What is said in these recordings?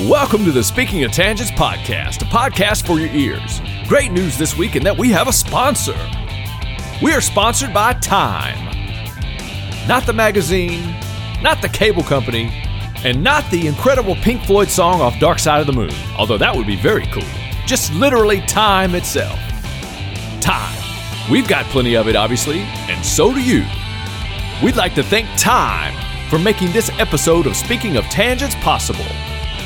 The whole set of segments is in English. Welcome to the Speaking of Tangents podcast, a podcast for your ears. Great news this week in that we have a sponsor. We are sponsored by Time. Not the magazine, not the cable company, and not the incredible Pink Floyd song off Dark Side of the Moon, although that would be very cool. Just literally time itself. Time. We've got plenty of it, obviously, and so do you. We'd like to thank Time for making this episode of Speaking of Tangents possible.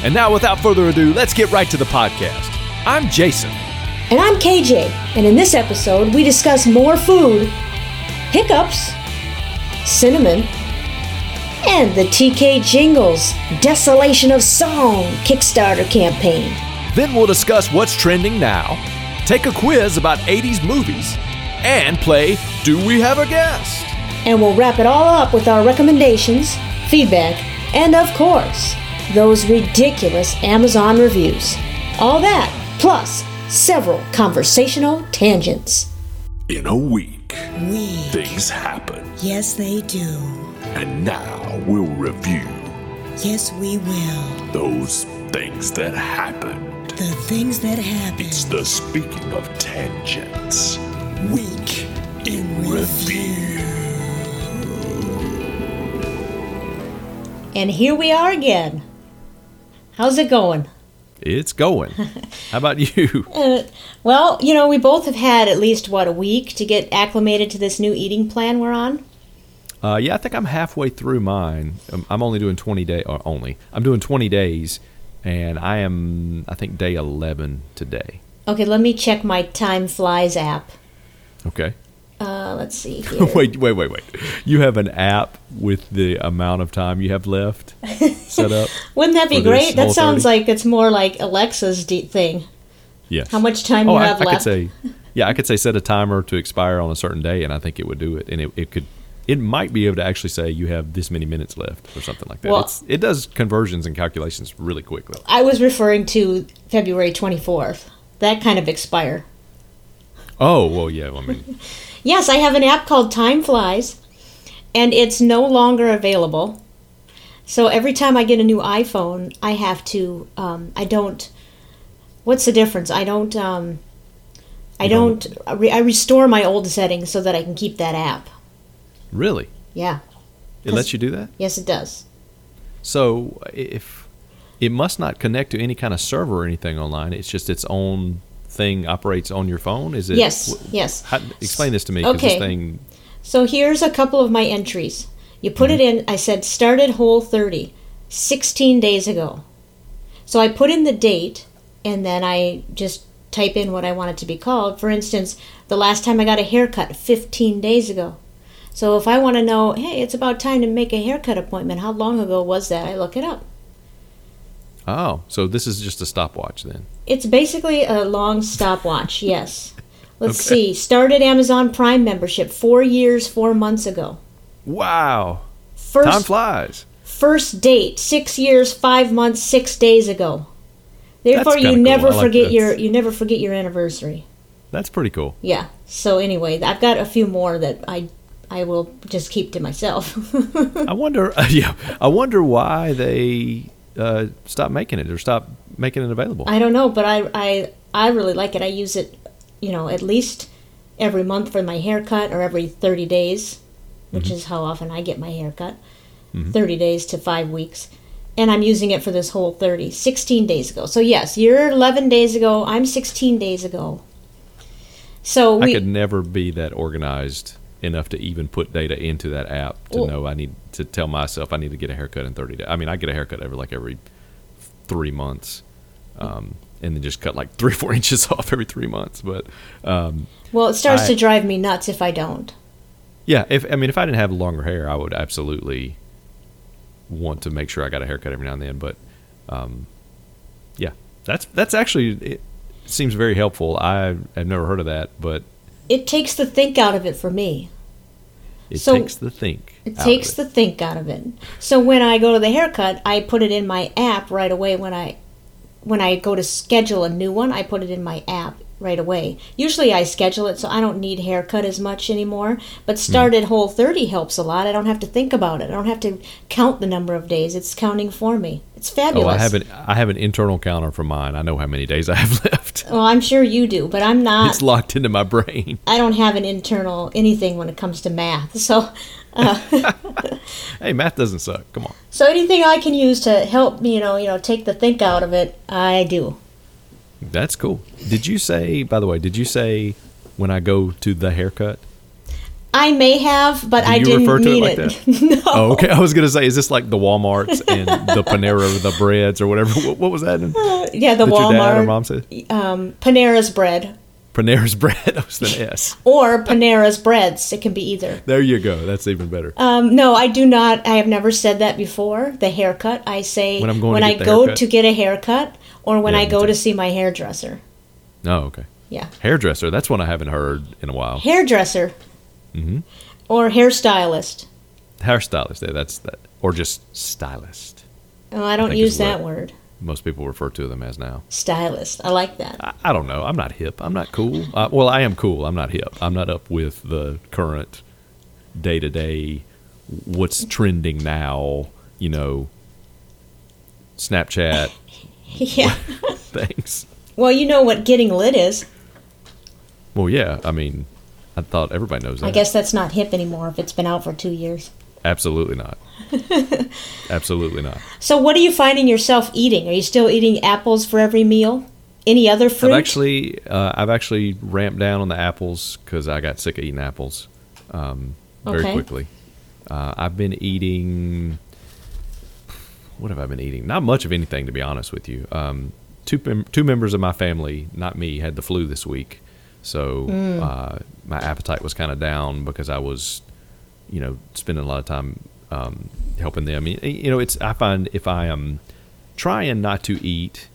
And now, without further ado, let's get right to the podcast. I'm Jason. And I'm KJ, and in this episode, we discuss more food, hiccups, cinnamon, and the TK Jingles Desolation of Song Kickstarter campaign. Then we'll discuss what's trending now, take a quiz about 80s movies, and play Do We Have a Guest? And we'll wrap it all up with our recommendations, feedback, and of course, those ridiculous Amazon reviews. All that, plus several conversational tangents. In a week, Weak. things happen, Yes, they do. and now we'll review Yes, we will. those things that happened. The things that happen. It's the speaking of tangents. weak In review. And here we are again. How's it going? It's going. How about you? Well, you know, we both have had at least, what, a week to get acclimated to this new eating plan we're on? Uh, yeah, I think I'm halfway through mine. I'm, I'm only doing 20 day or only. I'm doing 20 days, and I am I think day 11 today. Okay, let me check my Time Flies app. Okay. Uh, let's see here. wait, wait, wait, wait. You have an app with the amount of time you have left set up. Wouldn't that be Well, there's great? That small sounds 30. like it's more like Alexa's de- thing. Yes. How much time oh, you I, have I could left. say, yeah, I could say set a timer to expire on a certain day, and I think it would do it. And it, it could, it might be able to actually say you have this many minutes left or something like that. Well- it's, it does conversions and calculations really quickly. I was referring to February 24th. That kind of expire. Oh well, yeah. I mean, Yes, I have an app called Time Flies, and it's no longer available. So every time I get a new iPhone, I have to. Um, I don't. What's the difference? I don't. Um, I don't. I re- I restore my old settings so that I can keep that app. really, Yeah. it lets you do that. Yes, it does. So if it must not connect to any kind of server or anything online, it's just its own thing operates on your phone. Is it? Yes. Yes. How, explain this to me. 'cause Okay. This thing. So here's a couple of my entries. You put it Hmm. in, I said started whole 30, 16 days ago. So I put in the date and then I just type in what I want it to be called. For instance, the last time I got a haircut, 15 days ago. So if I want to know, hey, it's about time to make a haircut appointment, how long ago was that? I look it up. Oh, so this is just a stopwatch then. It's basically a long stopwatch, yes. Let's see. Started Amazon Prime membership 4 years, 4 months ago. Wow, First time flies. First date, six years, five months, six days ago. Therefore, kinda you cool. never I like forget that. your you never forget your anniversary. That's pretty cool. Yeah. So anyway, I've got a few more that I I will just keep to myself. I wonder. yeah, I wonder why they uh, stopped making it or stopped making it available. I don't know, but I I I really like it. I use it, you know, at least every month for my haircut or every thirty days, which Mm-hmm. is how often I get my haircut. Thirty days to five weeks. And I'm using it for this whole 30, 16 days ago. So, yes, you're 11 days ago. I'm 16 days ago. So, I we, could never be that organized enough to even put data into that app to Well- know I need to tell myself I need to get a haircut in thirty days. I mean, I get a haircut every like every three months, um, and then just cut like three or four inches off every three months. But um, well, it starts I- to drive me nuts if I don't. yeah, if I mean if I didn't have longer hair, I would absolutely want to make sure I got a haircut every now and then. But um, yeah, that's that's actually it seems very helpful. I have never heard of that, but It takes the think out of it for me. it So, takes the think. It out of takes it. the think out of it. So when I go to the haircut, I put it in my app right away when I when I go to schedule a new one, I put it in my app right away. Usually I schedule it so I don't need haircut as much anymore, but Hmm. start at whole 30 helps a lot. I don't have to think about it. I don't have to count the number of days. It's counting for me. It's fabulous. Oh, I have an I have an internal counter for mine. I know how many days I have left. Well, I'm sure you do, but I'm not It's locked into my brain. I don't have an internal anything when it comes to math. So Hey, math doesn't suck. Come on. so anything I can use to help me, you know, you know, take the think out of it, I do. That's cool. Did you say, by the way, did you say when I go to the haircut? I may have, but Do I you didn't refer to it mean like no. Oh, okay. I was going to say, is this like the Walmarts and the Panera, the breads or whatever? What, what was that? that Yeah, the your dad or Walmart mom said? um, Panera's bread Panera's bread. That was an S. or Panera's breads. It can be either. There you go. That's even better. Um, no, I do not. I have never said that before. The haircut. I say When I'm going to I get the go haircut. to get a haircut or when Yeah, I me go too. to see my hairdresser. oh, okay. Yeah, Hairdresser. That's one I haven't heard in a while. hairdresser Mm-hmm. or hairstylist. Hairstylist. Yeah, that's that. Or just stylist. Oh, I don't think use is that what- word. Most people refer to them as now. Stylist. I like that. I, I don't know. I'm not hip. I'm not cool. Uh, well, I am cool. I'm not hip. I'm not up with the current day to day, what's trending now, you know, Snapchat Yeah. things. well, you know what getting lit is. Well, yeah. I mean, I thought everybody knows that. I guess that's not hip anymore if it's been out for two years. Absolutely not. Absolutely not. So, what are you finding yourself eating? Are you still eating apples for every meal? Any other fruit? I've actually, uh, I've actually ramped down on the apples because I got sick of eating apples um, very Okay. quickly. Uh, I've been eating. What have I been eating? Not much of anything, to be honest with you. Um, two pem- two members of my family, not me, had the flu this week, so uh, my appetite was kind of down because I was, you know, spending a lot of time um, helping them. Y- You know, it's I find if I am trying not to eat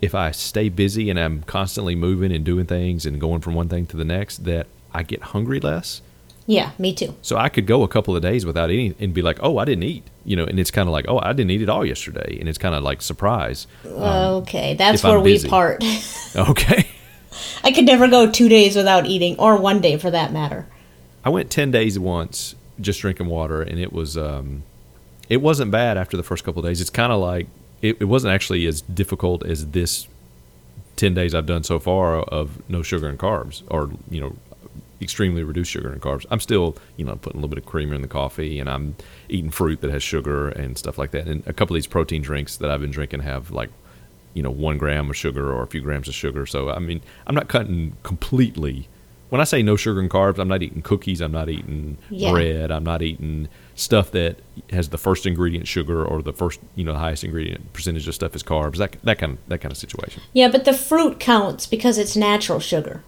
if I stay busy and I'm constantly moving and doing things and going from one thing to the next, that I get hungry less. yeah, me too. So I could go a couple of days without eating and be like, oh, I didn't eat, you know. And it's kind of like, oh, I didn't eat at all yesterday, and it's kind of like surprise. okay, um, that's if I'm where we busy. part. Okay, I could never go two days without eating, or one day for that matter. I went ten days once just drinking water, and it was, um, it wasn't bad after the first couple of days. It's kind of like it, it wasn't actually as difficult as this ten days I've done so far of no sugar and carbs, or you know, extremely reduced sugar and carbs. I'm still, you know, putting a little bit of creamer in the coffee, and I'm eating fruit that has sugar and stuff like that. And a couple of these protein drinks that I've been drinking have like, you know, one gram of sugar or a few grams of sugar. So I mean, I'm not cutting completely. When I say no sugar and carbs, I'm not eating cookies, I'm not eating Yeah. bread, I'm not eating stuff that has the first ingredient sugar or the first, you know, the highest ingredient percentage of stuff is carbs. That that kind of, that kind of situation. Yeah, but the fruit counts because it's natural sugar.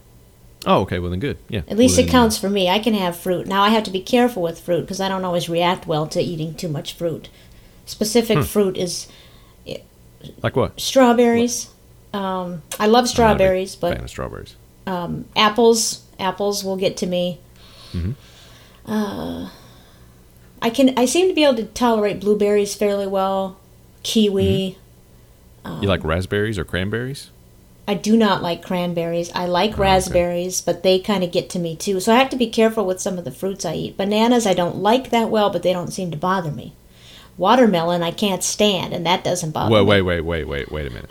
Oh, okay. Well, then good. Yeah. At least Well, it then- counts for me. I can have fruit. Now I have to be careful with fruit because I don't always react well to eating too much fruit. Hmm. Specific fruit is Like what? strawberries. Um, I love I'm not a big strawberries, but fan of strawberries. apples apples will get to me Mm-hmm. uh, i can i seem to be able to tolerate blueberries fairly well kiwi Mm-hmm. you um, like raspberries or cranberries? i do not like cranberries i Oh, like raspberries but they kind of get to me too so i have to be careful with some of the fruits i eat bananas i don't like that well but they don't seem to bother me watermelon i can't stand and that doesn't bother Wait, me wait, wait, wait, wait, wait a minute.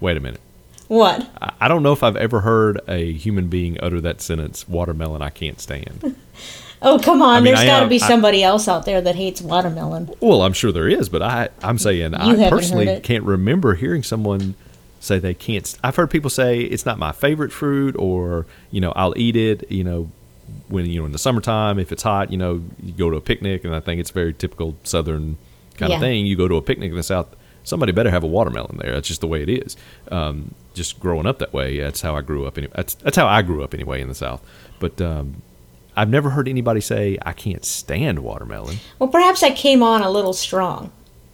Wait a minute. what I, I don't know if I've ever heard a human being utter that sentence. Watermelon, I can't stand. oh come on I mean, there's I got to am- be I- somebody else out there that hates watermelon well, I'm sure there is, but I, I'm saying haven't I heard personally it. can't remember hearing someone say they can't. St- I've heard people say it's not my favorite fruit, or you know, I'll eat it. You know, when you know in the summertime if it's hot, you know, you go to a picnic, and I think it's very typical Southern kind Yeah. of thing. You go to a picnic in the South, somebody better have a watermelon there. That's just the way it is. Um, just growing up that way, that's how I grew up. Any- that's that's how I grew up anyway in the South. But um, I've never heard anybody say I can't stand watermelon. well perhaps i came on a little strong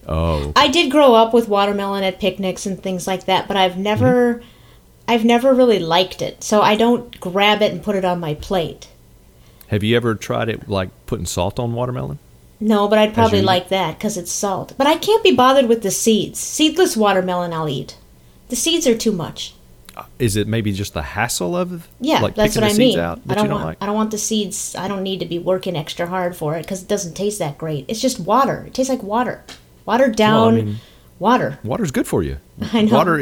Oh, I did grow up with watermelon at picnics and things like that, but I've never I've never really liked it. So I don't grab it and put it on my plate. have you ever tried it like putting salt on watermelon? No, but I'd probably you- like that cuz it's salt. But I can't be bothered with the seeds. Seedless watermelon I'll eat. The seeds are too much. Is it maybe just the hassle of Yeah, like that's picking what I the seeds mean. out I that don't you don't want like? I don't want the seeds. I don't need to be working extra hard for it because it doesn't taste that great. It's just water. It tastes like water, watered down mean- water. Water's good for you. I know. Water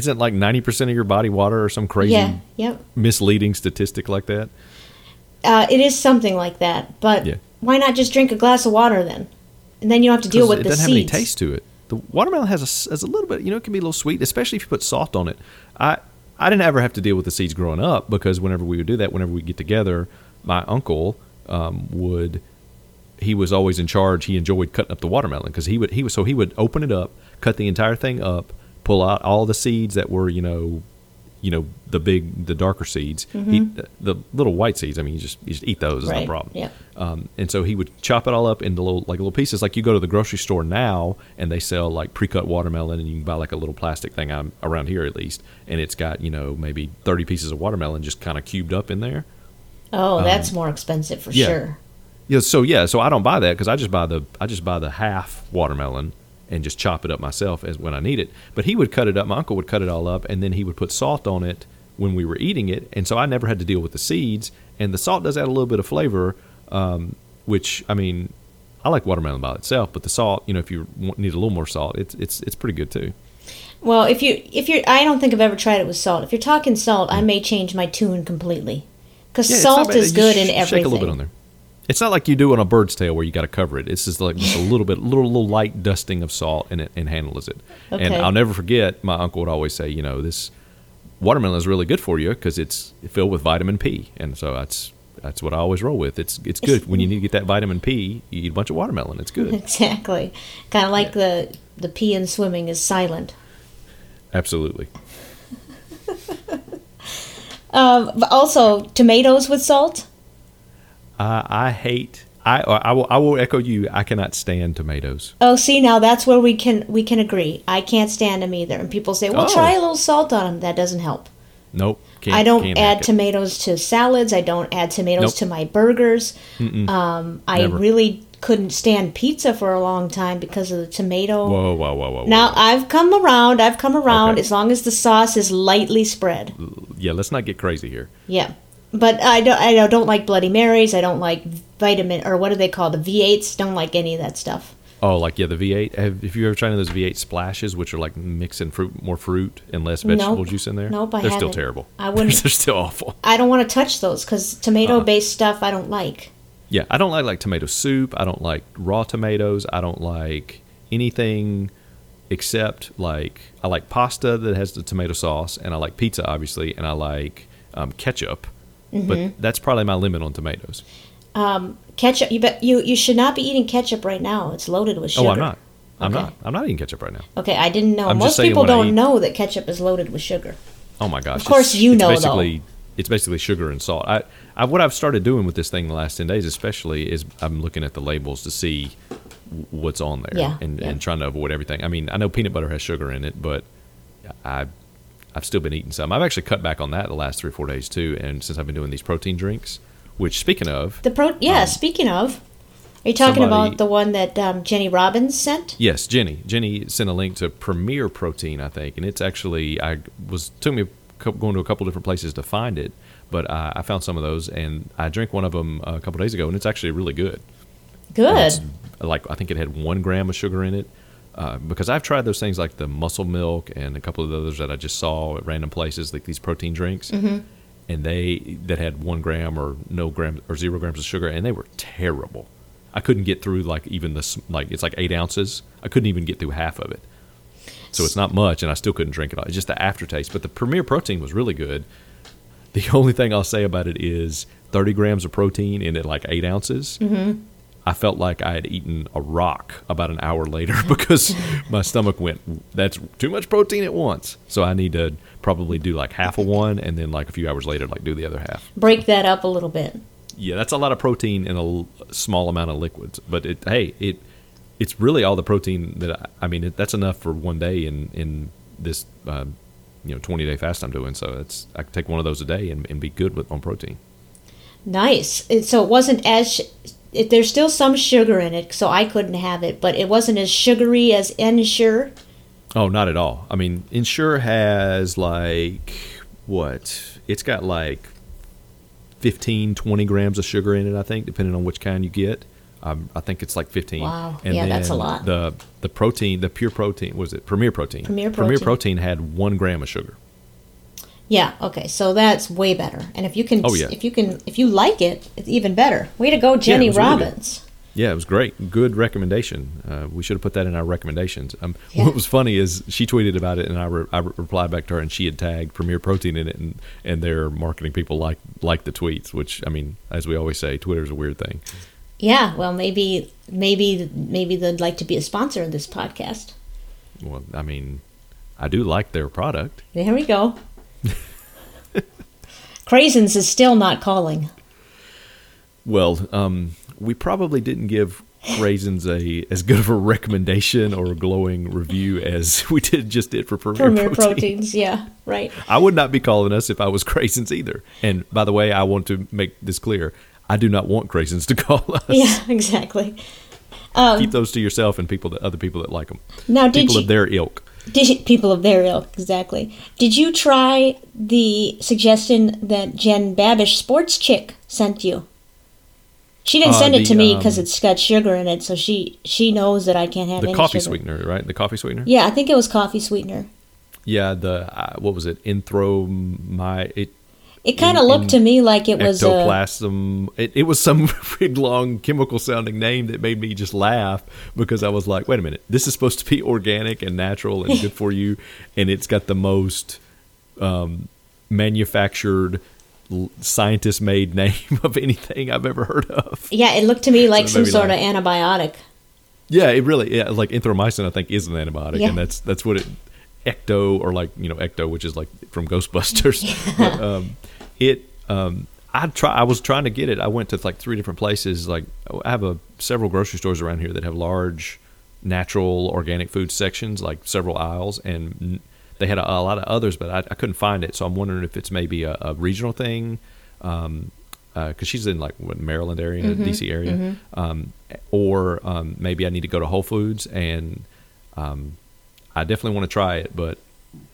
isn't like ninety percent of your body water or some crazy Yeah, yep. misleading statistic like that. Uh, it is something like that. But Yeah. why not just drink a glass of water then, and then you don't have to deal 'Cause with it the doesn't seeds. have any taste to it. The watermelon has a, s- has a little bit, you know, it can be a little sweet, especially if you put salt on it. I I didn't ever have to deal with the seeds growing up because whenever we would do that, whenever we get together, my uncle um, would he was always in charge. He enjoyed cutting up the watermelon because he would he was so he would open it up, cut the entire thing up, pull out all the seeds that were you know, you know the big the darker seeds, he, the, the little white seeds. I mean, you just you just eat those. It's no Right, problem. yep. Um, and so he would chop it all up into little like little pieces. Like you go to the grocery store now, and they sell like pre-cut watermelon, and you can buy like a little plastic thing. I'm around here at least, and it's got you know maybe thirty pieces of watermelon just kind of cubed up in there. Oh, that's more expensive for Um, yeah. sure. Yeah, so yeah, so I don't buy that because I just buy the I just buy the half watermelon and just chop it up myself as when I need it. But he would cut it up. My uncle would cut it all up, and then he would put salt on it when we were eating it, and so I never had to deal with the seeds. And the salt does add a little bit of flavor, um, which I mean, I like watermelon by itself, but the salt, you know, if you want, need a little more salt, it's it's it's pretty good too. Well, if you if you I don't think I've ever tried it with salt. If you're talking salt, I may change my tune completely because Mm. Yeah, it's not salt bad. is You good sh- in shake everything. a little bit on there. It's not like you do on a bird's tail where you got to cover it. It's just like just a little bit, little little light dusting of salt, and it and handles it. And Okay. I'll never forget. My uncle would always say, you know, this watermelon is really good for you because it's filled with vitamin P, and so that's that's what I always roll with. It's it's good when you need to get that vitamin P. You eat a bunch of watermelon. It's good. Exactly, kind of like the the pee in swimming is silent. Absolutely. But Um, also tomatoes with salt. I I hate. I I will I will echo you. I cannot stand tomatoes. Oh, see now that's where we can we can agree. I can't stand them either. And people say, "Well, Oh. try a little salt on them." That doesn't help. Nope. Can't, I don't can't hack add it. tomatoes to salads. I don't add tomatoes Nope. to my burgers. Um, I Never. really couldn't stand pizza for a long time because of the tomato. Whoa whoa whoa whoa. Now whoa. I've come around. I've come around. Okay. As long as the sauce is lightly spread. yeah, let's not get crazy here. Yeah, but I don't. I don't- don't like Bloody Marys. I don't like vitamin or what do they call the V8s? Don't like any of that stuff. Oh, like yeah, the V8. Have, have you ever tried any of those V8 splashes, which are like mixing fruit, more fruit and less vegetable Nope. juice in there? Nope, I they're still haven't. terrible. I wouldn't- they're still awful. I don't want to touch those because tomato-based Uh-huh. stuff I don't like. Yeah, I don't like like tomato soup. I don't like raw tomatoes. I don't like anything except like I like pasta that has the tomato sauce, and I like pizza obviously, and I like um, ketchup. Mm-hmm. But that's probably my limit on tomatoes. Ketchup. You bet. You you should not be eating ketchup right now. It's loaded with sugar. Oh, I'm not. I'm Okay. not. I'm not eating ketchup right now. Okay, I didn't know. I'm just Most saying people when I don't eat- know that ketchup is loaded with sugar. Oh my gosh! Of course it's- you it's know, though. basically, It's basically sugar and salt. I, I, what I've started doing with this thing the last ten days, especially, is I'm looking at the labels to see w- what's on there Yeah, and, yeah. and trying to avoid everything. I mean, I know peanut butter has sugar in it, but I, I've still been eating some. I've actually cut back on that the last three or four days too, and since I've been doing these protein drinks, which speaking of, The pro. Yeah. speaking of, are you talking Um, somebody- about the one that um, Jenny Robbins sent? Yes, Jenny. Jenny sent a link to Premier Protein, I think, and it's actually I was took me a cou- going to a couple different places to find it, but uh, I found some of those, and I drank one of them a couple days ago, and it's actually really good. And Good. it's, Like I think it had one gram of sugar in it, uh, because I've tried those things like the Muscle Milk and a couple of the others that I just saw at random places, like these protein drinks, and they that had one gram or no gram or zero grams of sugar, and they were terrible. I couldn't get through like even this like it's like eight ounces. I couldn't even get through half of it. So it's not much, and I still couldn't drink it all. It's just the aftertaste. But the Premier Protein was really good. The only thing I'll say about it is 30 grams of protein in it, like eight ounces. I felt like I had eaten a rock about an hour later because my stomach went, that's too much protein at once. So I need to probably do like half of one and then like a few hours later, like do the other half. Break that up a little bit. Yeah, that's a lot of protein in a l- small amount of liquids. But it, hey, it it's really all the protein that I, I mean. It, that's enough for one day in in this uh, you know twenty day fast I'm doing. So it's I could take one of those a day and, and be good with on protein. Nice. And so it wasn't as. Sh- it, there's still some sugar in it, so I couldn't have it, but it wasn't as sugary as Ensure. Oh, not at all. I mean, Insure has like what? It's got like 15, 20 grams of sugar in it, I think, depending on which kind you get. Um, I think it's like 15. Wow. Yeah, that's a lot. The the protein, the pure protein, was it Premier Protein? Premier Premier Protein. Protein had one gram of sugar. Yeah. Okay. So that's way better. And if you can, Oh, yeah. if you can, if you like it, it's even better. Way to go, Jenny was really good. Robbins. Yeah, it was great. Good recommendation. Uh, we should have put that in our recommendations. Um, Yeah. What was funny is she tweeted about it, and I, re- I re- replied back to her, and she had tagged Premier Protein in it, and, and their marketing people like like the tweets. Which I mean, as we always say, Twitter's a weird thing. Yeah. Well, maybe, maybe, maybe they'd like to be a sponsor of this podcast. Well, I mean, I do like their product. There we go. Craisins is still not calling. Well, um, we probably didn't give Raisins a as good of a recommendation or a glowing review as we did just did for Premier, Premier Protein. proteins. Yeah. Right. I would not be calling us if I was Craisins either. And by the way, I want to make this clear. I do not want Craisins to call us. Yeah. Exactly. Keep those to yourself and people that other people that like them. Now, Um, did people you- of their ilk. Did, people of their ilk, exactly. Did you try the suggestion that Jen Babish, sports chick, sent you? She didn't Uh, send it the, to me because um, it's got sugar in it, so she she knows that I can't have The any coffee sugar. sweetener, right? The coffee sweetener. Yeah, I think it was coffee sweetener. Yeah. The uh, what was it? Enthro my it, It kind of In- looked to me like it was uh, a ectoplasm. It, it was some big long chemical sounding name that made me just laugh because I was like, wait a minute, this is supposed to be organic and natural and good for you, and it's got the most um, manufactured, scientist made name of anything I've ever heard of. yeah. It looked to me like So some maybe sort like- of antibiotic. Yeah, it really yeah, like erythromycin I think is an antibiotic Yeah. and that's that's what it ecto or like, you know, ecto which is like from Ghostbusters. But, um it um I try I was trying to get it. I went to like three different places like oh, I have a several grocery stores around here that have large natural organic food sections like several aisles and n- they had a, a lot of others but I, I couldn't find it so I'm wondering if it's maybe a, a regional thing um because she's in like what, Maryland area, DC area, um, or um, maybe I need to go to Whole Foods, and um, I definitely want to try it, but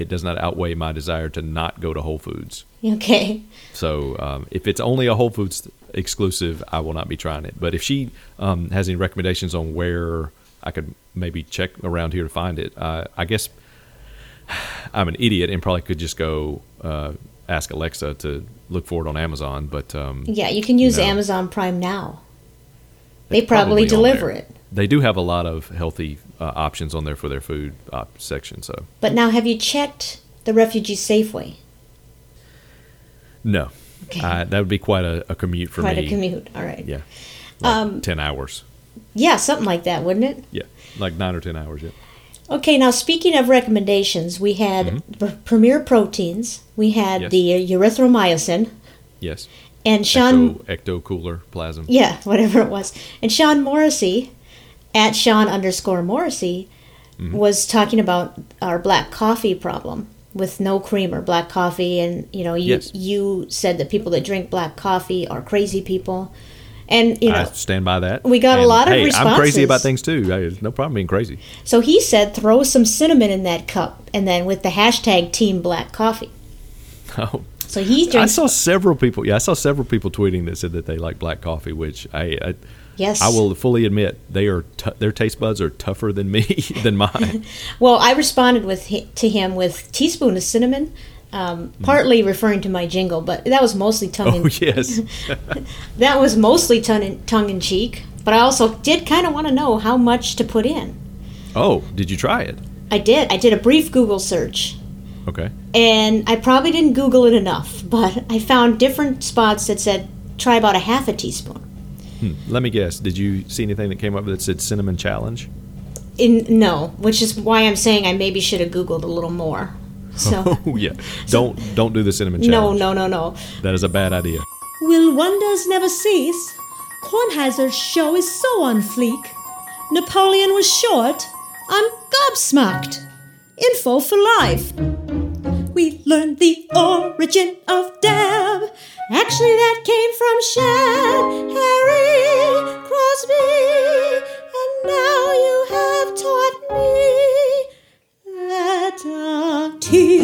it does not outweigh my desire to not go to Whole Foods. Okay, So um, if it's only a Whole Foods exclusive, I will not be trying it. But if she um, has any recommendations on where I could maybe check around here to find it, uh, I guess I'm an idiot and probably could just go uh, ask Alexa to look for it on Amazon. But um, yeah, you can use No. Amazon Prime now. They it's probably, on deliver there. it. They do have a lot of healthy uh, options on there for their food op- section. So But now, have you checked the Refugee Safeway? no, Okay. I, that would be quite a, a commute Uh, for Quite me. a um, commute. All right. Yeah, Like ten hours. yeah, something like that, wouldn't it? Yeah, like nine or ten hours. Yeah. Okay, now speaking of recommendations, we had p- Premier Proteins, we had Mm-hmm. Yes. the erythromycin, Yes. and Sean, ecto, ecto cooler plasm. yeah, whatever it was, and Sean Morrissey at Sean underscore Morrissey Mm-hmm. was talking about our black coffee problem with no creamer, black coffee, and you know, you Yes. you said that people that drink black coffee are crazy people, and you know, I stand by that. We got a And, lot of hey, I'm crazy responses. about things too. Hey, there's no problem being crazy. so he said throw some cinnamon in that cup, and then with the hashtag Team Black Coffee. Oh, So he I drinks saw several people. Yeah, I saw several people tweeting that said that they like black coffee, which I, I Yes. I will fully admit they are t- their taste buds are tougher than me than mine. Well, I responded with hi- to him with teaspoon of cinnamon, um, Mm-hmm. partly referring to my jingle, but that was mostly tongue. oh In, yes. That was mostly tongue in, tongue in cheek. But I also did kind of want to know how much to put in. Oh, did you try it? I did. I did a brief Google search, Okay. and I probably didn't Google it enough, but I found different spots that said try about a half a teaspoon. Let me guess. Did you see anything that came up that said cinnamon challenge? In no, which is why I'm saying I maybe should have Googled a little more. So Oh yeah. Don't don't do the cinnamon no, challenge. no, no, no. That is a bad idea. Will wonders never cease? Kornheiser's show is so on fleek. Napoleon was short. I'm gobsmacked. Info for life. We learned the origin of Dab. Actually, that came from Shad, Harry, Crosby, and now you have taught me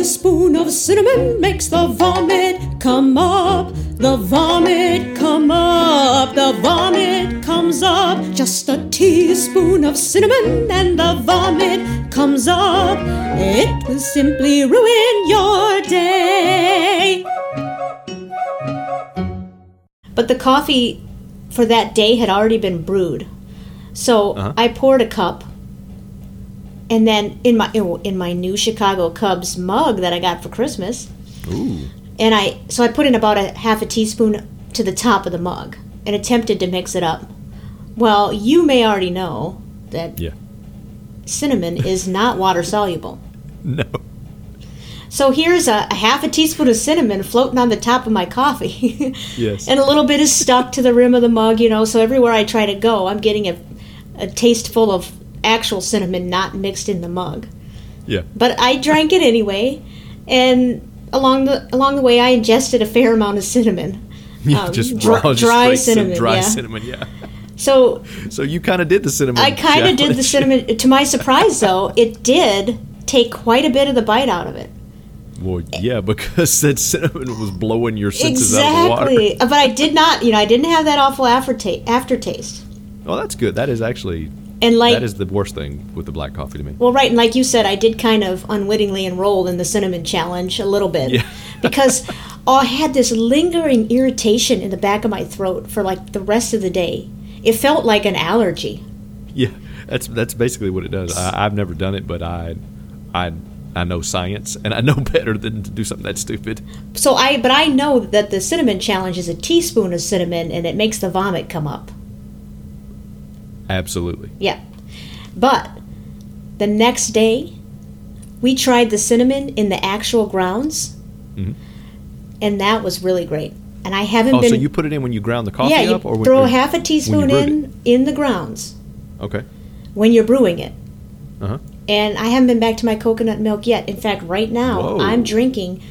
spoon of cinnamon makes the vomit come up. The vomit come up. The vomit comes up. Just a teaspoon of cinnamon and the vomit comes up. It will simply ruin your day. But the coffee for that day had already been brewed. So I poured a cup, and then in my oh, in my new Chicago Cubs mug that I got for Christmas, and I so I put in about a half a teaspoon to the top of the mug and attempted to mix it up. Well, you may already know that Yeah. cinnamon is not water soluble. No. So here's a, a half a teaspoon of cinnamon floating on the top of my coffee. Yes. and a little bit is stuck to the rim of the mug, you know. So everywhere I try to go, I'm getting a, a tasteful of actual cinnamon not mixed in the mug. Yeah. But I drank it anyway, and along the along the way, I ingested a fair amount of cinnamon. Yeah, Um, just dry- raw, just dry straight cin- cinnamon, Dry yeah. cinnamon, yeah. So So you kind of did the cinnamon. I kind of did the challenge. cinnamon. To my surprise, though, it did take quite a bit of the bite out of it. Well, yeah, because that cinnamon was blowing your senses out of the water. Exactly. Uh, But I did not, you know, I didn't have that awful afterta- aftertaste. Oh, that's good. That is actually And like that is the worst thing with the black coffee to me. Well, right, and like you said, I did kind of unwittingly enroll in the cinnamon challenge a little bit because I had this lingering irritation in the back of my throat for like the rest of the day. It felt like an allergy. Yeah, that's that's basically what it does. I, I've never done it, but I, I, I know science, and I know better than to do something that stupid. So I, but I know that the cinnamon challenge is a teaspoon of cinnamon and it makes the vomit come up. Absolutely. Yeah. But the next day, we tried the cinnamon in the actual grounds, and that was really great. And I haven't Mm-hmm. Oh, been. so you put it in when you ground the coffee yeah, you up, or when throw or- half a teaspoon brewed in in the grounds Okay. when you're brewing it. Uh huh. And I haven't been back to my coconut milk yet. In fact, right now Whoa. I'm drinking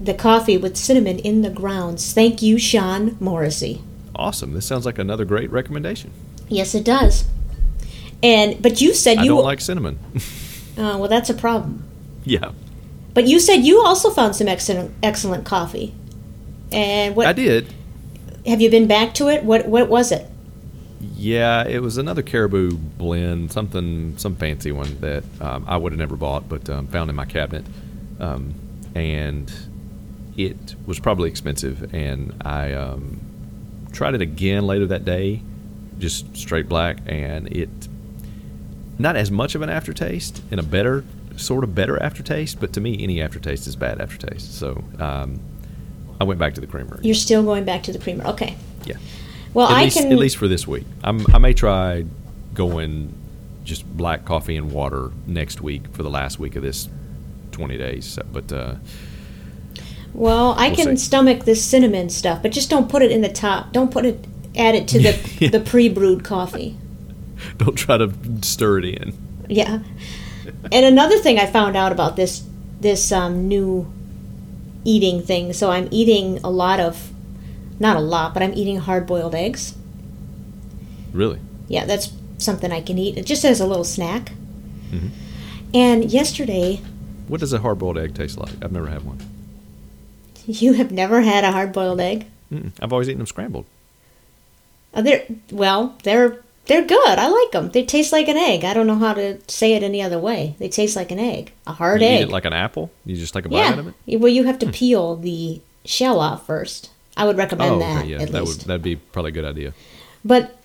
the coffee with cinnamon in the grounds. Thank you, Sean Morrissey. Awesome. This sounds like another great recommendation. Yes, it does. And but you said I you don't like cinnamon. uh, well, that's a problem. yeah, But you said you also found some excellent excellent coffee. And what I did. have you been back to it? What what was it? Yeah, it was another caribou blend, something, some fancy one that um, I would have never bought, but um, found in my cabinet, um, and it was probably expensive. And I um, tried it again later that day, just straight black, and it not as much of an aftertaste and a better sort of better aftertaste, but to me, any aftertaste is bad aftertaste. So um, I went back to the creamery. You're still going back to the creamer. Okay. yeah. Well, at I least, can at least for this week. I'm, I may try going just black coffee and water next week for the last week of this 20 days. So, but uh, Well, I We'll can see. stomach this cinnamon stuff, but just don't put it in the top. Don't put it add it to the Yeah. the pre-brewed coffee. don't try to stir it in. Yeah. And another thing I found out about this this um, new eating thing. So I'm eating a lot of not a lot, but I'm eating hard-boiled eggs. Really? Yeah, that's something I can eat just as a little snack. Mm-hmm. And yesterday, What does a hard boiled egg taste like? I've never had one. you have never had a hard-boiled egg. Mm-mm. I've always eaten them scrambled. Uh, they're well, they're they're good. I like them. They taste like an egg. I don't know how to say it any other way. They taste like an egg, a hard you egg. eat it like an apple? You just take a bite out yeah. of it? Hmm. Well, you have to peel the shell off first. I would recommend oh, that okay, yeah. at that least. would that'd be probably a good idea. But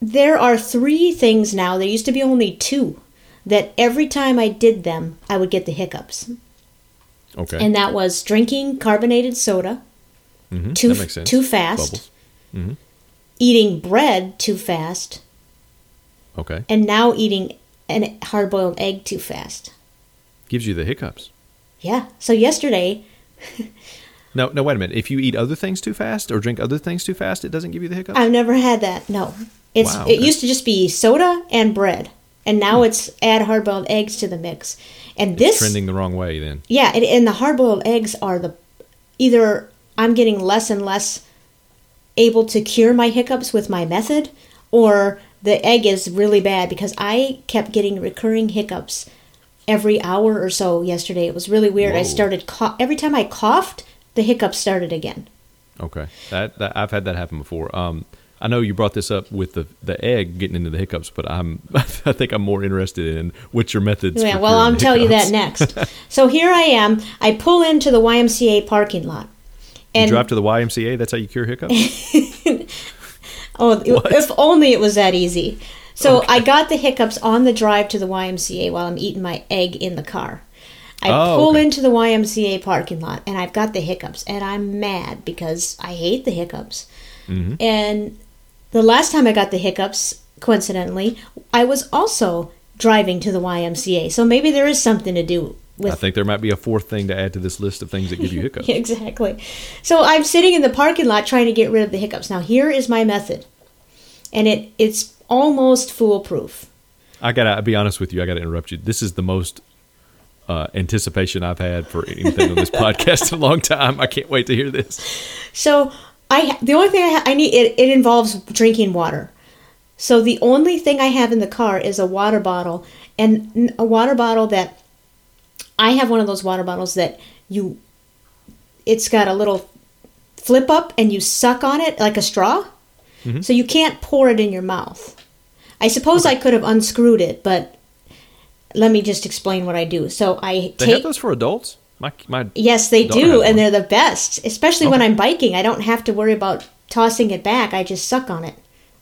there are three things now. There used to be only two. That every time I did them, I would get the hiccups, Okay. and that was drinking carbonated soda Mhm, too that makes sense. too fast, Bubbles. eating bread too fast, Okay. and now eating a hard-boiled egg too fast. Gives you the hiccups. Yeah. So yesterday, No, no, wait a minute. If you eat other things too fast or drink other things too fast, it doesn't give you the hiccups? I've never had that. No. It's Wow, it okay. Hmm. used to just be soda and bread. And now it's add hard boiled eggs to the mix. And this Trending the wrong way then. Yeah, and, and the hard boiled eggs are the either I'm getting less and less able to cure my hiccups with my method or the egg is really bad because I kept getting recurring hiccups every hour or so yesterday. It was really weird. I started cough every time I coughed, the hiccup started again. Okay, that, that I've had that happen before. Um, I know you brought this up with the the egg getting into the hiccups, but I'm I think I'm more interested in what your methods. Yeah, for well, curing I'll tell you that hiccups. next. so here I am. I pull into the YMCA parking lot. You And drive to the YMCA. That's how you cure hiccups. oh, if only it was that easy. So I got the hiccups on the drive to the YMCA while I'm eating my egg in the car. I Oh, pull okay. into the YMCA parking lot and I've got the hiccups and I'm mad because I hate the hiccups. Mm-hmm. And the last time I got the hiccups, coincidentally, I was also driving to the YMCA. So maybe there is something to do with I think there might be a fourth thing to add to this list of things that give you hiccups. exactly. So I'm sitting in the parking lot trying to get rid of the hiccups. Now here is my method, and it it's almost foolproof. I gotta I'll be honest with you. I gotta interrupt you. This is the most uh, anticipation I've had for anything on this podcast in a long time. I can't wait to hear this. So I the only thing I, ha- I need it, it involves drinking water. So the only thing I have in the car is a water bottle and n- a water bottle that I have one of those water bottles that you it's got a little flip up and you suck on it like a straw. Mm-hmm. So you can't pour it in your mouth. I suppose I could have unscrewed it, but let me just explain what I do. So I They have take E those for adults. My my Yes, they Don't do, have one. and they're the best. Especially when I'm biking, I don't have to worry about tossing it back. I just suck on it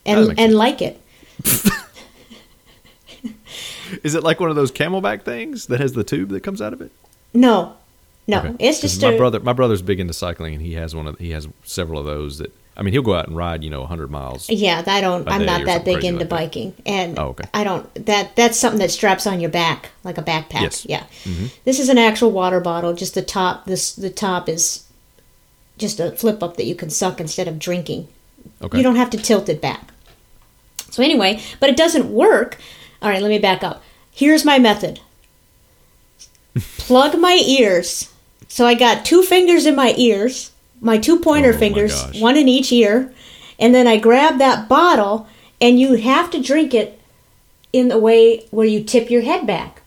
That and and makes sense. like it. is it like one of those Camelback things that has the tube that comes out of it? No, no, Okay. it's 'Cause just my a, brother. My brother's big into cycling, and he has one of he has several of those. That I mean, he'll go out and ride, you know, hundred miles. Yeah, I don't. a I'm day not or that something big crazy into like that. biking, and Oh, okay. I don't. That that's something that straps on your back like a backpack. Yes. Mm-hmm. Yeah. This is an actual water bottle. Just the top. This the top is just a flip up that you can suck instead of drinking. Okay. You don't have to tilt it back. So anyway, but it doesn't work. All right, let me back up. Here's my method. Plug my ears. So I got two fingers in my ears, my two pointer Oh, my fingers, gosh. one in each ear, and then I grab that bottle and you have to drink it in the way where you tip your head back.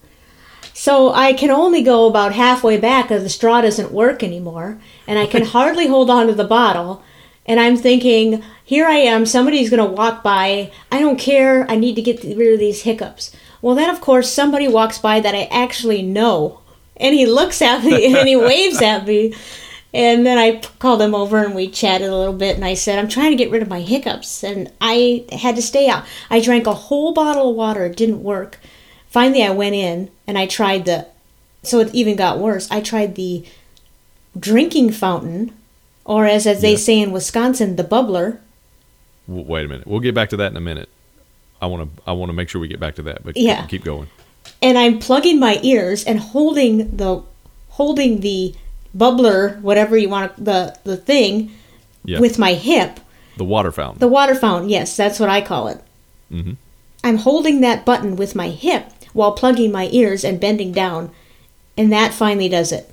So I can only go about halfway back because the straw doesn't work anymore, and I can hardly hold on to the bottle. And I'm thinking, here I am, somebody's going to walk by. I don't care. I need to get rid of these hiccups. Well, then, of course, somebody walks by that I actually know, and he looks at me and he waves at me. And then I p- called him over and we chatted a little bit. And I said, I'm trying to get rid of my hiccups. And I had to stay out. I drank a whole bottle of water, it didn't work. Finally, I went in and I tried the, so it even got worse. I tried the drinking fountain, or as, as they say in Wisconsin, the bubbler. W- Wait a minute. We'll get back to that in a minute. I want to I want to make sure we get back to that, but Yeah. keep going. and I'm plugging my ears and holding the holding the bubbler, whatever you want to- the the thing Yeah. with my hip. the water fountain. The water fountain, yes, that's what I call it. Mm-hmm. I'm holding that button with my hip while plugging my ears and bending down, and that finally does it.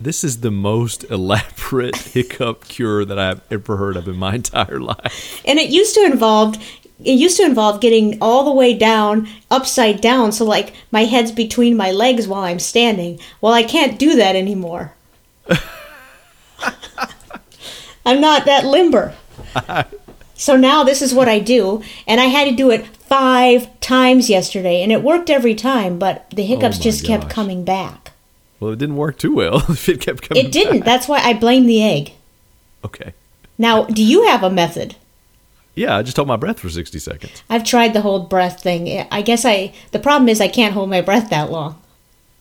This is the most elaborate hiccup cure that I've ever heard of in my entire life. And it used to involve it used to involve getting all the way down, upside down, so like my head's between my legs while I'm standing. Well, I can't do that anymore. I'm not that limber. so now this is what I do, and I had to do it five times yesterday, and it worked every time, but the hiccups Oh my just kept gosh. coming back. Well, it didn't work too well. if it kept coming. It didn't. That's why I blame the egg. Okay. Now, do you have a method? Yeah, I just held my breath for sixty seconds. I've tried the hold breath thing. I guess I the problem is I can't hold my breath that long.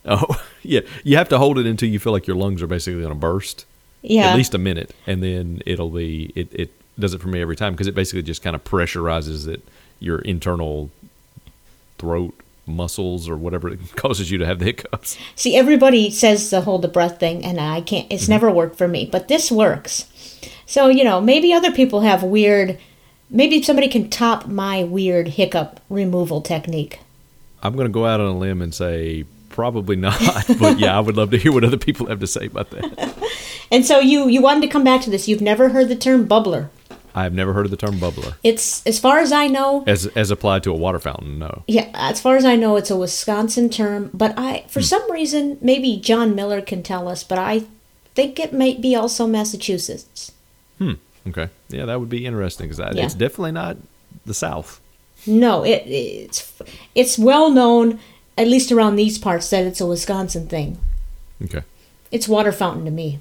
Oh, yeah. You have to hold it until you feel like your lungs are basically going to burst. Yeah. At least a minute, and then it'll be it. It does it for me every time because it basically just kind of pressurizes it, your internal throat muscles or whatever it causes you to have the hiccups. See, everybody says the hold the breath thing and I can't Mm-hmm. it's never worked for me, but this works. So, you know, maybe other people have weird maybe somebody can top my weird hiccup removal technique. I'm going to go out on a limb and say probably not, but yeah, I would love to hear what other people have to say about that. And so you you wanted to come back to this. You've never heard the term bubbler. I have never heard of the term bubbler It's as far as I know. as as applied to a water fountain. No, Yeah, as far as I know, it's a Wisconsin term. But I, Hmm. for some reason, maybe John Miller can tell us. But I think it might be also Massachusetts. okay, yeah, that would be interesting because Yeah. it's definitely not the South. No, it, it's it's well known, at least around these parts, that it's a Wisconsin thing. Okay, It's water fountain to me.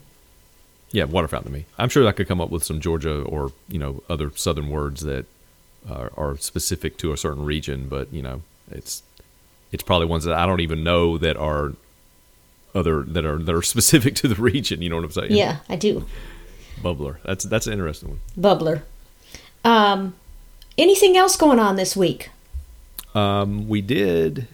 yeah, water fountain to me. I'm sure I could come up with some Georgia or you know other Southern words that are, are specific to a certain region, but you know it's it's probably ones that I don't even know that are other that are that are specific to the region. You know what I'm saying? Yeah, I do. bubbler. That's that's an interesting one. Bubbler. Um, anything else going on this Uh, week? Um, we did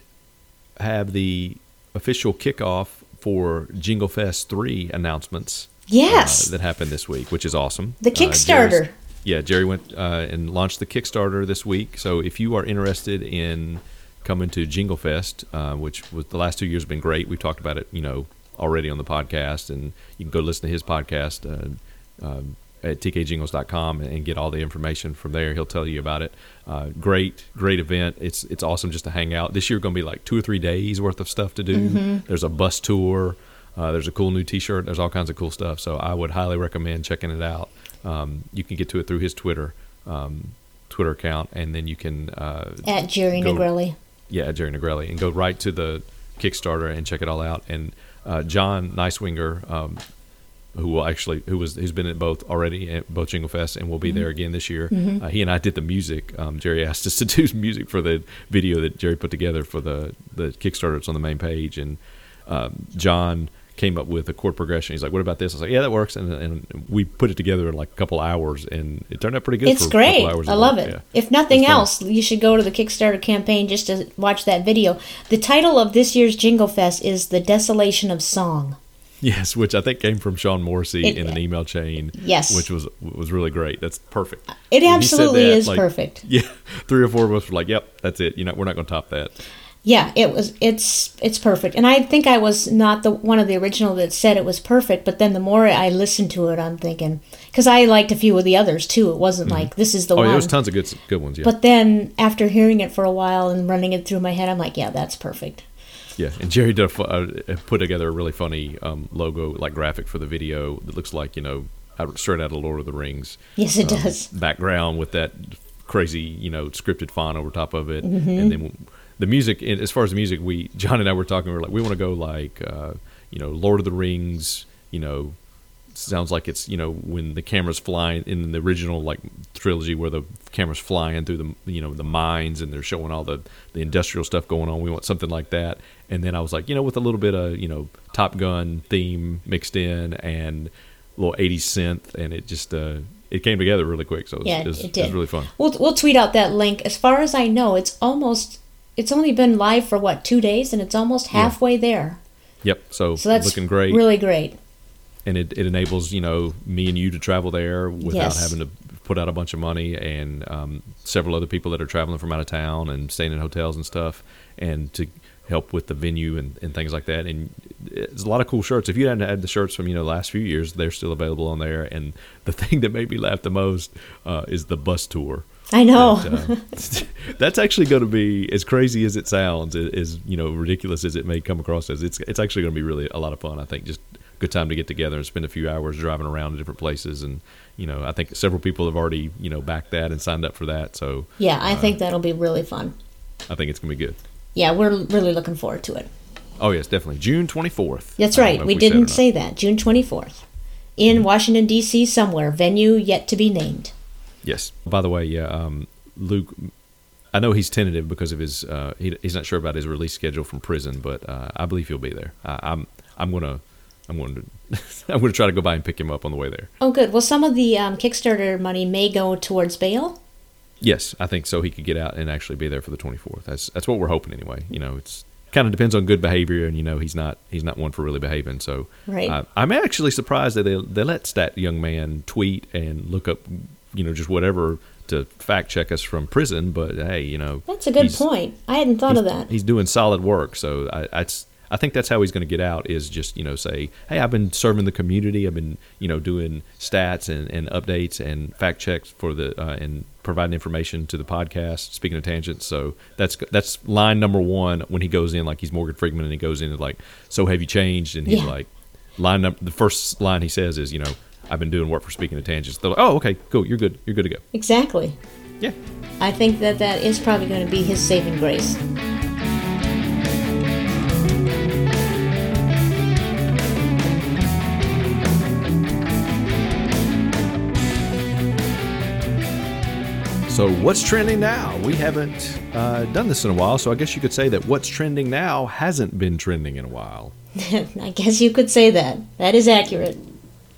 have the official kickoff for Jingle Fest 3 announcements. Yes. uh, that happened this week, which is awesome. The Uh, Kickstarter. Jerry's- yeah, Jerry went uh, and launched the Kickstarter this week. So if you are interested in coming to Jingle Fest, uh, which was the last two years have been great, we've talked about it, you know, already on the podcast, and you can go listen to his podcast. Uh, um, at tkjingles.com and get all the information from there. He'll tell you about it. Uh, great, great event. It's it's awesome just to hang out. This year going to be like two or three days worth of stuff to do. There's a bus tour. Uh, there's a cool new T-shirt. There's all kinds of cool stuff. So I would highly recommend checking it out. Um, you can get to it through his Twitter um, Twitter account, and then you can uh, At Jerry Go- Negrelli. yeah, Jerry Negrelli, and go right to the Kickstarter and check it all out. And uh, John Nicewinger, um, who will actually who was who's been at both already at both Jingle Fest and will Mm-hmm. be there again this year. Uh, he and I did the music. Um, Jerry asked us to do some music for the video that Jerry put together for the the Kickstarter. It's on the main page, and um, John came up with a chord progression. He's like, "What about this?" I was like, "Yeah, that works." And, and we put it together in like a couple hours, and it turned out pretty good. It's for A great. couple hours I of love work. it. Yeah. If nothing It's fun. else, you should go to the Kickstarter campaign just to watch that video. The title of this year's Jingle Fest is The Desolation of Song. Yes, which I think came from Sean Morrissey It- in an email chain. Yes. which was was really great. That's perfect. When It he said absolutely that, is like, perfect. Yeah, three or four of us were like, "Yep, that's it. You know, we're not going to top that." Yeah, it was it's it's perfect. And I think I was not the one of the original that said it was perfect, but then the more I listened to it, I'm thinking cuz I liked a few of the others too. It wasn't like this is the Oh, one. yeah, there was tons of good good ones. Yeah, But then after hearing it for a while and running it through my head, I'm like, yeah, that's perfect. yeah. And Jerry did a fu- uh, put together a really funny um, logo, like graphic for the video that looks like you know out- straight out of Lord of the Rings. Yes, it um, does. background with that crazy, you know, scripted font over top of it, and then the music. And as far as the music, we John and I were talking. We were like, we want to go like, uh, you know, Lord of the Rings. You know, sounds like it's you know when the camera's flying in the original like trilogy where the camera's flying through the you know the mines and they're showing all the the industrial stuff going on. We want something like that. And then I was like, you know, with a little bit of you know Top Gun theme mixed in and a little 80s synth, and it just uh, it came together really quick. So it was, Yeah, it was, it did. was really fun. We'll we'll tweet out that link. As far as I know, it's almost it's only been live for what two days, and it's almost halfway there. Yep. So, So that's looking great, Really great. and it, it enables you know me and you to travel there without Yes. having to put out a bunch of money, and um, several other people that are traveling from out of town and staying in hotels and stuff, and to help with the venue and, and things like that. And it's a lot of cool shirts. If you hadn't had the shirts from you know the last few years, they're still available on there. And the thing that made me laugh the most uh, is the bus tour. I know. But, uh, that's actually going to be as crazy as it sounds, a- as you know, ridiculous as it may come across as. It's it's actually going to be really a lot of fun. I think just a good time to get together and spend a few hours driving around to different places, and you know, I think several people have already you know backed that and signed up for that. So yeah, I uh, think that'll be really fun. I think it's going to be good. Yeah, we're really looking forward to it. Oh yes, definitely June twenty fourth. That's right. We, didn't say that. June twenty fourth, in Mm-hmm. Washington D.C. somewhere. Venue yet to be named. Yes. By the way, yeah, um, Luke. I know he's tentative because of his. Uh, he, he's not sure about his release schedule from prison, but uh, I believe he'll be there. I, I'm. I'm gonna. I'm going to. I'm going to try to go by and pick him up on the way there. Oh, good. Well, some of the um, Kickstarter money may go towards bail. Yes, I think so. He could get out and actually be there for the 24th. That's that's what we're hoping anyway. You know, it's kind of depends on good behavior, and you know he's not he's not one for really behaving. So Right. I, I'm actually surprised that they they let that young man tweet and look up, you know, just whatever to fact check us from prison. But hey, you know, That's a good he's- point. I hadn't thought of he's- that. He's doing solid work, so I, I, I I think that's how he's going to get out is just you know say, hey, I've been serving the community. I've been you know doing stats and, and updates and fact checks for the uh, and providing information to the podcast. Speaking of tangents, so that's that's line number one when he goes in like he's Morgan Freeman and he goes in and like, so have you changed? And he's Yeah. like, line up. The first line he says is you know. I've been doing work for Speaking of Tangents. They're like, "Oh, okay, cool. You're good. You're good to go." Exactly. Yeah. I think that that is probably going to be his saving grace. So, what's trending now? We haven't uh, done this in a while, so I guess you could say that what's trending now hasn't been trending in a while. I guess you could say that. That is accurate.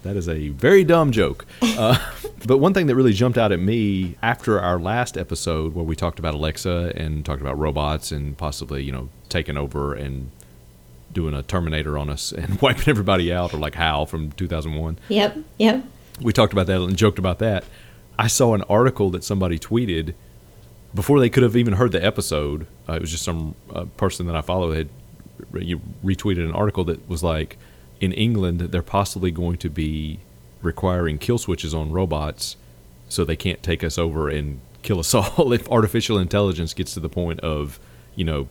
That is a very dumb joke. Uh, but one thing that really jumped out at me after our last episode, where we talked about Alexa and talked about robots and possibly, you know, taking over and doing a Terminator on us and wiping everybody out, or like Hal from 2001. Yep. Yep. we talked about that and joked about that. I saw an article that somebody tweeted before they could have even heard the episode. Uh, it was just some uh, person that I follow had re- you retweeted an article that was like, in England, they're possibly going to be requiring kill switches on robots so they can't take us over and kill us all if artificial intelligence gets to the point of, you know,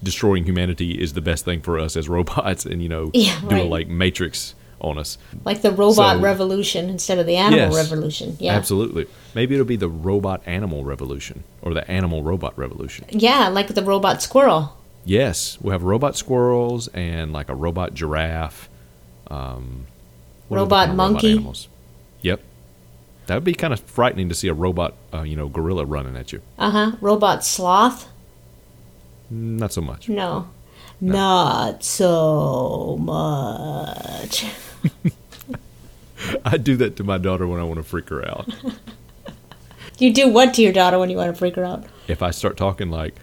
destroying humanity is the best thing for us as robots and, you know, Yeah, do a right. like matrix on us. Like the robot So- revolution instead of the animal Yes. revolution. Yeah. Absolutely. Maybe it'll be the robot animal revolution or the animal robot revolution. Yeah, like the robot squirrel. Yes, we'll have robot squirrels and like a robot giraffe. Um, what other Robot kind of monkey. animals? Yep. That would be kind of frightening to see a robot, uh, you know, gorilla running at you. Uh huh. Robot sloth? Not so much. No. Not so much. I do that to my daughter when I want to freak her out. You do what to your daughter when you want to freak her out? if I start talking like,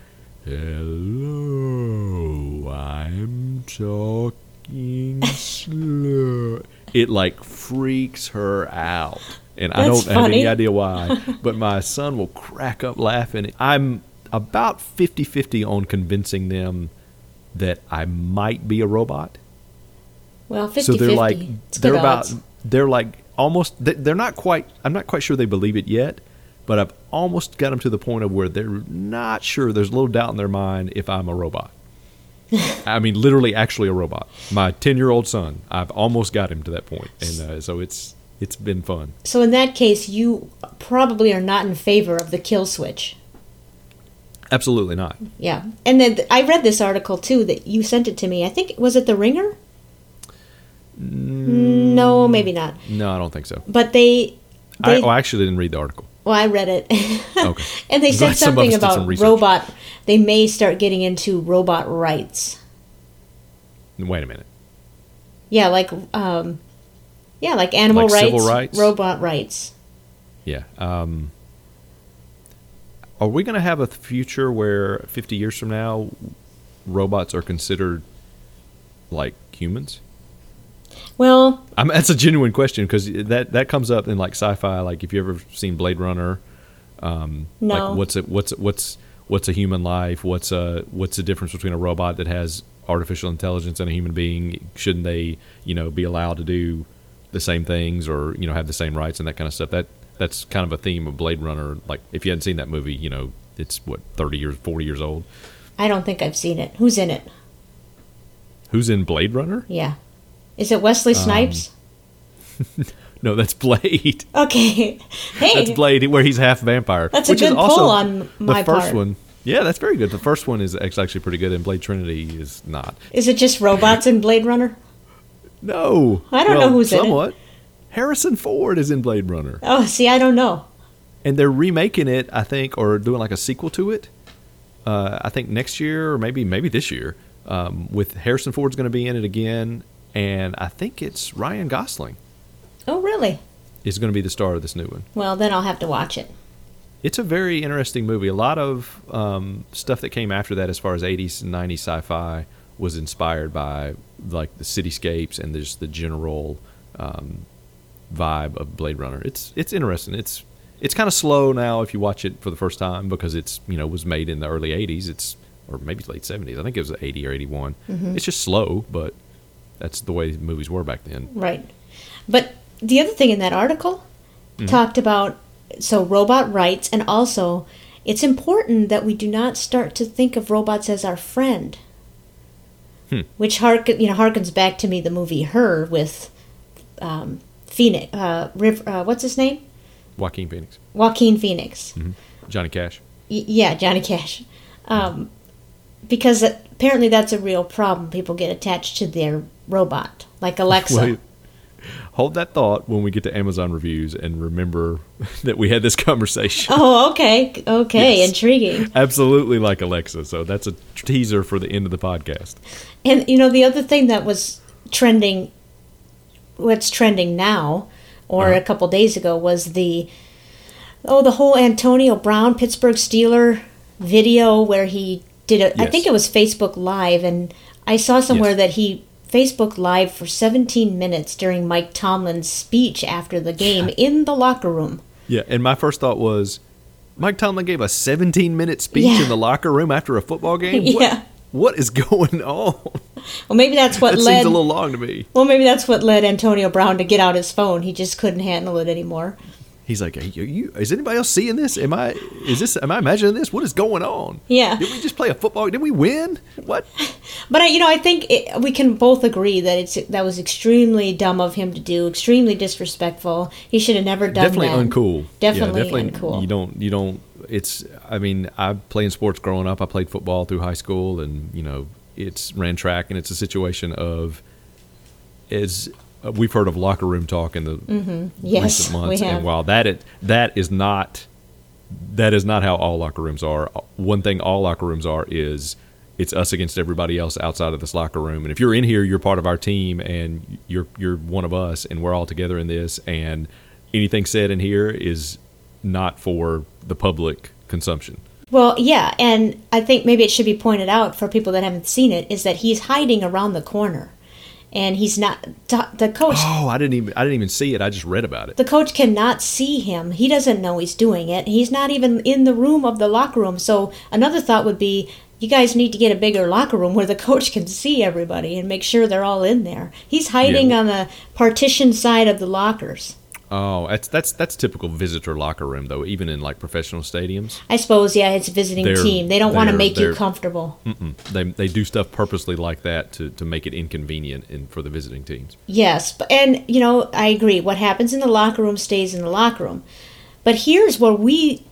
hello, I'm talking slow, it like freaks her out. And I don't That's have any funny. idea why, but my son will crack up laughing. I'm about 50 50 on convincing them that I might be a robot Well, 50 so they're 50. like It's they're good about odds. they're like almost they- they're not quite i'm not quite sure they believe it yet but i've almost got them to the point of where they're not sure there's a little doubt in their mind if i'm a robot i mean literally actually a robot my 10 year old son i've almost got him to that point and uh, so it's it's been fun So in that case, you probably are not in favor of the kill switch. absolutely not Yeah. And then th- I read this article too that you sent it to me. I think was it the Ringer? No, maybe not. no i don't think so But they Mm. I, they oh, I actually didn't read the article well, I read it. okay and they said Glad somebody did something some about research. robot they may start getting into robot rights. wait a minute Yeah, like um yeah, like animal Like rights, civil rights? robot rights. Yeah. Um, are we going to have a future where 50 years from now, robots are considered like humans? Well, I mean, that's a genuine question because that that comes up in like sci-fi. Like, if you ever seen Blade Runner, no. like what's it? What's what's what's a human life? What's a what's the difference between a robot that has artificial intelligence and a human being? Shouldn't they, you know, be allowed to do the same things or you know have the same rights and that kind of stuff? That that's kind of a theme of Blade Runner. Like if you hadn't seen that movie, you know, it's what thirty years, forty years old. I don't think I've seen it. Who's in it? Who's in Blade Runner? Yeah. Is it Wesley Um, Snipes? No, that's Blade. okay. Hey. That's Blade, where he's half vampire. That's a which is good also pull on my the first part. one. Yeah, that's very good. The first one is act- actually pretty good, and Blade Trinity is not. Is it just robots in Blade Runner? No, I don't know who's in it. somewhat. Harrison Ford is in Blade Runner, Oh, see, I don't know. and they're remaking it, I think, or doing like a sequel to it. Uh, I think next year, or maybe maybe this year, um, with Harrison Ford's going to be in it again, and I think it's Ryan Gosling Oh, really? is going to be the star of this new one. Well, then I'll have to watch it. It's a very interesting movie. A lot of um, stuff that came after that, as far as 80s and 90s sci-fi, was inspired by like the cityscapes and just the general um, vibe of Blade Runner. It's it's interesting. It's it's kind of slow now if you watch it for the first time because it's you know was made in the early 80s. It's or maybe late 70s. I think it was 80 or 81. It's just slow, but that's the way movies were back then. Right. But the other thing in that article talked about so robot rights and also it's important that we do not start to think of robots as our friend. Which hark you know harkens back to me the movie Her with um, Phoenix uh, Riv- uh, what's his name? Joaquin Phoenix, Joaquin Phoenix. Johnny Cash. Y- yeah, Johnny Cash. Um, because apparently that's a real problem. People get attached to their robot, like Alexa. Wait. Hold that thought when we get to Amazon reviews and remember that we had this conversation. Oh, okay. Okay, Yes. intriguing. Absolutely like Alexa. So that's a teaser for the end of the podcast. And you know, the other thing that was trending what's trending now or Uh-huh. a couple days ago was the oh, the whole Antonio Brown Pittsburgh Steeler video where he did a I Yes. think it was Facebook live and I saw somewhere Yes. that he Facebook live for 17 minutes during Mike Tomlin's speech after the game in the locker room. Yeah, and my first thought was Mike Tomlin gave a 17 minute speech Yeah. in the locker room after a football game. What- Yeah. what is going on? Well, maybe that's what That led seems a little long to me. Well, maybe that's what led Antonio Brown to get out his phone. He just couldn't handle it anymore. He's like, are you, you, is anybody else seeing this? Am I is this am I imagining this? What is going on? Yeah. Did we just play a football? Did we win? What? But I, you know, I think it, we can both agree that it's that was extremely dumb of him to do, extremely disrespectful. He should have never done definitely that. uncool. Yeah, Definitely, uncool. You don't. You don't. It's. I mean, I played in sports growing up. I played football through high school, and you know, it's ran track, and it's a situation of is uh, we've heard of locker room talk in the Mm-hmm. Yes, recent we months, have. and while that it that is not that is not how all locker rooms are. One thing all locker rooms are is. It's us against everybody else outside of this locker room, and if you're in here, you're part of our team, and you're you're one of us, and we're all together in this. And anything said in here is not for the public consumption. Well, yeah, and I think maybe it should be pointed out for people that haven't seen it is that he's hiding around the corner, and he's not the- the coach. Oh, I didn't even I didn't even see it. I just read about it. The coach cannot see him. He doesn't know he's doing it. He's not even in the room of the locker room. So another thought would be you guys need to get a bigger locker room where the coach can see everybody and make sure they're all in there. He's hiding Yeah. on the partition side of the lockers. Oh, that's that's that's typical visitor locker room though, even in like professional stadiums. I suppose, yeah, it's a visiting They're- team. They don't want to they're- make you they're- comfortable. They they do stuff purposely like that to, to make it inconvenient and for the visiting teams. Yes, but, and you know, I agree. What happens in the locker room stays in the locker room. But here's where we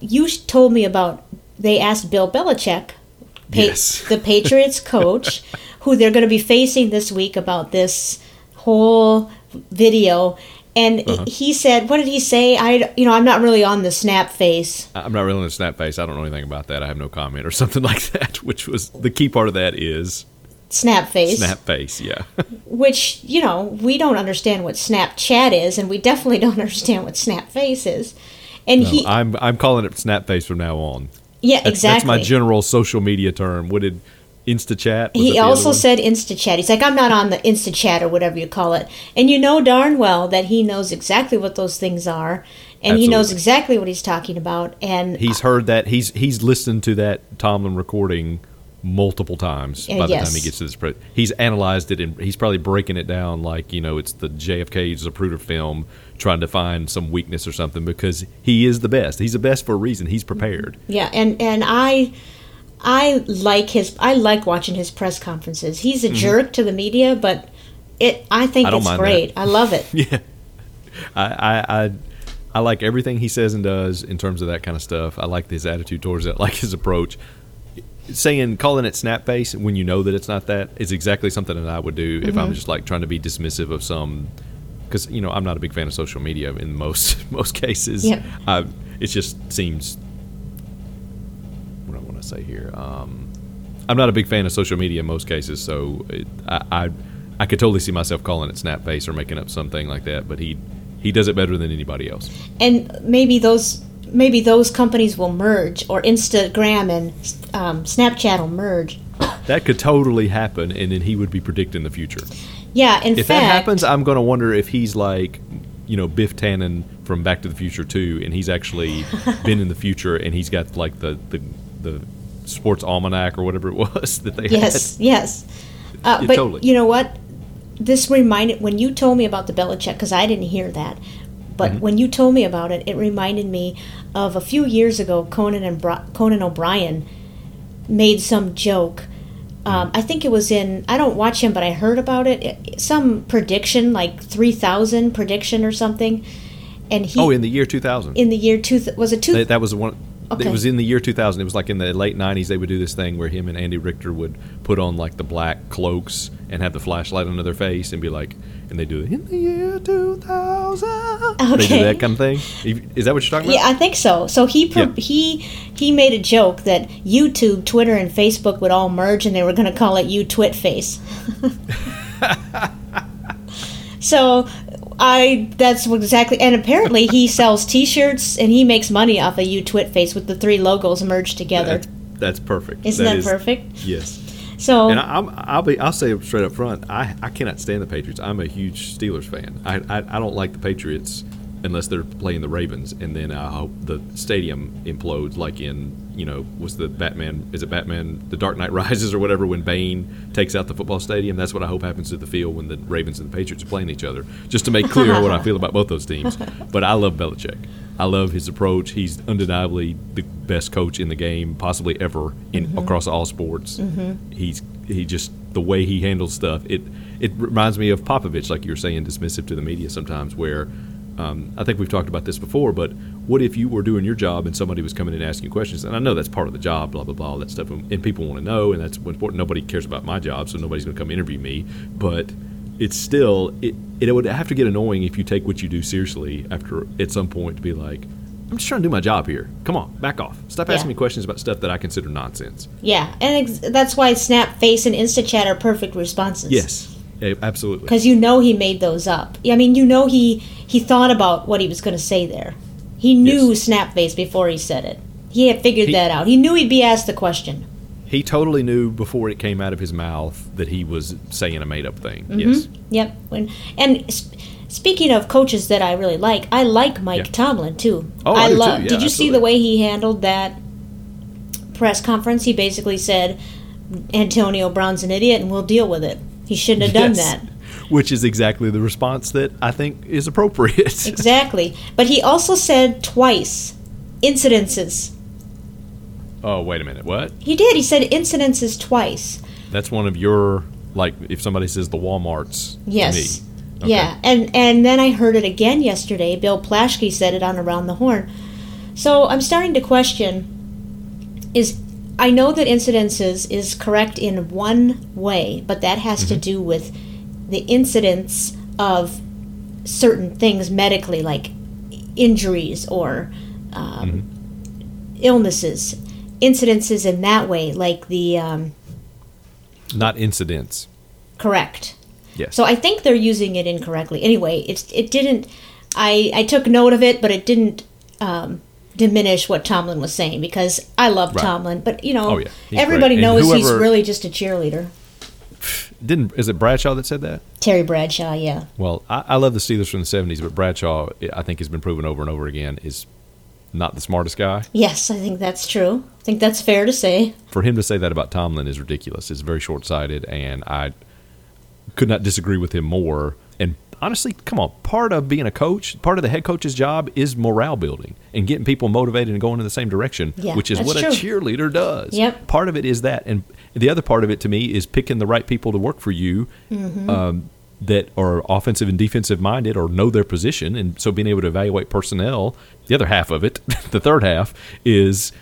you sh- told me about they asked Bill Belichick, pa- Yes. the Patriots coach, who they're going to be facing this week about this whole video and Uh-huh. he said, what did he say? I you know, I'm not really on the snap face. I- I'm not really on a snap face. I don't know anything about that. I have no comment or something like that. Which was the key part of that is Snap face. snap face. Yeah, which you know we don't understand what Snapchat is, and we definitely don't understand what Snap Face is. And he, I'm I'm calling it snap face from now on. yeah, That's, exactly. That's my general social media term. What did InstaChat? was that he the other also one? said InstaChat. He's like, I'm not on the InstaChat or whatever you call it. And you know darn well that he knows exactly what those things are, and he knows Absolutely. exactly what he's talking about. And He's heard that. He's he's listened to that Tomlin recording multiple times Uh, by the yes. time he gets to this. Pre- he's analyzed it and he's probably breaking it down like you know it's the JFK Zapruder film, trying to find some weakness or something because he is the best. He's the best for a reason. He's prepared. yeah, and and I. I like his. I like watching his press conferences. He's a jerk to the media, but it. I Mm-hmm. think I don't it's mind that. great. I love it. I I. I I like everything he says and does in terms of that kind of stuff. I like his attitude towards it, I like his approach. Saying calling it snap face when you know that it's not that is exactly something that I would do if I'm just like trying to be dismissive of some because you know I'm not a big fan of social media in most most cases. Yep. I, it just seems what do I want to say here. Um, I'm not a big fan of social media in most cases, so it, I, I I could totally see myself calling it snap face or making up something like that. But he he does it better than anybody else. and maybe those maybe those companies will merge or instagram and um, snapchat will merge That could totally happen, and then he would be predicting the future. yeah in If that fact happens, I'm going to wonder if he's like, you know, Biff Tannen from Back to the Future 2, and he's actually been in the future, and he's got like the the, the sports almanac or whatever it was that they Yes, yes. Uh, Yeah, but totally. you know what? This reminded when you told me about the Belichick because I didn't hear that. Mm-hmm. But when you told me about it, it reminded me of a few years ago. Conan and Bri- Conan O'Brien made some joke. Mm-hmm. Um, I think it was in. I don't watch him, but I heard about it. It- Some prediction, like three thousand prediction or something. And he had. Oh, in the year 2000. in the year two th- was it two That, that was the one. Okay. It was in the year 2000. It was like in the late 90s. They would do this thing where him and Andy Richter would put on like the black cloaks and have the flashlight under their face and be like, and they do it in the year 2000. They Okay. do that kind of thing. If- Is that what you're talking Yeah, about? I think so. So he pro- Yeah. he he made a joke that YouTube, Twitter, and Facebook would all merge, and they were going to call it "You Twit Face." so I that's what exactly, and apparently he sells T-shirts and he makes money off of "You Twit Face" with the three logos merged together. That's, that's perfect. Isn't that is- perfect? Yes. So And I, I'm, I'll be. I'll say straight up front. I, I cannot stand the Patriots. I'm a huge Steelers fan. I, I I don't like the Patriots unless they're playing the Ravens, and then I hope the stadium implodes like in you know was the Batman is it Batman the Dark Knight Rises or whatever when Bane takes out the football stadium. That's what I hope happens to the field when the Ravens and the Patriots are playing each other. Just to make clear what I feel about both those teams. But I love Belichick. I love his approach. He's undeniably the best coach in the game, possibly ever in across all sports. He's he just the way he handles stuff. It it reminds me of Popovich, like you were saying, dismissive to the media sometimes. Where um, I think we've talked about this before, but what if you were doing your job and somebody was coming in asking you questions? And I know that's part of the job, blah blah blah, all that stuff, and, and people want to know, and that's what's important. Nobody cares about my job, so nobody's going to come interview me. But it's still it, it would have to get annoying if you take what you do seriously after at some point to be like i'm just trying to do my job here come on back off stop asking Yeah. me questions about stuff that i consider nonsense yeah, and ex- that's why Snap Face and InstaChat are perfect responses. yes Yeah, absolutely because you know he made those up. I mean, you know he he thought about what he was going to say there. He knew Yes. Snapface before he said it. He had figured He- that out. He knew he'd be asked the question. he totally knew before it came out of his mouth that he was saying a made-up thing Mm-hmm. yes Yep. When, and sp- speaking of coaches that I really like, I like Mike Yeah. Tomlin too. Oh, I do, too. love. Yeah, did you see absolutely. the way he handled that press conference? He basically said, "Antonio Brown's an idiot, and we'll deal with it." He shouldn't have done Yes. that. which is exactly the response that i think is appropriate Exactly. But he also said twice incidences. oh wait a minute what He did. He said incidences twice. that's one of your like if somebody says the walmarts to Yes. me. Yeah. And and then I heard it again yesterday. Bill Plashke said it on Around the Horn. So I'm starting to question is I know that incidences is correct in one way, but that has to do with the incidence of certain things medically, like injuries or um, illnesses. Incidences in that way, like the um, not incidents correct. yes So I think they're using it incorrectly. Anyway, it's it didn't. I I took note of it, but it didn't um, diminish what Tomlin was saying because I love Right. Tomlin. But you know, Oh, yeah. He's everybody great. And knows he's whoever- really just a cheerleader. didn't is it bradshaw that said that Terry Bradshaw, yeah, Well, I, I love the Steelers from the '70s, but Bradshaw, I think, has been proven over and over again is not the smartest guy. yes, I think that's true. I think that's fair to say. For him to say that about Tomlin is ridiculous. It's very short-sighted, and I could not disagree with him more. And honestly, come on, part of being a coach, part of the head coach's job is morale building and getting people motivated and going in the same direction, Yeah, which is that's what a true. cheerleader does. Yep. Part of it is that, and the other part of it to me is picking the right people to work for you. Mm-hmm. Um, that are offensive and defensive minded or know their position and so being able to evaluate personnel the other half of it the third half is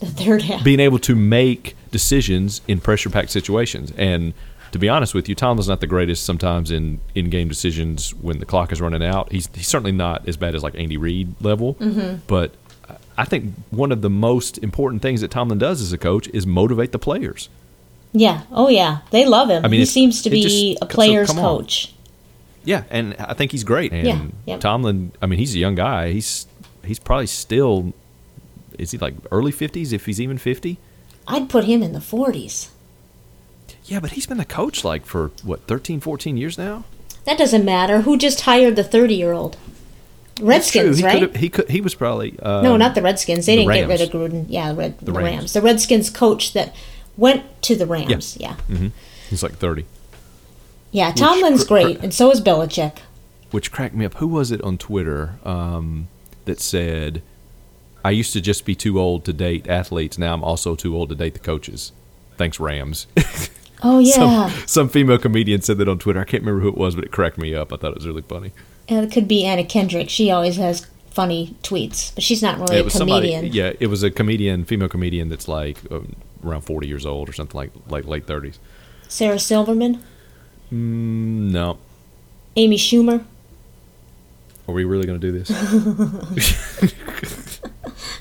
The third half, being able to make decisions in pressure packed situations. And to be honest with you, Tomlin's not the greatest sometimes in in game decisions when the clock is running out. He's, he's certainly not as bad as like Andy Reid level, Mm-hmm. but I- I think one of the most important things that Tomlin does as a coach is motivate the players. yeah, oh yeah, they love him. I mean, he it's- seems to it be just- a so player's come on. coach. Yeah, and I think he's great. And Yeah, yep. Tomlin, I mean, he's a young guy. He's he's probably still is he like early 50s if he's even 50? I'd put him in the forties. Yeah, but he's been a coach like for what 13 14 years now? That doesn't matter. Who just hired the thirty-year-old? Redskins, He right? could've- He could. He was probably. Uh, No, not the Redskins. They the didn't get Rams. rid of Gruden. Yeah, the, Red, the, Rams. Rams. The Redskins coach that went to the Rams. Yeah. Yeah, He's like thirty. Tomlin's cr- cr- great, and so is Belichick. which cracked me up. Who was it on Twitter um, that said, "I used to just be too old to date athletes. Now I'm also too old to date the coaches." Thanks, Rams. Oh, yeah. some, some female comedian said that on Twitter. I can't remember who it was, but it cracked me up. I thought it was really funny. And it could be Anna Kendrick. She always has funny tweets, but she's not really it a was comedian. somebody. Yeah, it was a comedian, female comedian that's like um, around forty years old or something like like late thirties. Mm, Sarah Silverman, No, Amy Schumer. are we really going to do this?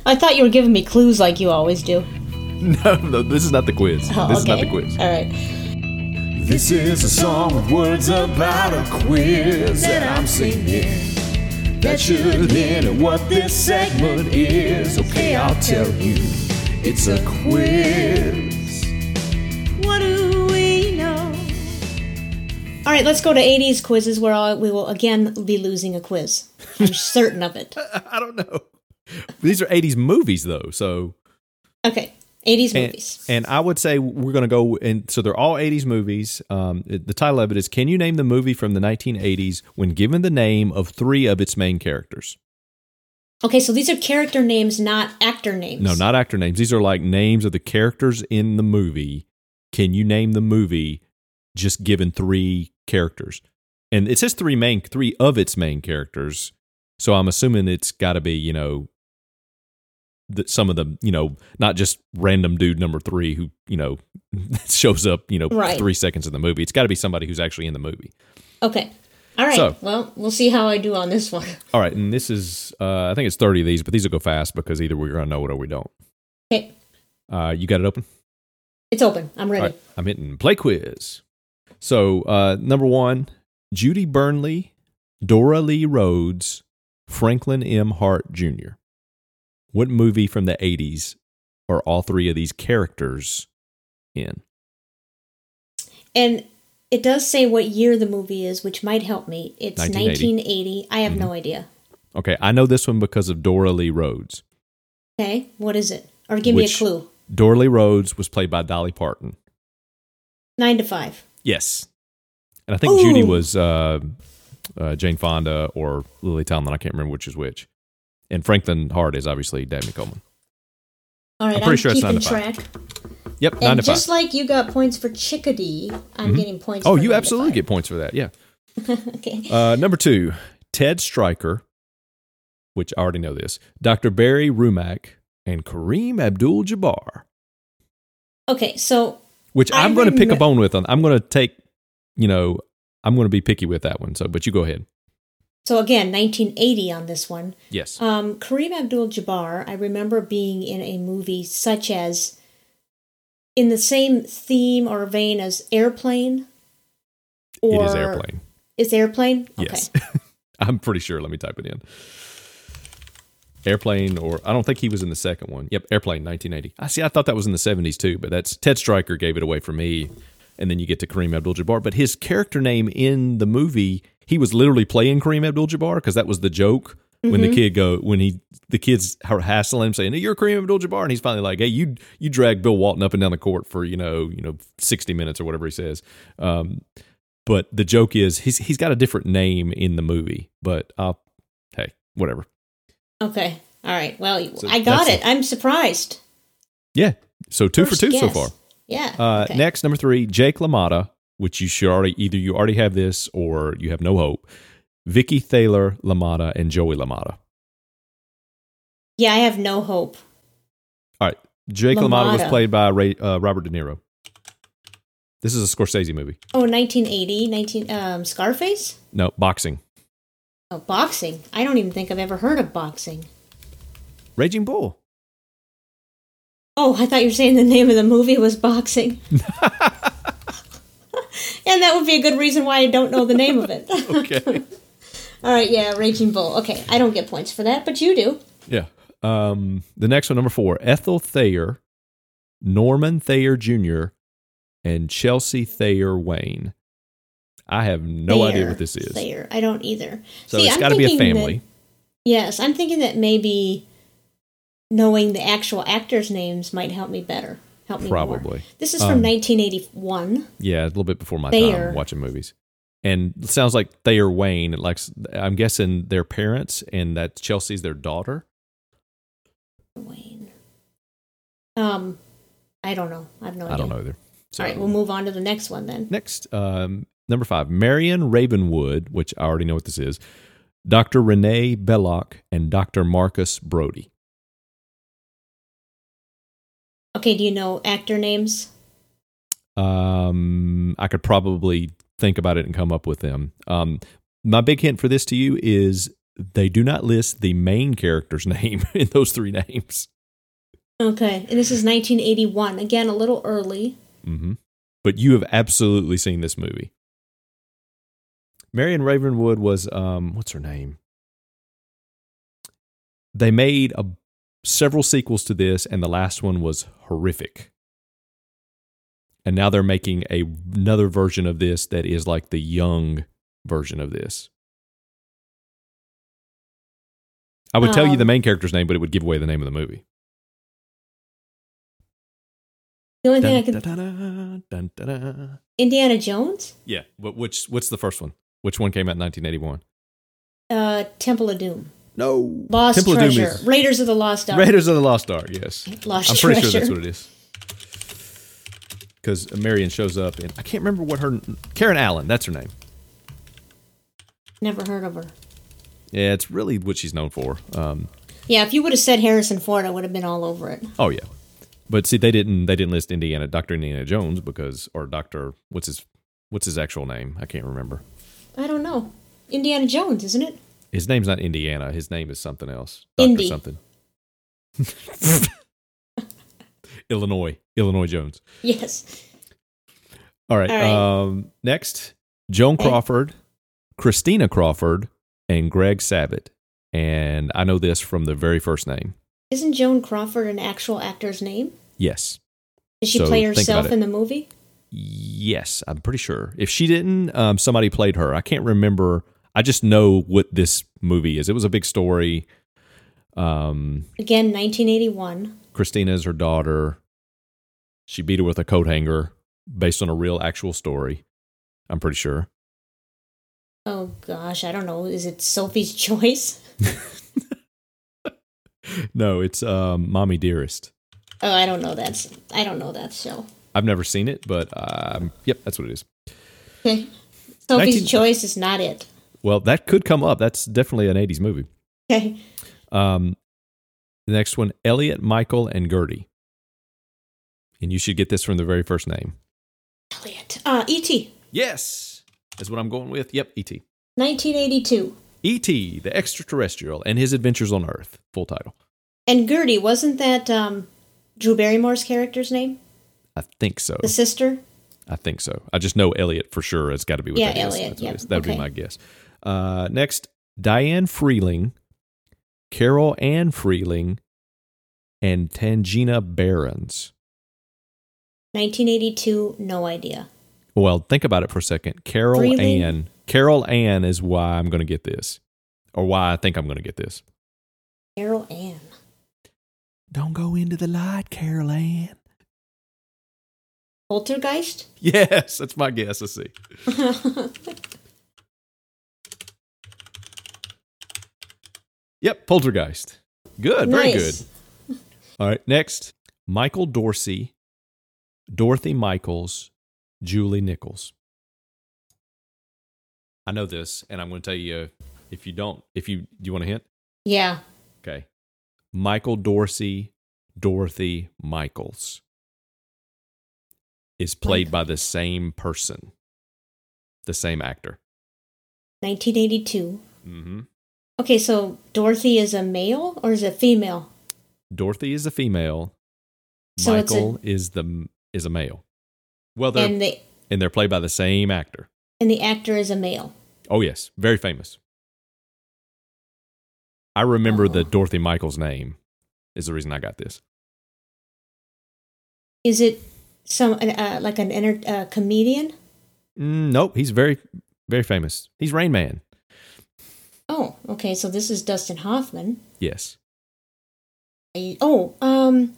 I thought you were giving me clues like you always do. no, no, this is not the quiz. Oh, this is okay. not the quiz. All right. This is a song with words about a quiz that I'm singing. That should hint at what this segment is. Okay, I'll tell you. It's a quiz. What do we know? All right, let's go to 80s quizzes where I, we will again be losing a quiz. I'm certain of it. I don't know. These are '80s movies, though, so Okay, 80s and, movies. and I would say we're going to go and so they're all 80s movies. Um, it- the title of it is Can you name the movie from the 1980s when given the name of three of its main characters? Okay, so these are character names, not actor names. No, not actor names. These are like names of the characters in the movie. Can you name the movie just given three characters? And it says three main three of its main characters. So I'm assuming it's got to be, you know, that some of the, you know, not just random dude number 3 who, you know, shows up, you know, Right. 3 seconds in the movie. It's got to be somebody who's actually in the movie. Okay. All right. So- well, we'll see how I do on this one. All right, and this is uh I think it's 30 of these, but these will go fast because either we're going to know it or we don't. Okay. Uh you got it open? It's open. I'm ready. All right, I'm hitting play quiz. So, uh, number one, Judy Burnley, Dora Lee Rhodes, Franklin M. Hart Jr. What movie from the 80s are all three of these characters in? And it does say what year the movie is, which might help me. It's 1980. 1980. I have no Mm-hmm. idea. Okay, I know this one because of Dora Lee Rhodes. Okay. What is it? Or give me a Which- clue. Dora Lee Rhodes was played by Dolly Parton. Nine to five. Yes. And I think Judy Ooh. was uh, uh, Jane Fonda or Lily Tomlin. I can't remember which is which. And Franklin Hart is obviously Danny Coleman. All right. I'm pretty sure it's keeping nine to five. track. Yep, nine And to five. just like you got points for Chickadee, I'm getting points Oh, for you nine to absolutely five. get points for that. Yeah. okay. Uh, number two, Ted Stryker, which I already know this, Dr. Barry Rumack, and Kareem Abdul Jabbar, Okay. So, which I I'm going to pick a remem- bone with on. I'm going to take, you know, I'm going to be picky with that one. So, but you go ahead. so again, 1980 on this one. Yes. Um, Kareem Abdul Jabbar, I remember being in a movie such as in the same theme or vein as Airplane. it is airplane. Is Airplane? Yes. I'm pretty sure. Let me type it in. Airplane, or I don't think he was in the second one. Yep, Airplane, 1980. I see. I thought that was in the 70s too, but that's Ted Stryker gave it away for me. And then you get to Kareem Abdul-Jabbar, but his character name in the movie, he was literally playing Kareem Abdul-Jabbar because that was the joke when the kid go when he the kids are hassling him saying "Hey, you're Kareem Abdul-Jabbar, and he's finally like, hey, you you drag Bill Walton up and down the court for you know you know 60 minutes or whatever he says. Um, but the joke is he's he's got a different name in the movie. But uh, hey, whatever. Okay. All right. Well, So I got that's it. I'm surprised. Yeah. So two for First two so guess. far. Yeah. Uh, okay. Next, number three, Jake LaMotta, which you should already either you already have this or you have no hope. Vicky Thaler LaMotta and Joey LaMotta. Yeah, I have no hope. All right, Jake LaMotta, was LaMotta. played by Ray, uh, Robert De Niro. This is a Scorsese movie. Oh, 1980, 19 um, Scarface? No, boxing. Oh, boxing. I don't even think I've ever heard of boxing. Raging Bull. Oh, I thought you were saying the name of the movie was boxing. and that would be a good reason why I don't know the name of it. Okay. All right, yeah, Raging Bull. Okay, I don't get points for that, but you do. Yeah. Um, the next one, number four, Ethel Thayer, Norman Thayer Jr., and Chelsea Thayer Wayne. I have no idea Thayer. what this is. Thayer. I don't either. So See, it's I'm got to be a thinking that- family. Yes, I'm thinking that maybe knowing the actual actors' names might help me better. Help me more. Probably. This is from Um, 1981. Yeah, a little bit before my Thayer. time watching movies. And it sounds like Thayer Wayne. It like I'm guessing their parents, and that Chelsea's their daughter. Wayne. Um, I don't know. I have no idea. I don't know either. So- All right, we'll move on to the next one then. Next, um, number five, Marion Ravenwood, which I already know what this is. Dr. Renee Belloc and Dr. Marcus Brody. Okay, do you know actor names? Um, I could probably think about it and come up with them. Um, my big hint for this to you is they do not list the main character's name in those three names. Okay, and this is 1981. Again, a little early. hmm But you have absolutely seen this movie. Marion Ravenwood was um, what's her name? They made a, several sequels to this, and the last one was horrific. And now they're making a, another version of this that is like the young version of this. I would tell you Um, the main character's name, but it would give away the name of the movie. The only thing I Dun, could. da-da-da, dun, da-da. Indiana Jones? Yeah, but which what's the first one? Which one came out in 1981? Uh, Temple of Doom. No, Lost Temple of Doom Treasure. is- Raiders of the Lost Ark. Raiders of the Lost Ark. Yes, Lost I'm pretty sure Treasure. that's what it is. Because Marion shows up, and I can't remember what her Karen Allen. That's her name. Never heard of her. Yeah, it's really what she's known for. Um, Yeah, if you would have said Harrison Ford, I would have been all over it. oh yeah, but see, they didn't they didn't list Indiana Doctor Indiana Jones because or Doctor what's his what's his actual name? I can't remember. I don't know. Indiana Jones, isn't it? His name's not Indiana. His name is something else. Doctor Indy. something. Illinois. Illinois Jones. Yes. All right. All right. Um, next, Joan Crawford, Christina Crawford, and Greg Sabat. And I know this from the very first name. Isn't Joan Crawford an actual actor's name? Yes. Did she So, play think herself about it. in the movie? Yes, I'm pretty sure. If she didn't, um, somebody played her. I can't remember. I just know what this movie is. It was a big story. Um, Again, 1981. Christina is her daughter. She beat her with a coat hanger based on a real actual story. I'm pretty sure. Oh gosh, I don't know. Is it Sophie's Choice? No, it's um, Mommy Dearest. Oh, I don't know. That's I don't know that show. I've never seen it, but um, yep, that's what it is. Okay. Sophie's 19 Choice is not it. Well, that could come up. That's definitely an 80s movie. Okay. Um, the next one Elliot, Michael, and Gertie. And you should get this from the very first name. Elliot. Uh, E.T. Yes, is what I'm going with. Yep, E E.T. 1982. E.T., the extraterrestrial, and his adventures on Earth. Full title. And Gertie, wasn't that um, Drew Barrymore's character's name? I think so. The sister? I think so. I just know Elliot for sure has got to be what Yeah, that is. Elliot, That's what it yeah, is. That would okay. be my guess. Uh, next, Diane Freeling, Carol Ann Freeling, and Tangina Barons. 1982, no idea. Well, think about it for a second. Carol Freeling. Ann. Carol Ann is why I'm going to get this, or why I think I'm going to get this. Carol Ann. Don't go into the light, Carol Ann. Poltergeist? Yes, that's my guess. Let's see. Yep, Poltergeist. Good, very Nice. good. All right, next Michael Dorsey, Dorothy Michaels, Julie Nichols. I know this, and I'm going to tell you uh, if you don't, if you, do you want a hint? Yeah. Okay. Michael Dorsey, Dorothy Michaels is played by the same person, the same actor. 1982. Mm-hmm. Okay, so Dorothy is a male or is it female? Dorothy is a female. So it's a- Michael is the is a male. Well, they're and the and they're played by the same actor. and the actor is a male. Oh yes, very famous. I remember the Oh. Dorothy Michaels name is the reason I got this. Is it some uh, like an enter, uh, comedian? Mm, nope, he's very very famous. He's Rain Man. Oh, Okay, so this is Dustin Hoffman. Yes. I- oh, um,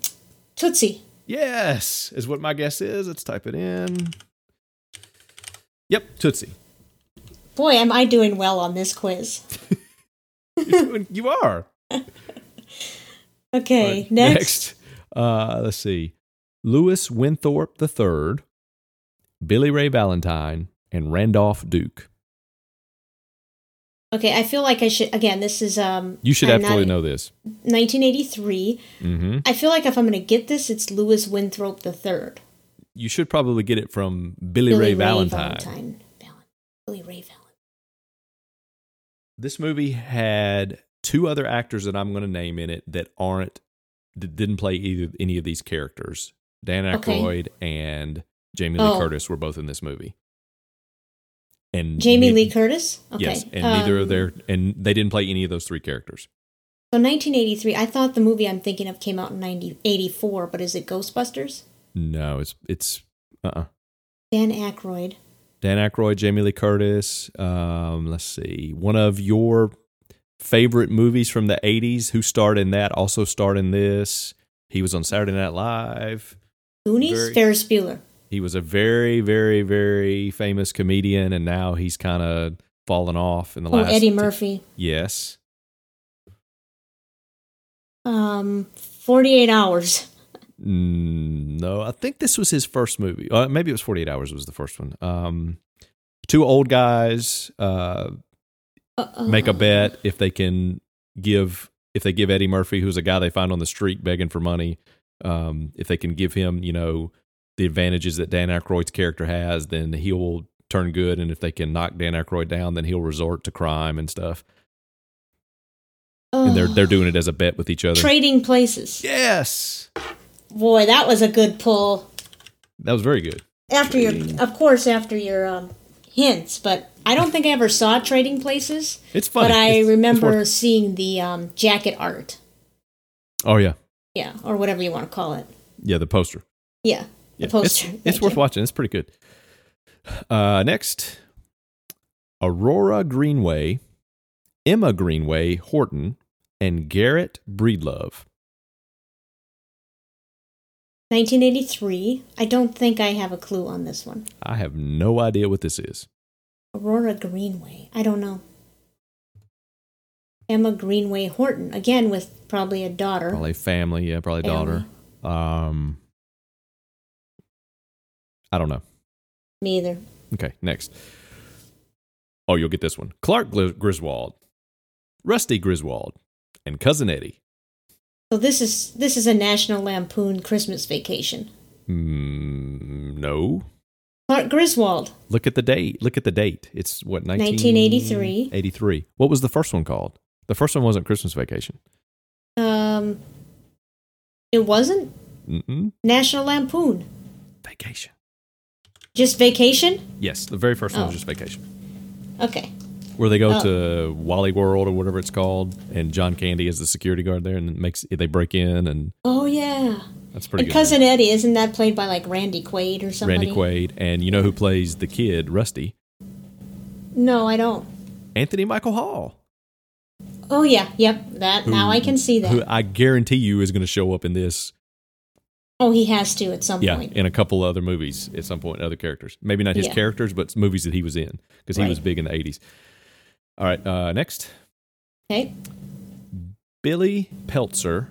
Tootsie. Yes, is what my guess is. Let's type it in. Yep, Tootsie. Boy, am I doing well on this quiz. You're doing- you are. Okay, But next. Uh, let's see. Lewis Winthorpe III, Billy Ray Valentine, and Randolph Duke. Okay, I feel like I should. Again, this is um. You should I'm not- absolutely know this. 1983. hmm I feel like if I'm going to get this, it's Lewis Winthrop the Third. You should probably get it from Billy, Ray, Valentine. Mm-hmm. Valentine. Valen- Billy Ray Valentine. This movie had two other actors that I'm going to name in it that aren't that didn't play either any of these characters. Dan Okay. Aykroyd and Jamie Lee Oh. Curtis were both in this movie. And Jamie ne- Lee Curtis. Okay. Yes, and um, neither of their and they didn't play any of those three characters. So 1983. I thought the movie I'm thinking of came out in 90, 84, but is it Ghostbusters? No, it's it's uh uh Dan Aykroyd. Dan Aykroyd, Jamie Lee Curtis. Um, let's see, one of your favorite movies from the '80s. Who starred in that? Also starred in this. He was on Saturday Night Live. Goonies. Very- Ferris Bueller. He was a very, very, very famous comedian, and now he's kind of fallen off in the Oh, last. Eddie Murphy. yes, Um, 48 Hours. Mm, no, I think this was his first movie. Uh, maybe it was Forty Eight Hours was the first one. Um, two old guys uh, Uh, uh, make a bet if they can give if they give Eddie Murphy, who's a guy they find on the street begging for money, um, if they can give him, you know, the advantages that Dan Aykroyd's character has, then he will turn good. And if they can knock Dan Aykroyd down, then he'll resort to crime and stuff. And they're oh. they're doing it as a bet with each other. trading places. yes, Boy, that was a good pull. that was very good. After your, of course, after your um, hints, but I don't think I ever saw Trading Places. It's funny. But I It's- it's remember worth- seeing the um, jacket art, oh yeah, yeah, or whatever you want to call it. yeah, the poster. Yeah, Yeah, the poster. It's, Thank it's worth you. watching. It's pretty good. Uh, next, Aurora Greenway, Emma Greenway Horton, and Garrett Breedlove. 1983. I don't think I have a clue on this one. I have no idea what this is. Aurora Greenway. I don't know. Emma Greenway Horton again with probably a daughter. Probably family. Yeah, probably daughter. Um, I don't know. Me either. Okay, next. Oh, you'll get this one. Clark Gli- Griswold, Rusty Griswold, and Cousin Eddie. So this is this is a National Lampoon Christmas Vacation. Mm, no. Clark Griswold. Look at the date. Look at the date. It's what 19... 1983. 83. What was the first one called? The first one wasn't Christmas Vacation. Um, it wasn't Mm-mm. National Lampoon. Vacation. Just Vacation. Yes, the very first one was Oh. just Vacation, Okay. where they go to Wally World or whatever it's called, and John Candy is the security guard there, and it makes they break in, and Oh yeah. that's pretty and good. Cousin Eddie isn't that played by like Randy Quaid or somebody? Randy Quaid, and you know who plays the kid, Rusty? No, I don't. Anthony Michael Hall. Oh yeah. Yep. That who- now I can see that. Who I guarantee you is going to show up in this oh, he has to at some yeah, point. in a couple other movies at some point, other characters. Maybe not his Yeah. characters, but movies that he was in because he was Right. big in the 80s. All right, uh, next Okay. Billy Peltzer,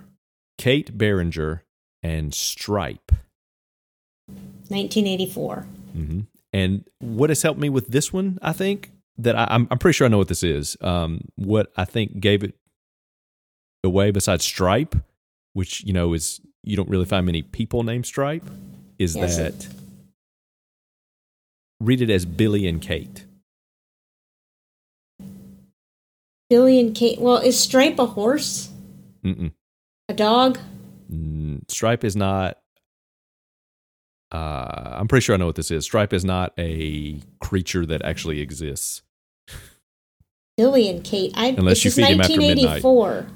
Kate Berenger, and Stripe. 1984. hmm And what has helped me with this one, I think, that I, I'm, I'm pretty sure I know what this is. Um, what I think gave it away, besides Stripe, which, you know, is you don't really find many people named Stripe, is Yes. that read it as Billy and Kate. Billy and Kate. Well, is Stripe a horse? Mm-mm. A dog? Mm, Stripe is not. Uh, I'm pretty sure I know what this is. Stripe is not a creature that actually exists. Billy and Kate. I, Unless you this feed is him after midnight. 1984.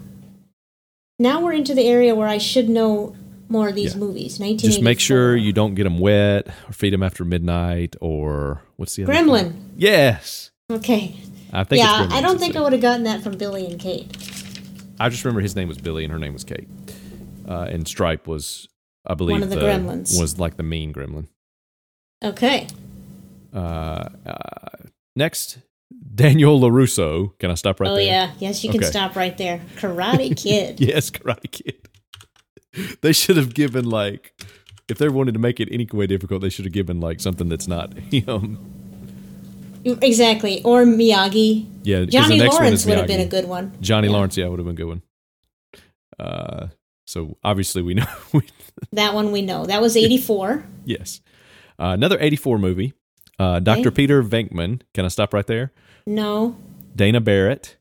Now we're into the area where I should know more of these Yeah. movies. 1984. Just make sure you don't get them wet or feed them after midnight or what's the other? Gremlin. Yes. Okay. I think. it's yeah, Gremlins I don't is think it. I would have gotten that from Billy and Kate. I just remember his name was Billy and her name was Kate. Uh, and Stripe was, I believe, One of the gremlins. was like the mean gremlin. Okay. Uh, uh, next, Daniel Larusso. Can I stop right oh there? yeah. Yes, you can Okay. stop right there. Karate Kid. Yes, Karate Kid. they should have given like, if they wanted to make it any way difficult, they should have given like something that's not him. Exactly. Or Miyagi. Yeah, 'cause Johnny the next one Lawrence is would have been Miyagi. a good one. Johnny Lawrence, yeah, would have been a good one. Uh, so obviously we know. We, That one we know. That was 84. yes, uh, another '84 movie. Uh, Dr. Okay. Peter Venkman. Can I stop right there? No. Dana Barrett,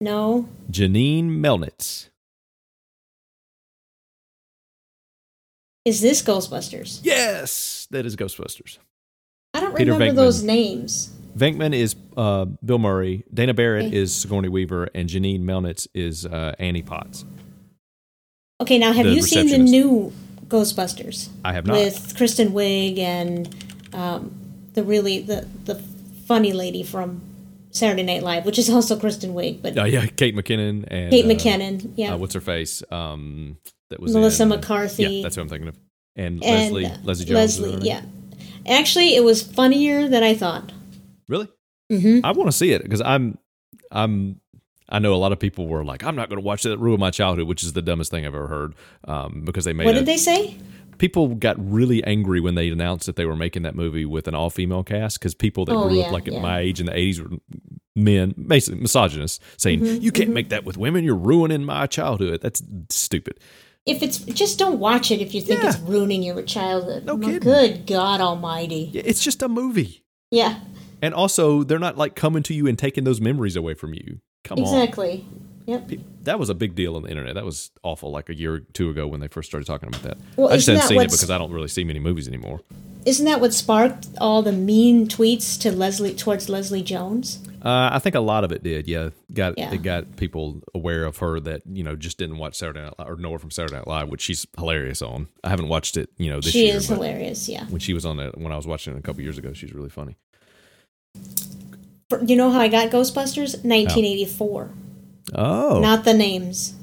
No. Janine Melnitz. Is this Ghostbusters? Yes, that is Ghostbusters. I don't Peter remember Venkman. those names. Venkman is uh, Bill Murray. Dana Barrett Okay. is Sigourney Weaver, and Janine Melnitz is uh, Annie Potts. Okay, now have The you seen the receptionist. new Ghostbusters? I have not. With Kristen Wiig and um, the really the the funny lady from Saturday Night Live, which is also Kristen Wiig, but Uh, yeah, Kate McKinnon and Kate uh, McKinnon, yeah, Uh, what's her face? Um, that was Melissa in- McCarthy. Yeah, that's who I'm thinking of. And, and Leslie, uh, Leslie Jones. is that Leslie, her name? yeah. Actually, it was funnier than I thought. Really? I want to see it because I'm, I'm, I know a lot of people were like, I'm not going to watch that. Ruin my childhood, which is the dumbest thing I've ever heard. Um, because they made What a- did they say? people got really angry when they announced that they were making that movie with an all-female cast because people that Oh, grew yeah, up like at yeah. my age in the 80s were men basically misogynists saying Mm-hmm, you can't make that with women you're ruining my childhood that's stupid If it's just don't watch it if you think it's ruining your childhood. No My kidding. Good God Almighty! Yeah, it's just a movie Yeah, and also they're not like coming to you and taking those memories away from you come exactly. Yep. on that was a big deal on the internet that was awful like a year or two ago when they first started talking about that Well, i just isn't haven't that seen it what's- because i don't really see many movies anymore Isn't that what sparked all the mean tweets to Leslie towards Leslie Jones? Uh, I think a lot of it did. Yeah, got Yeah. it got people aware of her that you know just didn't watch Saturday Night Live or know her from Saturday Night Live, which she's hilarious on. I haven't watched it, you know, this she year. is but hilarious. Yeah. When she was on it, when I was watching it a couple years ago, she's really funny. For- You know how I got Ghostbusters? 1984. Oh, Not the names.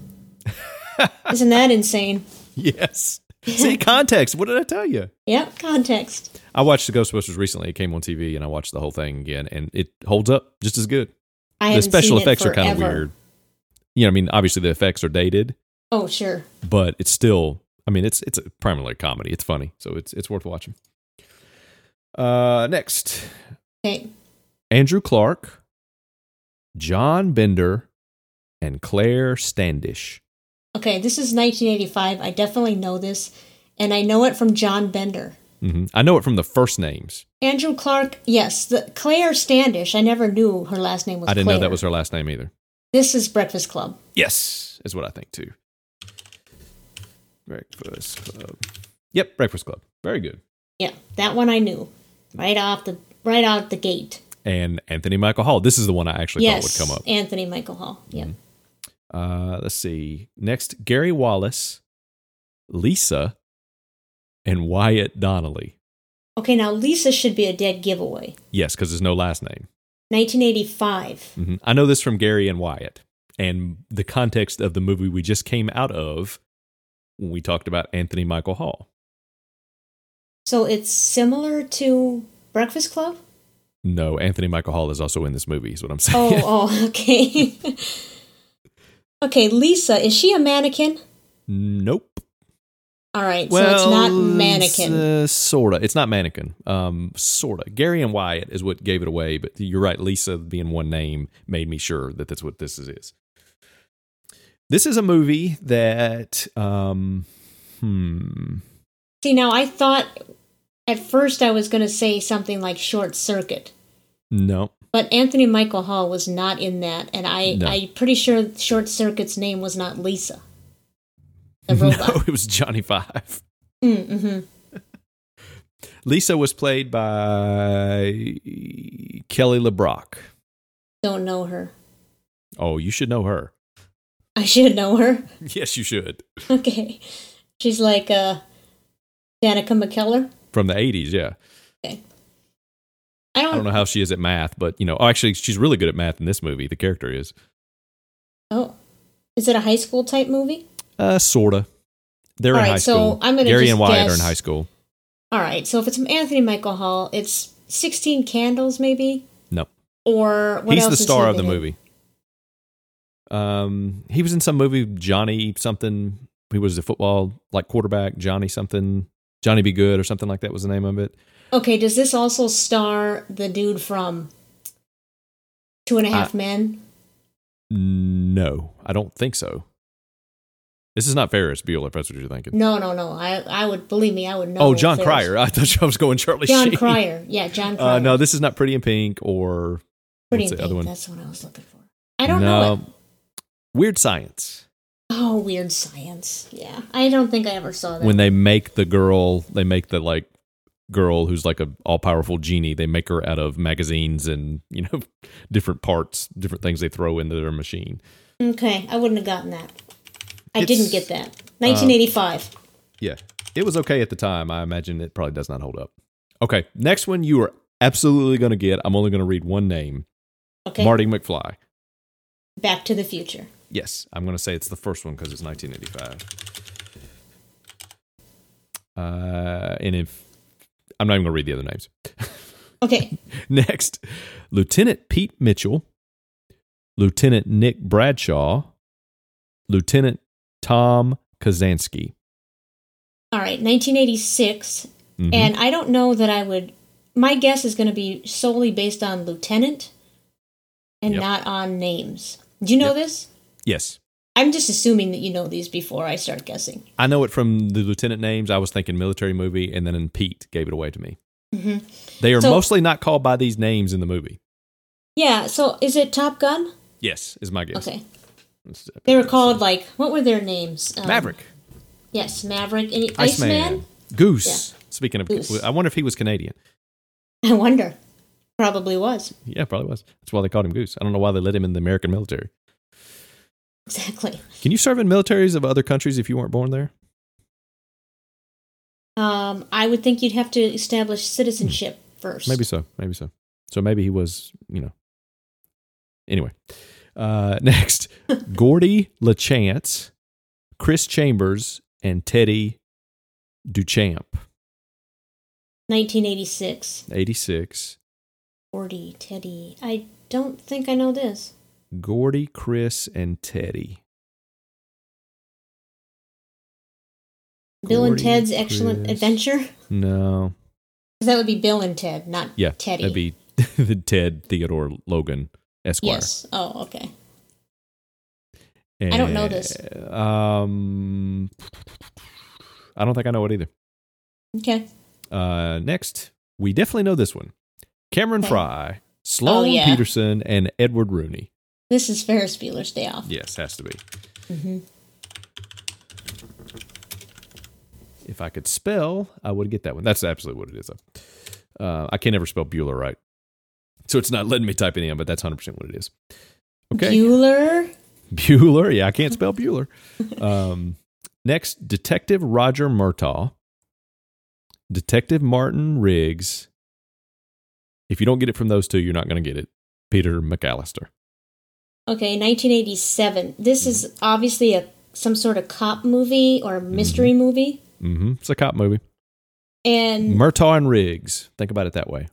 Isn't that insane? yes. See context. What did I tell you? Yep. Context. I watched the Ghostbusters recently. It came on TV, and I watched the whole thing again, and it holds up just as good. I The haven't special seen it effects are kind of forever. weird. You know, I mean, obviously the effects are dated, Oh sure. but it's still i mean it's it's a primarily a comedy it's funny so it's it's worth watching uh next Okay. andrew clark john bender and claire standish Okay. This is 1985. I definitely know this, and I know it from John Bender. hmm i know it from the first names Andrew Clark. Yes. The Claire Standish. I never knew her last name was. i didn't know that Claire. was her last name either This is Breakfast Club. yes is what i think too breakfast club yep breakfast club very good Yeah, that one I knew right off the right out the gate. and anthony michael hall this is the one i actually yes, thought would come up Mm-hmm. Anthony Michael Hall. Yeah, Uh, let's see. Next, Gary Wallace, Lisa, and Wyatt Donnelly. Okay, now Lisa should be a dead giveaway. Yes, because there's no last name. 1985. hmm I know this from Gary and Wyatt, and the context of the movie we just came out of when we talked about Anthony Michael Hall. So it's similar to Breakfast Club. No, Anthony Michael Hall is also in this movie. Is what I'm Oh, saying. oh, okay. okay, Lisa is she a mannequin? nope. All right, so it's not mannequin. uh, sorta. It's not mannequin. Um, sorta. Gary and Wyatt is what gave it away. But you're right. Lisa being one name made me sure that that's what this is. is. This is a movie that. Um, hmm. See, now I thought at first I was going to say something like Short Circuit. No. But Anthony Michael Hall was not in that, and I No. I'm pretty sure Short Circuit's name was not Lisa, the No, robot. it was Johnny Five. Mm-hmm. Lisa was played by Kelly LeBrock. Don't know her. Oh, you should know her. I should know her. Yes, you should. Okay, she's like uh, Danica McKellar. From the 80s, yeah. Okay, I don't, I don't know how she is at math, but you know, oh, actually, she's really good at math in this movie. The character is Oh, is it a high school type movie? uh, sorta. They're All in right, high so school. I'm gonna Gary just and Wyatt guess- are in high school. All right, so if it's Anthony Michael Hall, it's 16 Candles, maybe? No, Or what he's else the is star he of the been in? movie. Um, he was in some movie Johnny something. He was a football like quarterback Johnny something Johnny Be Good or something like that was the name of it. Okay, does this also star the dude from Two and a Half Men? No, I don't think so. This is not Ferris Bueller. If that's what you're thinking. No, no, no. I, I would believe me. I would know. oh, John if it was- Cryer. I thought I was going Charlie John Sheen. Cryer. Yeah, John Cryer. Uh, no, this is not Pretty in Pink or Pretty what's in the other Pink, one? That's what I was looking for. I don't know. no. It. Weird Science. Oh, weird science. Yeah, I don't think I ever saw that. When they make the girl, they make the like girl who's like a all powerful genie. They make her out of magazines and you know different parts, different things they throw into their machine. okay, I wouldn't have gotten that. I It's- didn't get that. 1985. Yeah, it was okay at the time. I imagine it probably does not hold up. Okay, next one you are absolutely going to get. I'm only going to read one name: okay, Marty McFly. Back to the Future. Yes, I'm going to say it's the first one because it's 1985. Uh, and if I'm not even going to read the other names. Okay, Next, Lieutenant Pete Mitchell, Lieutenant Nick Bradshaw, Lieutenant Tom Kazansky. all right, 1986. Mhm. And I don't know that I would. My guess is going to be solely based on lieutenant and Yep. not on names. Do you know Yep. this? yes, I'm just assuming that you know these before I start guessing. I know it from the lieutenant names. I was thinking military movie, and then Pete gave it away to me. Mhm. They are So- mostly not called by these names in the movie. Yeah, so is it Top Gun? Yes, is my guess. Okay. Let's- They were called, like, what were their names? Um, Maverick. Yes, Maverick. And Iceman? Iceman. Goose. Speaking of, Goose. I wonder if he was Canadian. I wonder. Probably was. Yeah, probably was. That's why they called him Goose. I don't know why they let him in the American military. Exactly. Can you serve in militaries of other countries if you weren't born there? Um, I would think you'd have to establish citizenship first. Hmm. Maybe so. Maybe so. So maybe he was, you know. Anyway, uh, next Gordy LaChance, Chris Chambers, and Teddy Duchamp, 1986. 86. 40, Teddy. I don't think I know this. Gordy, Chris, and Teddy. Bill and Gordy, Ted's Excellent Chris. Adventure? 'Cause No. That would be Bill and Ted, not Yeah. Teddy. That'd be the Ted Theodore Logan Esquire. yes. Oh, okay. I don't know this. And, Um, I don't think I know it either. Okay. Uh, next, we definitely know this one. Cameron Okay. Fry, Sloan Oh, yeah. Peterson, and Edward Rooney. This is Ferris Bueller's Day Off. Mm-hmm. Yes, has to be. If I could spell, I would get that one. That's absolutely what it is. though. Uh, I can't ever spell Bueller right. So it's not letting me type it in, but that's 100% what it is. Okay. Bueller? Bueller. Yeah, I can't spell Bueller. Um, next, Detective Roger Murtaugh, Detective Martin Riggs. If you don't get it from those two, you're not going to get it. Peter McAllister. Okay, 1987. This is obviously a some sort of cop movie or mystery movie. hmm It's a cop movie. And Murtaugh and Riggs. Think about it that way.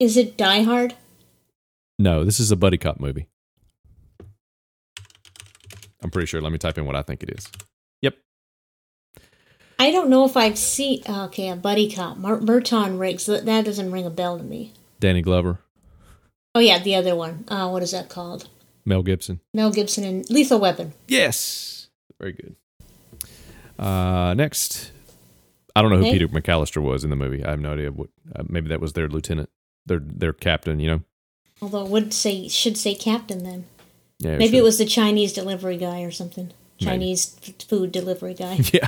is it Die Hard? No, this is a buddy cop movie. I'm pretty sure. Let me type in what I think it is. Yep. I don't know if I've seen. Okay, a buddy cop. Mar- Merton Riggs. That that doesn't ring a bell to me. Danny Glover, Oh, yeah, the other one. Uh, what is that called? Mel Gibson. Mel Gibson and Lethal Weapon. Yes. Very good. Uh, next, I don't know who Nick? Peter McAllister was in the movie. I have no idea what. Uh, maybe that was their lieutenant, their their captain. You know. Although it would say should say captain then. Yeah. Maybe sure. it was the Chinese delivery guy or something. Maybe. Chinese f- food delivery guy. yeah.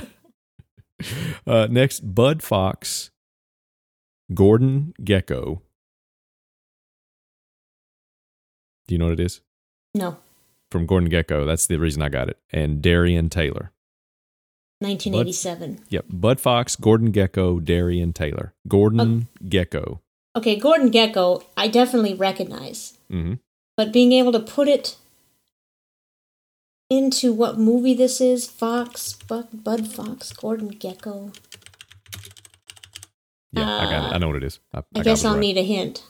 Uh, next, Bud Fox, Gordon Gecko. Do you know what it is? No. From Gordon Gecko. That's the reason I got it. And Darian Taylor. 1987. Yep. Bud Fox, Gordon Gecko, Darian Taylor. Gordon Gecko. Okay, Gordon Gecko, I definitely recognize. hmm But being able to put it into what movie this is Fox, Bud, Bud Fox, Gordon Gecko. Yeah, I got it. I know what it is. I, Uh, I, got guess it I'll right. need a hint.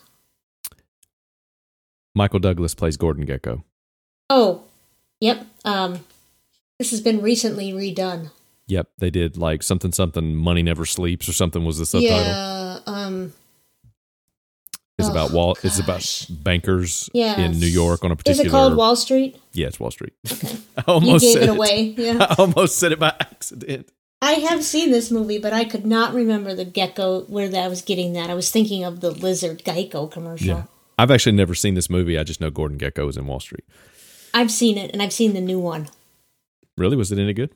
Michael Douglas plays Gordon Gecko. Oh, yep. Um, this has been recently redone. Yep, they did like something something money never sleeps or something was the subtitle. Yeah. Um, It's Oh, about Wall. It's gosh. about bankers yeah. in New York on a Is particular. it called Wall Street? Yeah, it's Wall Street. Okay. I You almost gave said it away. Yeah. I almost said it by accident. I have seen this movie, but I could not remember the gecko where that I was getting that. I was thinking of the lizard Geico commercial. Yeah, I've actually never seen this movie. I just know Gordon Gecko is in Wall Street. I've seen it, and I've seen the new one. Really, was it any good?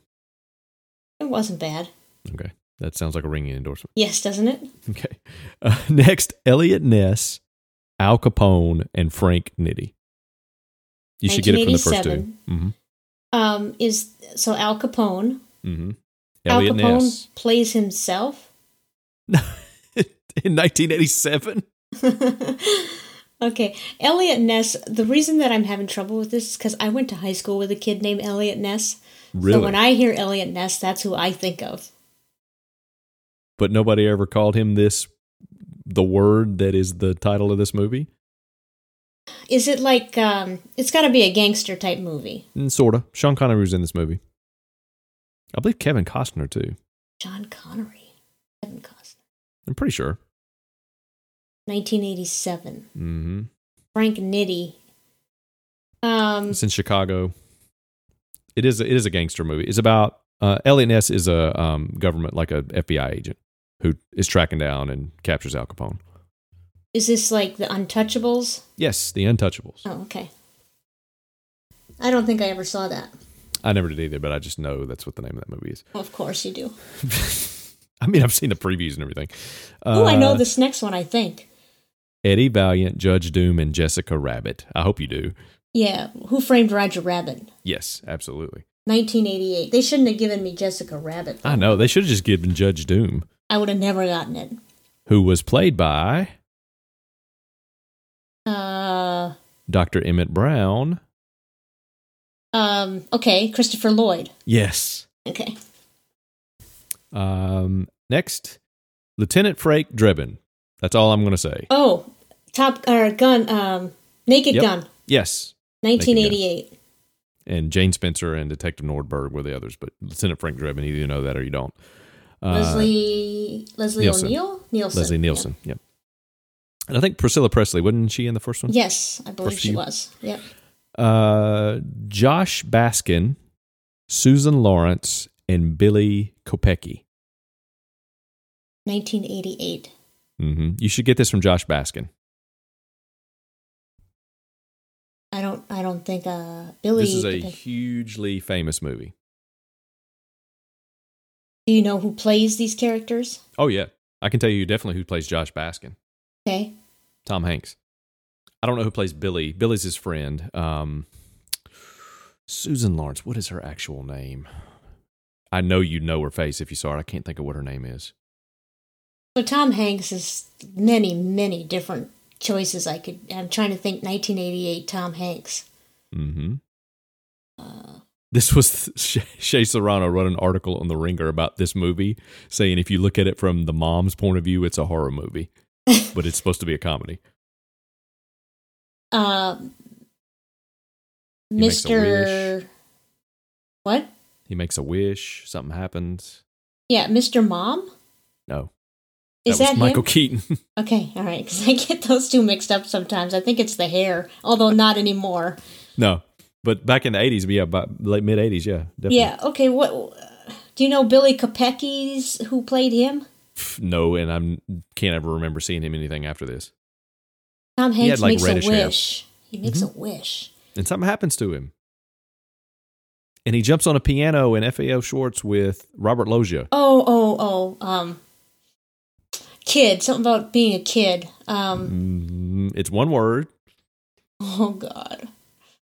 It wasn't bad. Okay, that sounds like a ringing endorsement. Yes, doesn't it? Okay, uh, next Elliot Ness, Al Capone, and Frank Nitti. You should get it from the first 2 Mm-hmm. Um, is so Al Capone. Mm-hmm. Al Elliot Capone Ness plays himself. in 1987. okay, Elliot Ness. The reason that I'm having trouble with this is because I went to high school with a kid named Elliot Ness. Really? So when I hear Elliot Ness, that's who I think of. but nobody ever called him this the word that is the title of this movie Is it like um, it's got to be a gangster type movie? mm, sort of sean connery was in this movie i believe kevin costner too John Connery, Kevin Costner, i'm pretty sure 1987. mm-hmm. Frank Nitti. Um, it's in chicago it is it is a gangster movie it's about uh, elliot ness is a um, government like a fbi agent who is tracking down and captures al capone is this like the Untouchables? yes the untouchables Oh, okay. I don't think I ever saw that. i never did either but i just know that's what the name of that movie is Of course you do. i mean i've seen the previews and everything oh, I know Uh, this next one. I think. Eddie Valiant, Judge Doom, and Jessica Rabbit. I hope you do. Yeah, Who Framed Roger Rabbit? Yes, absolutely. 1988. They shouldn't have given me Jessica Rabbit. I know. They should have just given Judge Doom, I would have never gotten it. who was played by Uh, Dr. Emmett Brown. um, okay, Christopher Lloyd. Yes. Okay, Um, next, Lieutenant Frank Drebin. That's all I'm going to say. Oh, Top or Gun, um, Naked Yep. Gun, Yes. Naked Gun. 1988. And Jane Spencer and Detective Nordberg were the others, but Lieutenant Frank Drebin, either you know that or you don't. Uh, Leslie Leslie Nielsen. O'Neill, Nielsen. Leslie yeah. Nielsen. Yep. And I think Priscilla Presley, wasn't she in the first one? Yes, I believe she few. was. Yep. Uh, Josh Baskin, Susan Lawrence, and Billy Kopecky. 1988. hmm You should get this from Josh Baskin. I don't. I don't think. Uh, Billy. this is a Kopecky- hugely famous movie. Do you know who plays these characters? Oh yeah, I can tell you definitely who plays Josh Baskin. Okay. Tom Hanks. I don't know who plays Billy. Billy's his friend. Um, Susan Lawrence. What is her actual name? I know you know her face if you saw it. I can't think of what her name is. So Tom Hanks is many, many different choices. I could. I'm trying to think. 1988. Tom Hanks. Mm-hmm. Uh, This was Shay Serrano wrote an article on the Ringer about this movie, saying if you look at it from the mom's point of view, it's a horror movie, but it's supposed to be a comedy. um. makes a Mr. What? He makes a wish, something happens. Yeah, Mr. Mom. No, Is that was that Michael him? Keaton. Okay, all right, because I get those two mixed up sometimes. I think it's the hair, although not anymore. no, but back in the eighties, yeah, by late mid eighties, yeah, definitely. Yeah. Okay. What? Do you know Billy Kopecky's who played him? Pff, No, and I'm can't ever remember seeing him anything after this. Tom He had, Hanks like, makes a reddish hair. Mm-hmm. wish. He makes a wish. And something happens to him, and he jumps on a piano in FAO Schwartz with Robert Loggia. Oh, oh, oh. Um, kid. Something about being a kid. Um. Mm, it's one word. Oh God.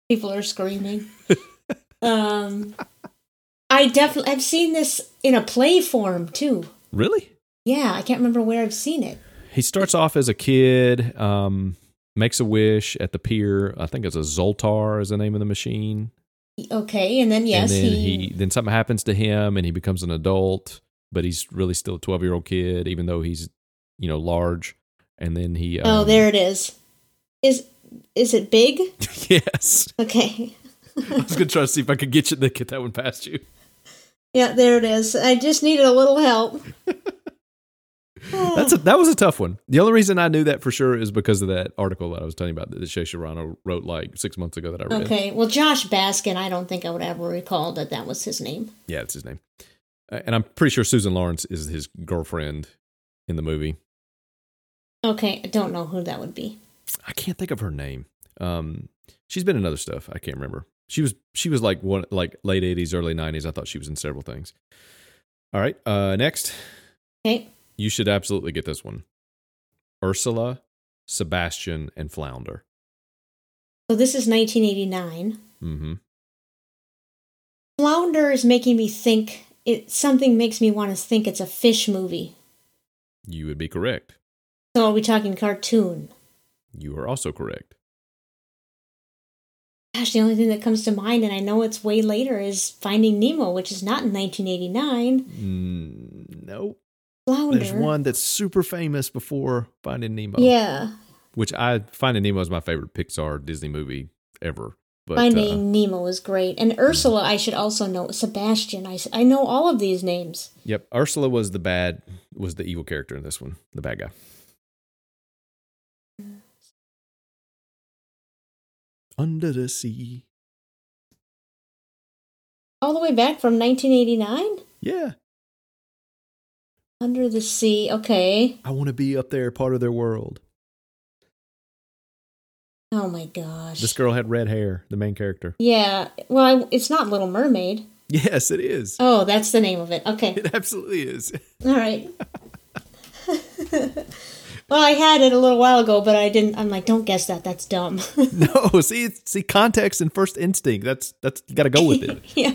People are screaming. um. I I definitely I've seen this in a play form too. Really? Yeah, I can't remember where I've seen it. He starts off as a kid, um, makes a wish at the pier. I think it's a Zoltar is the name of the machine. Okay, and then yes, and then he, then something happens to him and he becomes an adult, but he's really still a 12-year-old kid even though he's, you know, large. And then he Oh, um, there it is. Is is it big? Yes. Okay. I was going to try to see if I could get you to get that one past you. Yeah, there it is. I just needed a little help. That's a, that was a tough one. The only reason I knew that for sure is because of that article that I was telling you about that Shay Serrano wrote like six months ago that I read. Okay. Well, Josh Baskin, I don't think I would ever recall that that was his name. Yeah, that's his name. Uh, And I'm pretty sure Susan Lawrence is his girlfriend in the movie. Okay, I don't know who that would be. I can't think of her name. Um, she's been in other stuff. I can't remember. She was she was like one like late 80s, early 90s. I thought she was in several things. All right, uh, next. Okay. You should absolutely get this one. Ursula, Sebastian, and Flounder. So this is 1989. Mm-hmm. Flounder is making me think it something makes me want to think it's a fish movie. You would be correct. So are we talking cartoon? You are also correct. Gosh, the only thing that comes to mind, and I know it's way later, is Finding Nemo, which is not in 1989. Mm, no, Flounder. there's one that's super famous before Finding Nemo. Yeah, which I Finding Nemo is my favorite Pixar Disney movie ever. But Finding uh, Nemo is great, and Ursula. I should also know Sebastian. I, s- I know all of these names. yep, Ursula was the bad was the evil character in this one, the bad guy. Under the sea. All the way back from 1989, Yeah, Under the Sea. Okay. I want to be up there, part of their world. Oh my gosh. This girl had red hair, the main character. yeah. Well, I, it's not Little Mermaid. Yes, it is. Oh, that's the name of it. Okay. It absolutely is. All right. well, I had it a little while ago, but I didn't. I'm like, don't guess that. That's dumb. No, see, it's- see, context and first instinct. That's that's you got to go with it. yeah.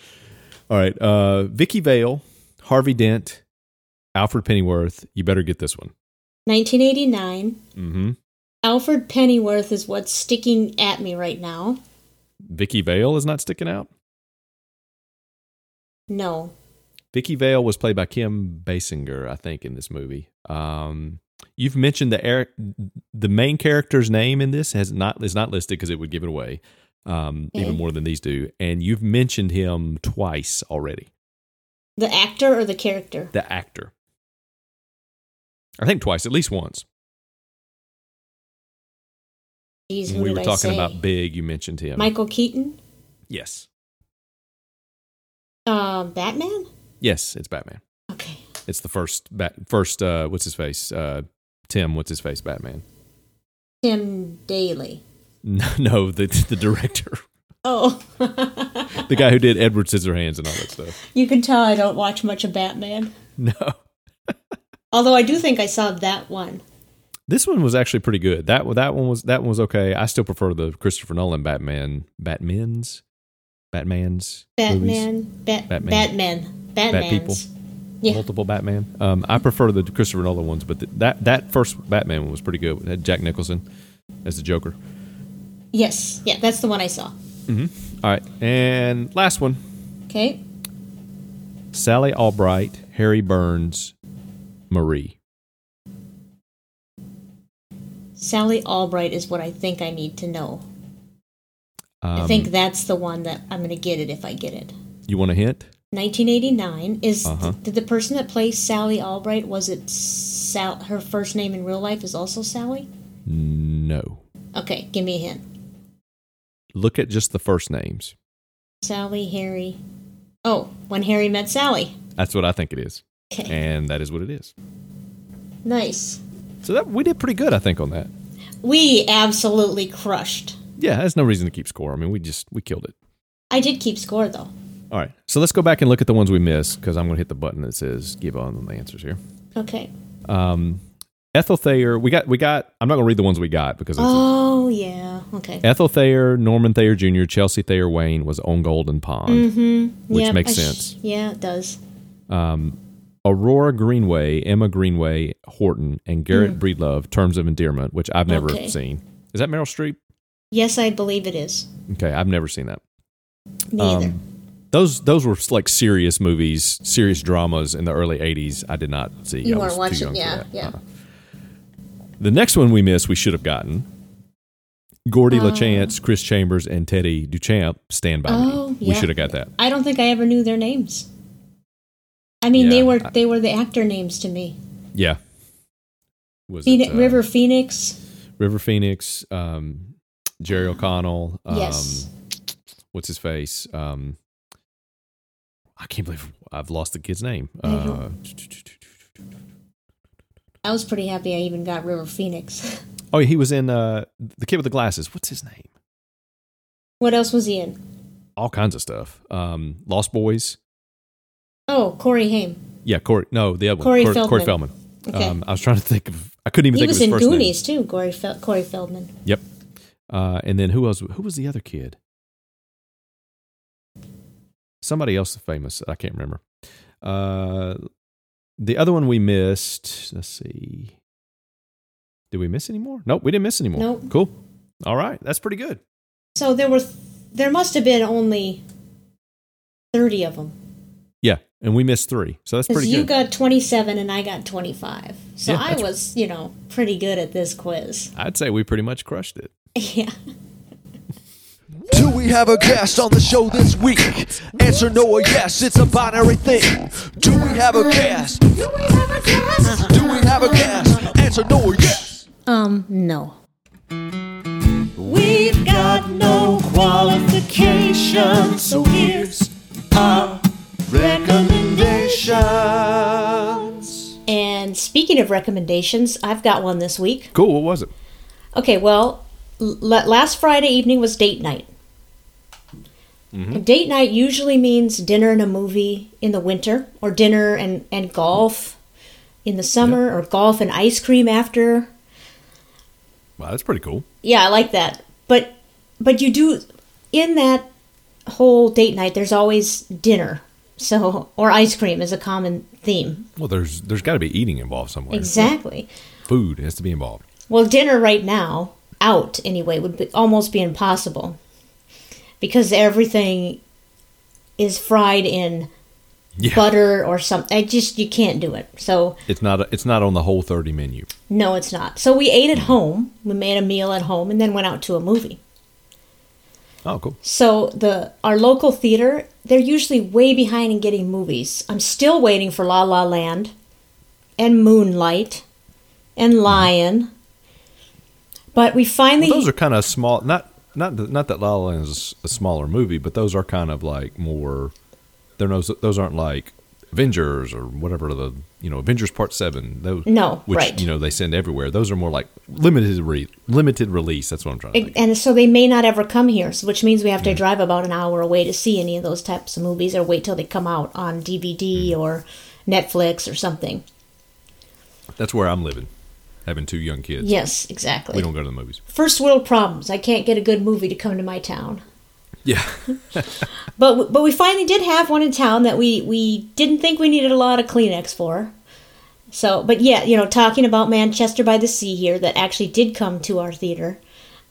All right, uh, Vicky Vale, Harvey Dent, Alfred Pennyworth. You better get this one. 1989. Mm-hmm. Alfred Pennyworth is what's sticking at me right now. Vicky Vale is not sticking out. No. Vicky Vale was played by Kim Basinger, I think, in this movie. Um, you've mentioned the air, the main character's name in this has not is not listed because it would give it away um, even Okay. more than these do. And you've mentioned him twice already. The actor or the character? The actor, I think, twice, at least once. Jeez, When who we did were I talking say? about Big. You mentioned him. Michael Keaton, Yes. um, Batman. Yes, it's Batman. Okay, It's the first bat first uh what's his face? Uh Tim, what's his face? Batman. Tim Daly. No, no the the director. Oh, the guy who did Edward Scissorhands and all that stuff. you can tell I don't watch much of Batman. No. Although I do think I saw that one. This one was actually pretty good. That one- that one was that one was okay. I still prefer the Christopher Nolan Batman Batmans Batmans movies. Batman, Bat- Batman. Batman, Batman, people. Yeah. Multiple Batman. Um, I prefer the Christopher Nolan ones, but th- that that first Batman one was pretty good. It had Jack Nicholson as the Joker. Yes, yeah, that's the one I saw. All right, and last one. Okay, Sally Albright, Harry Burns, Marie. Sally Albright is what I think I need to know. I Um, think that's the one that I'm gonna get it if I get it. you want a hint? 1989 is Uh-huh. did the person that plays Sally Albright was it Sal? Her first name in real life is also Sally. No. Okay, give me a hint. Look at just the first names. Sally, Harry. Oh, when Harry met Sally. That's what I think it is, Okay, and that is what it is. nice. So that we did pretty good, I think, on that. We absolutely crushed. Yeah, there's no reason to keep score. I mean, we just we killed it. I did keep score though. All right, so let's go back and look at the ones we missed because I'm going to hit the button that says give on the answers here. Okay. Um, Ethel Thayer, we got we got. I'm not going to read the ones we got because it's Oh yeah. Okay. Ethel Thayer, Norman Thayer Jr., Chelsea Thayer Wayne was on Golden Pond, Mm. which Yep, makes I sh- sense. Mm-hmm. yeah, it does. Aurora Greenway, Emma Greenway Horton, and Garrett Breedlove, Terms of Endearment, which I've never Okay. seen. Is that Meryl Streep? Yes, I believe it is. Okay, I've never seen that. Um, Neither. Those those were like serious movies, serious dramas in the early '80s. I did not see. You I weren't was too young watching- for yeah, that. yeah. Uh-uh. The next one we missed, we should have gotten. Gordy LaChance, Chris Chambers, and Teddy Duchamp. Stand by Oh, me. We yeah. should have got that. I don't think I ever knew their names. I mean, they Yeah, were I- they were the actor names to me. Yeah. Was Phoenix, it, uh, River Phoenix. River Phoenix, um, Jerry O'Connell. Um, yes. What's his face? Um, I can't believe I've lost the kid's name. I Uh, I was pretty happy I even got River Phoenix. oh, he was in uh, the kid with the glasses. What's his name? what else was he in? All kinds of stuff. Um, Lost Boys. Oh, Corey Haim. Yeah, Corey. No, the other Corey one. Cor- Corey Feldman. Feldman. Okay. Um, I was trying to think of. I couldn't even he think was of in his first name. Goonies too. Corey, Fel- Corey Feldman. Yep. Uh, and then who else? Who was the other kid? Somebody else famous that I can't remember. Uh, the other one we missed. Let's see. Did we miss any more? Nope, we didn't miss any more. Nope. Cool. All right, that's pretty good. So there were th- there must have been only thirty of them Yeah, and we missed three, so that's because pretty you good. got twenty seven and I got twenty five. So Yeah, I that's- was you know pretty good at this quiz. I'd say we pretty much crushed it. yeah. Do we have a guest on the show this week? Answer no or yes, it's a binary thing. Do we have a guest? Do we have a guest? Do we have a guest? Answer no or yes. Um. No. We've got no Qualifications, so here's our recommendations. And speaking of recommendations, I've got one this week. Cool. What was it? Okay, well, l- last Friday evening was date night. And Date night usually means dinner and a movie in the winter, or dinner and, and golf in the summer, or golf and ice cream after. Wow, that's pretty cool. Yeah, I like that. But but you do in that whole date night. There's always dinner, so or ice cream is a common theme. Well, there's there's got to be eating involved somewhere. Exactly. Food has to be involved. Well, dinner right now, out anyway, would be, almost be impossible because everything is fried in Yeah, butter or something. I just you can't do it. So it's not a, it's not on the whole thirty menu. no, it's not. So we ate at Mm-hmm. home. We made a meal at home and then went out to a movie. Oh, cool. So the our local theater, they're usually way behind in getting movies. I'm still waiting for La La Land and Moonlight and Lion. But we finally Mm-hmm. Well, those are kind of small. Not not th- not that La La Land is a smaller movie, but those are kind of like more. They're no, those aren't like Avengers or whatever the you know Avengers Part Seven. Those No, which right. you know they send everywhere. Those are more like limited re- limited release. That's what I'm trying to Ex- think. and so they may not ever come here, so which means we have to drive about an hour away to see any of those types of movies, or wait till they come out on DVD Mm-hmm. or Netflix or something. That's where I'm living, having two young kids. Yes, we exactly. don't go to the movies. First world problems. I can't get a good movie to come to my town. Yeah, But but we finally did have one in town that we we didn't think we needed a lot of Kleenex for. So, but yeah, you know, talking about Manchester by the Sea here that actually did come to our theater.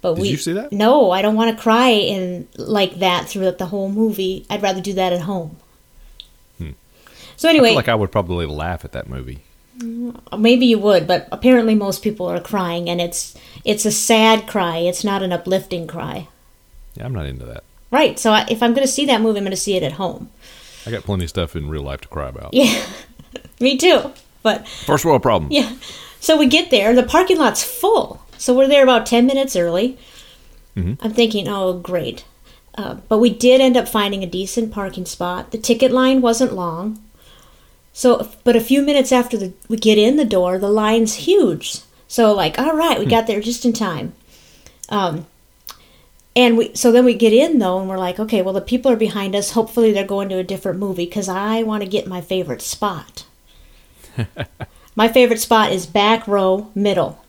But Did we you see that? No, I don't want to cry in like that throughout the whole movie. I'd rather do that at home. So Hmm. I anyway, feel like I would probably laugh at that movie. maybe you would, but apparently most people are crying, and it's it's a sad cry. It's not an uplifting cry, Yeah, I'm not into that. right? So I, if I'm going to see that movie, I'm going to see it at home. I got plenty of stuff in real life to cry about. Me too. But First world problem. Yeah. So we get there, the parking lot's full. So we're there about 10 minutes early. I'm thinking, oh, great. Uh, but we did end up finding a decent parking spot. The ticket line wasn't long. So, but a few minutes after the, we get in the door, the line's huge. So, like, all right, we got there just in time. Um, and we, so then we get in though, and we're like, okay, well, the people are behind us. Hopefully, they're going to a different movie because I want to get my favorite spot. My favorite spot is back row middle,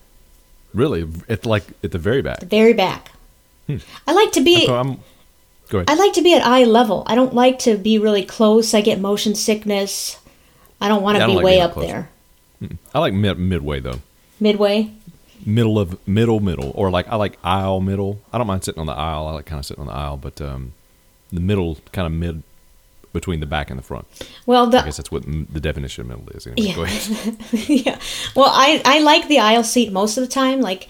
Really, at like at the very back. very back. Hmm. I like to be. So I'm, go ahead. I like to be at eye level. I don't like to be really close. I get motion sickness. I don't want to Yeah, I don't be like way being up up close. there. I like mid- midway though, Midway. middle of middle middle, or like I like aisle middle. I don't mind sitting on the aisle. I like kind of sitting on the aisle, but um, the middle kind of mid between the back and the front. Well, I guess the that's what m- the definition of middle is. Anyway, Yeah. go ahead. yeah. Well, I I like the aisle seat most of the time. Like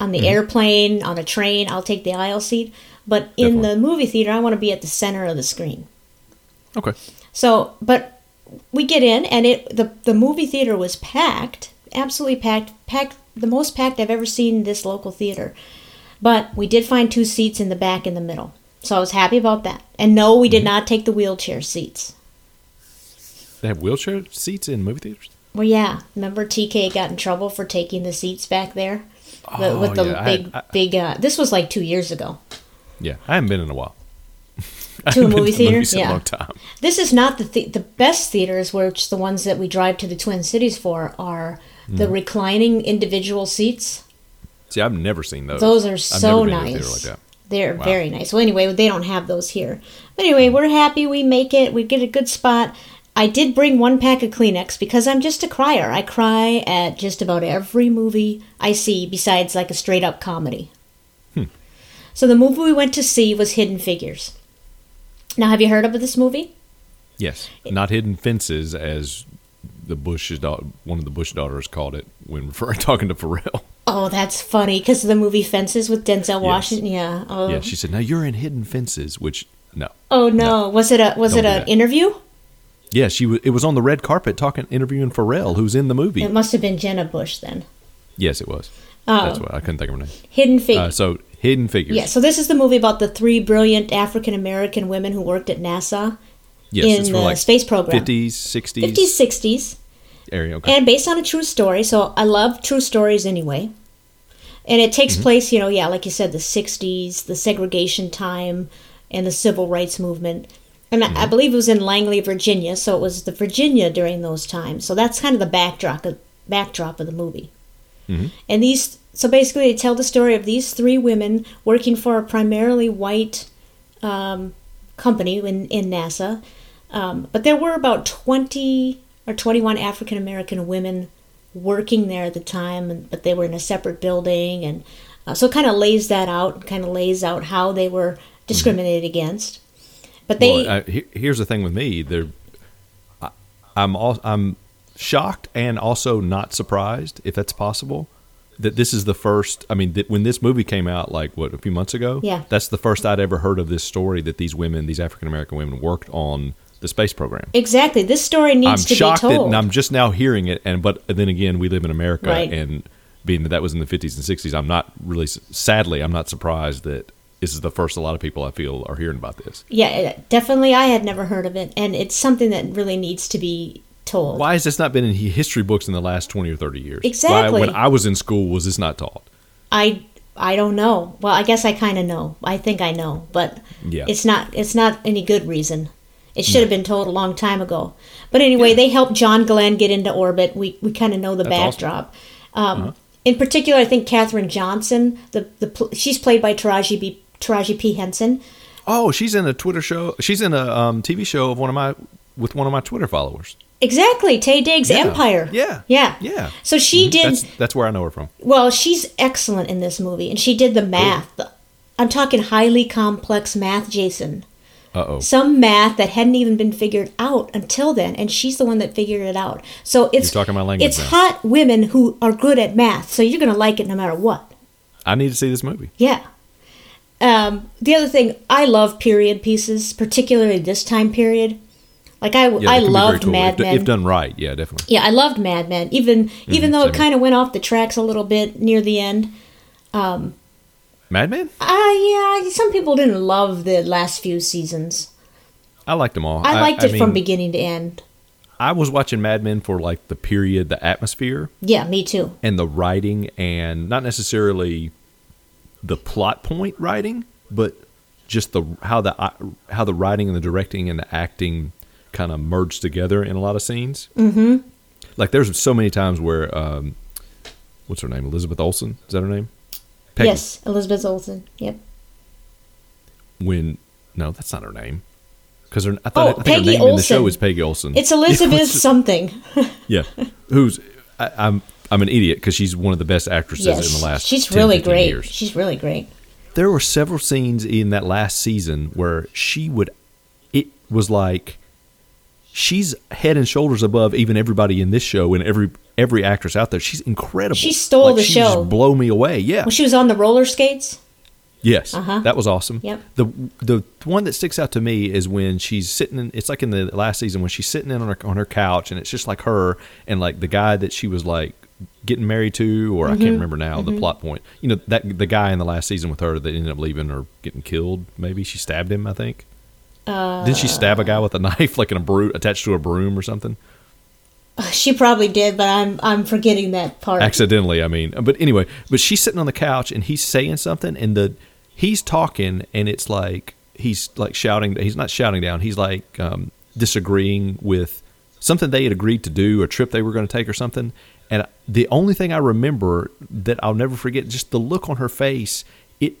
on Hmm. the airplane, on a train, I'll take the aisle seat. But in Definitely. the movie theater, I want to be at the center of the screen. Okay. So, but we get in, and it the the movie theater was packed, absolutely packed, packed the most packed I've ever seen this local theater. But we did find two seats in the back and the middle, so I was happy about that. And no, we Mm-hmm. did not take the wheelchair seats. They have wheelchair seats in movie theaters. Well, yeah, remember TK got in trouble for taking the seats back there The- with the Oh, yeah, I- big I- big. Uh, this was like two years ago. Yeah, I haven't been in a while. To a movie theater, Movies in a yeah. long time. This is not the th- the best theaters, which the ones that we drive to the Twin Cities for are the Mm. reclining individual seats. See, I've never seen those. Those are I've never so been in a theater nice. like that. They're very nice. Well, anyway, they don't have those here. But anyway, we're happy we make it. We get a good spot. I did bring one pack of Kleenex because I'm just a crier. I cry at just about every movie I see, besides like a straight up comedy. Hmm. So the movie we went to see was Hidden Figures. Now, have you heard of this movie? Yes, not hidden fences as the Bush's daughter, one of the Bush daughters called it when referring talking to Pharrell. Oh, that's funny because the movie Fences with Denzel Washington. Yeah. Oh, Yeah, she said, "Now you're in hidden fences," which no. oh no. Was it a was Don't do it an that. interview? Yeah, she was. It was on the red carpet talking, interviewing Pharrell, who's in the movie. It must have been Jenna Bush then. yes, it was. Oh. That's what I couldn't think of her name. Hidden Figures. Uh, so hidden figures. Yeah, so this is the movie about the three brilliant African American women who worked at NASA yes, in it's for the like space program. 50s, 60s, 50s, 60s, area. Okay. and based on a true story. So I love true stories anyway. And it takes place, you know, yeah, like you said, the 60s, the segregation time, and the civil rights movement. And I- I believe it was in Langley, Virginia, so it was the Virginia during those times. So that's kind of the backdrop of, backdrop of the movie. And these, so basically, they tell the story of these three women working for a primarily white um, company in, in NASA. Um, but there were about 20 or 21 African American women working there at the time, and, but they were in a separate building. And uh, so it kind of lays that out, kind of lays out how they were discriminated against. But they, Mm-hmm. well, I, he- here's the thing with me: they're, I, I'm all, I'm shocked and also not surprised, if that's possible, that this is the first. I mean, that when this movie came out, like what a few months ago, Yeah. that's the first I'd ever heard of this story that these women, these African American women, worked on the space program. exactly, this story I'm needs to be shocked that, told. and I'm just now hearing it. And but then again, we live in America, Right. and being that that was in the 50s and 60s, I'm not really sadly, I'm not surprised that this is the first a lot of people I feel are hearing about this. yeah, it- definitely. I had never heard of it, and it's something that really needs to be told. Why has this not been in hi- history books in the last 20 or 30 years? Exactly. Why, when I was in school, was this not taught? I I don't know. Well, I guess I kind of know. I think I know, but Yeah. it's not it's not any good reason. It should have been told a long time ago. But anyway, they helped John Glenn get into orbit. We we kind of know the That's awesome. Uh-huh. backdrop. Um, In particular, I think Katherine Johnson, the the pl- she's played by Taraji B. Taraji P. Henson. Oh, she's in a Twitter show. She's in a um, TV show of one of my with one of my Twitter followers. Exactly, Tay Diggs Yeah. Empire. Yeah. yeah, Yeah. Mm-hmm. So she did. That's that's where I know her from. Well, she's excellent in this movie, and she did the math. I'm talking highly complex math, Jason. Uh oh. Some math that hadn't even been figured out until then, and she's the one that figured it out. So it's You're talking my language It's now. hot women who are good at math, so you're gonna like it no matter what. I need to see this movie. Yeah. Um, the other thing, I love period pieces, particularly this time period. Like I, Yeah, that I could be very loved cool. Mad if, Men. if done right. Yeah, definitely. Yeah, I loved Mad Men, even even though it same here. kind of went off the tracks a little bit near the end. Mad Men. Uh, yeah, some people didn't love the last few seasons. I liked them all. I, liked it from mean, beginning to end. I was watching Mad Men for like the period, the atmosphere, Yeah, me too. and the writing, and not necessarily the plot point writing, but just the how the uh, how the writing and the directing and the acting kind of merged together in a lot of scenes. Mm-hmm. Like there's so many times where um, what's her name, Elizabeth Olsen? Is that her name? Peggy. Yes, Elizabeth Olsen. Yep. when no, that's not her name. Because I thought, Oh, I think Peggy her name in the show Olsen. is Peggy Olson. It's Elizabeth something. yeah, who's I, I'm I'm an idiot because she's one of the best actresses in the last. she's 10, really 15 great. Years. She's really great. there were several scenes in that last season where she would it was like she's head and shoulders above even everybody in this show and every every actress out there she's incredible She stole Like, the she show. just blow me away yeah Well, she was on the roller skates. yes Uh-huh. that was awesome Yep. the the one that sticks out to me is when she's sitting in it's like in the last season when she's sitting in on her, on her couch and it's just like her and like the guy that she was like getting married to or I Mm-hmm. can't remember now the plot point you know that the guy in the last season with her that ended up leaving or getting killed maybe she stabbed him I think Uh, didn't she stab a guy with a knife like in a broom attached to a broom or something uh, She probably did, but I'm I'm forgetting that part. accidentally i mean but anyway but she's sitting on the couch and he's saying something and the he's talking and it's like he's like shouting he's not shouting down he's like um, disagreeing with something they had agreed to do a trip they were going to take or something and the only thing i remember that i'll never forget just the look on her face it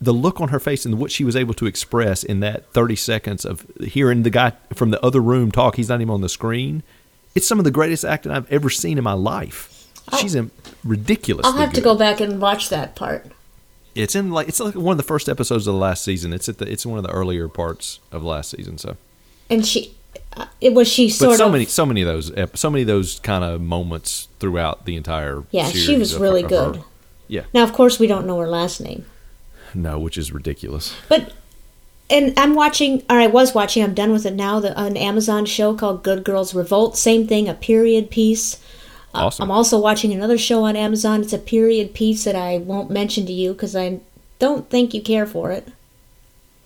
the look on her face and what she was able to express in that 30 seconds of hearing the guy from the other room talk he's not even on the screen it's some of the greatest acting i've ever seen in my life she's in ridiculous Oh. I'll have to go back and watch that part. it's in like it's like one of the first episodes of the last season it's at the it's one of the earlier parts of last season so And she, uh, it was she but sort so of. many so many of those ep- so many of those kind of moments throughout the entire Yeah, she series was of- really of her. good. yeah now, of course, we don't know her last name, no which is ridiculous but and I'm watching, or I was watching. I'm done with it now. The an Amazon show called Good Girls Revolt. Same thing, a period piece. Uh, awesome I'm also watching another show on Amazon. It's a period piece that I won't mention to you because I don't think you care for it.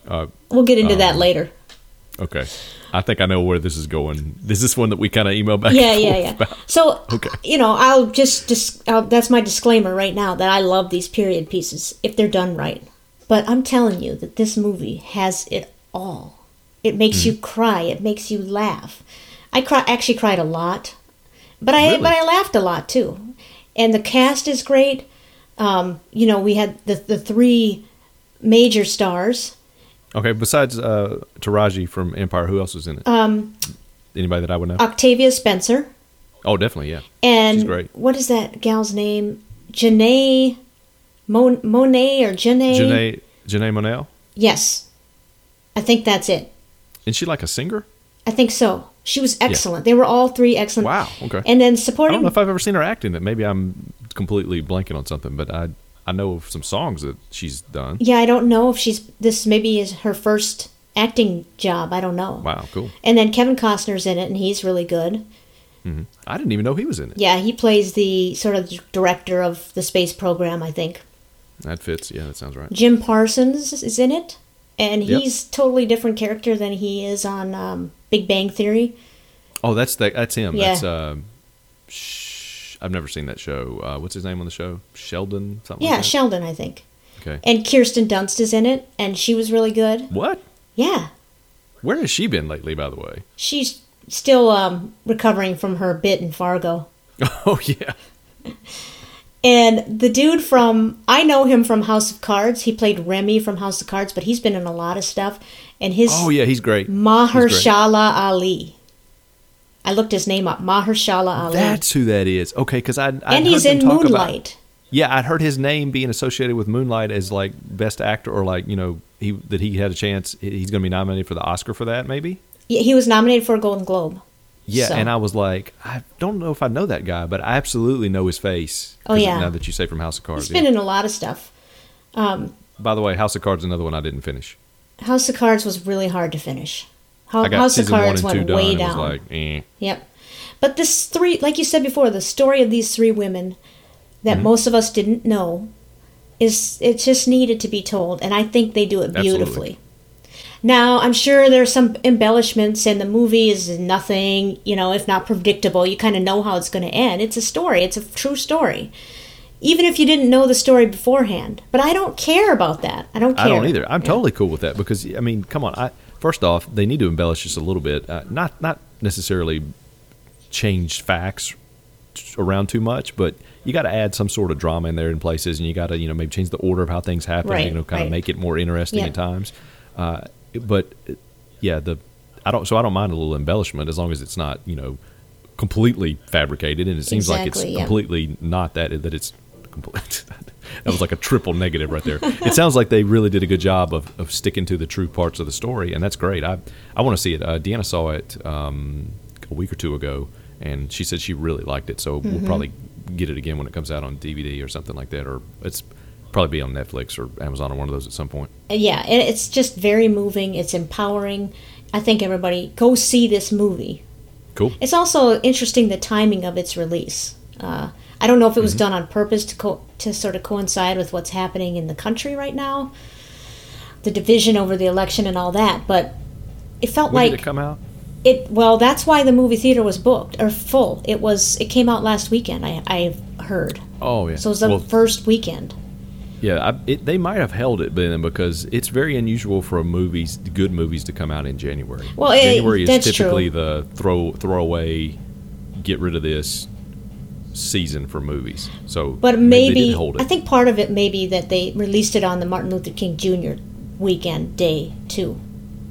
Uh, we'll get into that later. Okay. I think I know where this is going. Is this one that we kind of email back? Yeah, and yeah, forth yeah. about? So, Okay. you know, I'll just just I'll, that's my disclaimer right now that I love these period pieces if they're done right. But I'm telling you that this movie has it all. It makes Mm. you cry. It makes you laugh. I cry, actually cried a lot, but I Really? but I laughed a lot too. And the cast is great. Um, you know, we had the the three major stars. Okay. Besides uh, Taraji from Empire, who else was in it? Um, uh, Anybody that I would know? Octavia Spencer. oh, definitely. Yeah. And She's great. what is that gal's name? Janae Mon- Monet or Janae? Janae Janae Monel. Yes. I think that's it. Isn't she like a singer? I think so. She was excellent. They were all three excellent. Wow, okay. And then I don't supporting know if I've ever seen her act in it. Maybe I'm completely blanking on something, but I I know of some songs that she's done. Yeah, I don't know if she's this maybe is her first acting job. I don't know. Wow, cool. And then Kevin Costner's in it and he's really good. I didn't even know he was in it. Yeah, he plays the sort of director of the space program, I think. That fits. Yeah, that sounds right. Jim Parsons is in it, and Yep. he's totally different character than he is on um, Big Bang Theory. Oh, that's the, that's him. Yeah. That's um sh- I've never seen that show. Uh, what's his name on the show? Sheldon something. Yeah, Like that? Sheldon, I think. okay. And Kirsten Dunst is in it, and she was really good. What? Yeah, Where has she been lately, by the way? she's still um, recovering from her bit in Fargo. Oh yeah. And the dude from I know him from House of Cards. He played Remy from House of Cards, but he's been in a lot of stuff. And his Oh yeah, he's great. He's great. Mahershala Ali. I looked his name up. Mahershala Ali. That's who that is. Okay, because I I and he's in Moonlight. yeah, I'd heard his name being associated with Moonlight as like best actor or like you know he that he had a chance. He's going to be nominated for the Oscar for that maybe. Yeah, he was nominated for a Golden Globe. Yeah, So- and I was like, I don't know if I know that guy, but I absolutely know his face. Oh, 'Cause yeah. Now that you say from House of Cards. He's been yeah. in a lot of stuff. Um, By the way, House of Cards another one I didn't finish. House of Cards was really hard to finish. Ho- I got House of season one Cards and two went done. way and was down. like, eh. Yep. But this three, like you said before, the story of these three women that Mm-hmm. most of us didn't know is it just needed to be told, and I think they do it Absolutely. beautifully. Now, I'm sure there's some embellishments, and the movie is nothing, you know, if not predictable. You kind of know how it's going to end. It's a story, it's a true story. Even if you didn't know the story beforehand. But I don't care about that. I don't care. I don't either. I'm totally cool with that because I mean, come on. I first off, they need to embellish just a little bit, uh, not not necessarily change facts t- around too much, but you got to add some sort of drama in there in places, and you got to you know maybe change the order of how things happen, Right, you know, kind right. of make it more interesting Yeah. at times. Uh, but yeah, the I don't so I don't mind a little embellishment as long as it's not you know completely fabricated, and it seems like it's Exactly, yeah. completely not that that it's. complete. That was like a triple negative right there. It sounds like they really did a good job of, of sticking to the true parts of the story, and that's great. I I want to see it. Uh, Deanna saw it um, a week or two ago, and she said she really liked it. So Mm-hmm. we'll probably get it again when it comes out on DVD or something like that, or it's probably be on Netflix or Amazon or one of those at some point. yeah, it, it's just very moving. It's empowering. I think everybody go see this movie. Cool. It's also interesting the timing of its release. Uh, I don't know if it Mm-hmm. was done on purpose to co- to sort of coincide with what's happening in the country right now, the division over the election and all that. But it felt When like did it come out? it well that's why the movie theater was booked or full it was it came out last weekend i i heard Oh yeah. so it was the Well, first weekend Yeah, I, it, they might have held it then because it's very unusual for movies, good movies, to come out in January. Well, it- January is that's typically the throw throwaway, get rid of this season for movies. So, but maybe maybe, they did hold it. i think part of it may be that they released it on the martin luther king jr weekend day too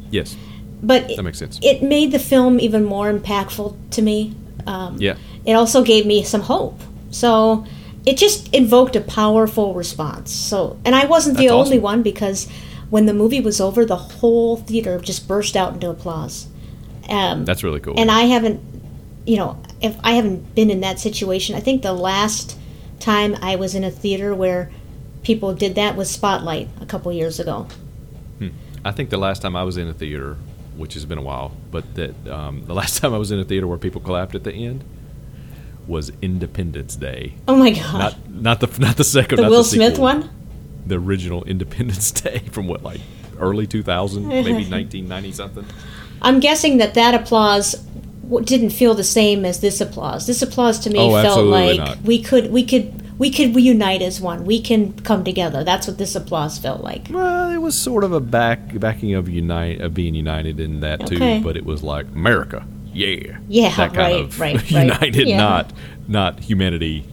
yes, but it, that makes sense. it made the film even more impactful to me um, yeah, it also gave me some hope so it just invoked a powerful response so and i wasn't the That's only awesome. one because when the movie was over the whole theater just burst out into applause um, that's really cool. and I haven't, you know, if I haven't been in that situation, I think the last time I was in a theater where people did that was Spotlight a couple years ago. I think the last time I was in a theater, which has been a while, but that um, the last time I was in a theater where people clapped at the end was Independence Day. Oh my god, Not not the not the second. the not Will the sequel. Smith one. the original Independence Day from what, like early 2000, maybe 1990 something? I'm guessing that that applause w- didn't feel the same as this applause. This applause to me Oh, felt absolutely like not. we could, we could, we could unite as one. We can come together. That's what this applause felt like. Well, it was sort of a back backing of unite of being united in that Okay. too, but it was like America, yeah, Yeah, that kind right, of right, right. united, Yeah. not not humanity.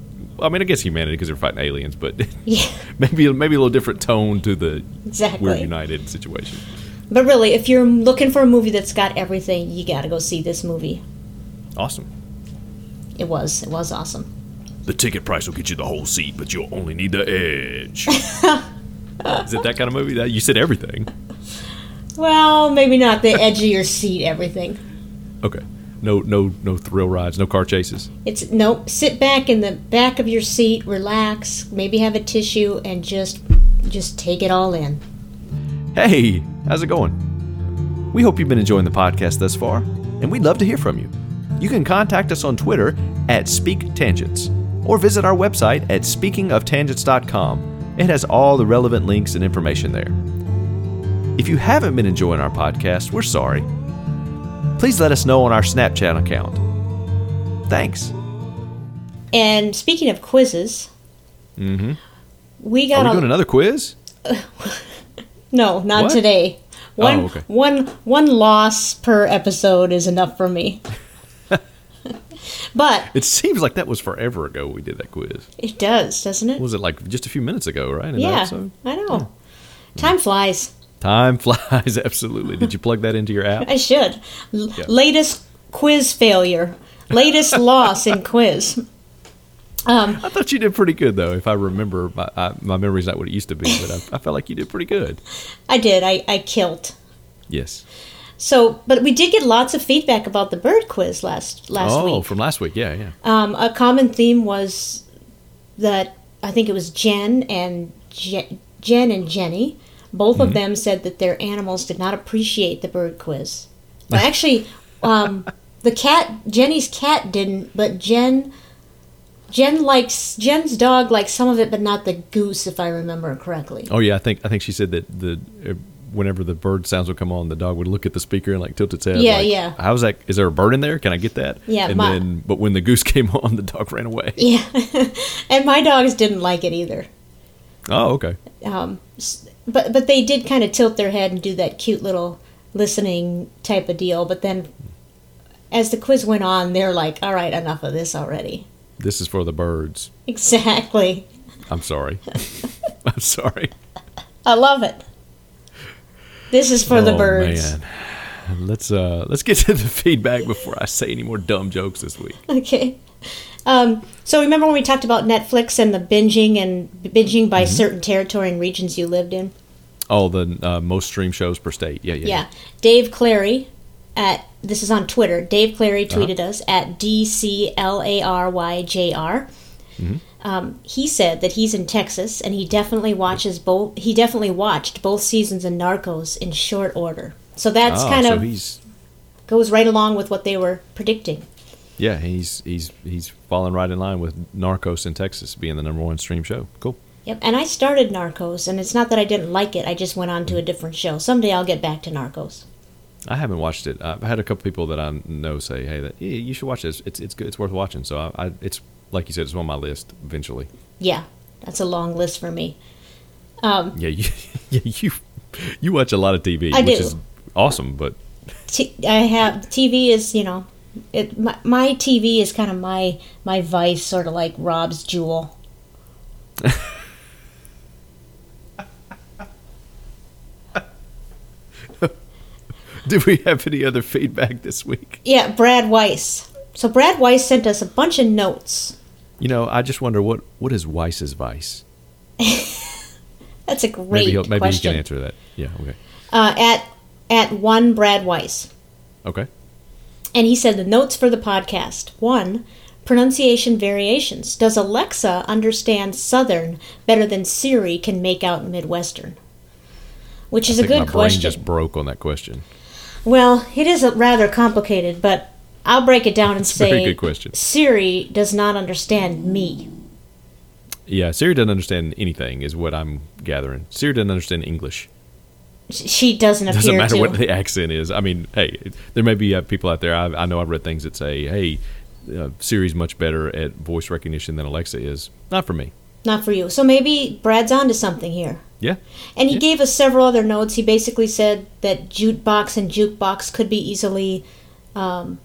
I mean, I guess humanity because they're fighting aliens, but Yeah. maybe maybe a little different tone to the we're Exactly. united situation. But really, if you're looking for a movie that's got everything, you got to go see this movie. Awesome. It was, it was awesome. The ticket price will get you the whole seat, but you'll only need the edge. Is it that kind of movie? That you said everything. Well, maybe not the edge of your seat, everything. Okay. No, no, no thrill rides, no car chases. It's nope. Sit back in the back of your seat, relax, maybe have a tissue, and just just take it all in. Hey, how's it going? We hope you've been enjoying the podcast thus far, and we'd love to hear from you. You can contact us on Twitter at SpeakTangents or visit our website at speakingoftangents.com. It has all the relevant links and information there. If you haven't been enjoying our podcast, we're sorry. Please let us know on our Snapchat account. Thanks. And speaking of quizzes, we got Mm-hmm. Are we a, doing another quiz? no, not What? Oh, today. One okay. one- one loss per episode is enough for me. but It seems like that was forever ago we did that quiz. it does, doesn't it? Was it like just a few minutes ago, right? in the yeah, episode? Hmm. I know. Time flies. Time flies, absolutely. Did you plug that into your app? I should. L- Latest quiz failure. Latest loss in quiz. I thought you did pretty good, though. If I remember, my, I, my memory's not what it used to be, but I, I felt like you did pretty good. I did. I, I killed. Yes. So, but we did get lots of feedback about the bird quiz last last oh, week. from last week. Yeah, yeah. Um, a common theme was that I think it was Jen and Je- Jen and Jenny. Both of them said that their animals did not appreciate the bird quiz. Well, actually, um, the cat Jenny's cat didn't, but Jen Jen likes Jen's dog likes some of it, but not the goose, if I remember correctly. Oh, yeah. I think I think she said that the uh, whenever the bird sounds would come on, the dog would look at the speaker and like tilt its head. Yeah, like, yeah. How's that? Is there a bird in there? Can I get that? Yeah, And my- then, but when the goose came on, the dog ran away. Yeah, and my dogs didn't like it either. Oh, okay. um, s- but but they did kind of tilt their head and do that cute little listening type of deal. But then, as the quiz went on, they're like, "All right, enough of this already." This is for the birds. Exactly. I'm sorry. I'm sorry. I love it. This is for the Oh, birds. man. Let's uh let's get to the feedback before I say any more dumb jokes this week. Okay. Um, so remember when we talked about Netflix and the binging and binging by certain territory and regions you lived in? Oh, the uh, most streamed shows per state. Yeah, yeah. Yeah. Dave Clary at this is on Twitter. Dave Clary Uh-huh. tweeted us at D C L A R Y J R. Mm-hmm. Um, he said that he's in Texas and he definitely watches both. He definitely watched both seasons of Narcos in short order. So that's Oh, kind so of he's goes right along with what they were predicting. yeah, he's he's he's falling right in line with Narcos in Texas being the number one stream show. Cool. Yep. And I started Narcos, and it's not that I didn't like it. I just went on to a different show. Someday I'll get back to Narcos. I haven't watched it. I've had a couple people that I know say, "Hey, that yeah, you should watch this. It's it's good. It's worth watching." So I, I it's like you said, it's on my list eventually. Yeah, that's a long list for me. Yeah, you yeah, you you watch a lot of TV, I which do. is awesome, but T- I have TV is you know, it my, my TV is kind of my my vice, sort of like Rob's jewel. did we have any other feedback this week? Yeah, Brad Weiss. So Brad Weiss sent us a bunch of notes. You know, I just wonder what what is Weiss's vice? That's a great maybe he'll, maybe he question. can answer that. Yeah. Okay. Uh, at at one Brad Weiss. Okay. And he said the notes for the podcast. One, pronunciation variations. Does Alexa understand Southern better than Siri can make out Midwestern? Which is I a think my good brain question. just broke on that question. Well, it is a rather complicated, but I'll break it down and a say very good question. Siri does not understand me. Yeah, Siri doesn't understand anything, is what I'm gathering. Siri doesn't understand English. Sh- She doesn't appear Doesn't matter to. what the accent is. I mean, hey, it- there may be uh, people out there. I, I know I've read things that say, "Hey, uh, Siri's much better at voice recognition than Alexa is." Not for me. Not for you. So maybe Brad's onto something here. Yeah, And he gave us several other notes. He basically said that jukebox and jukebox could be easily, um,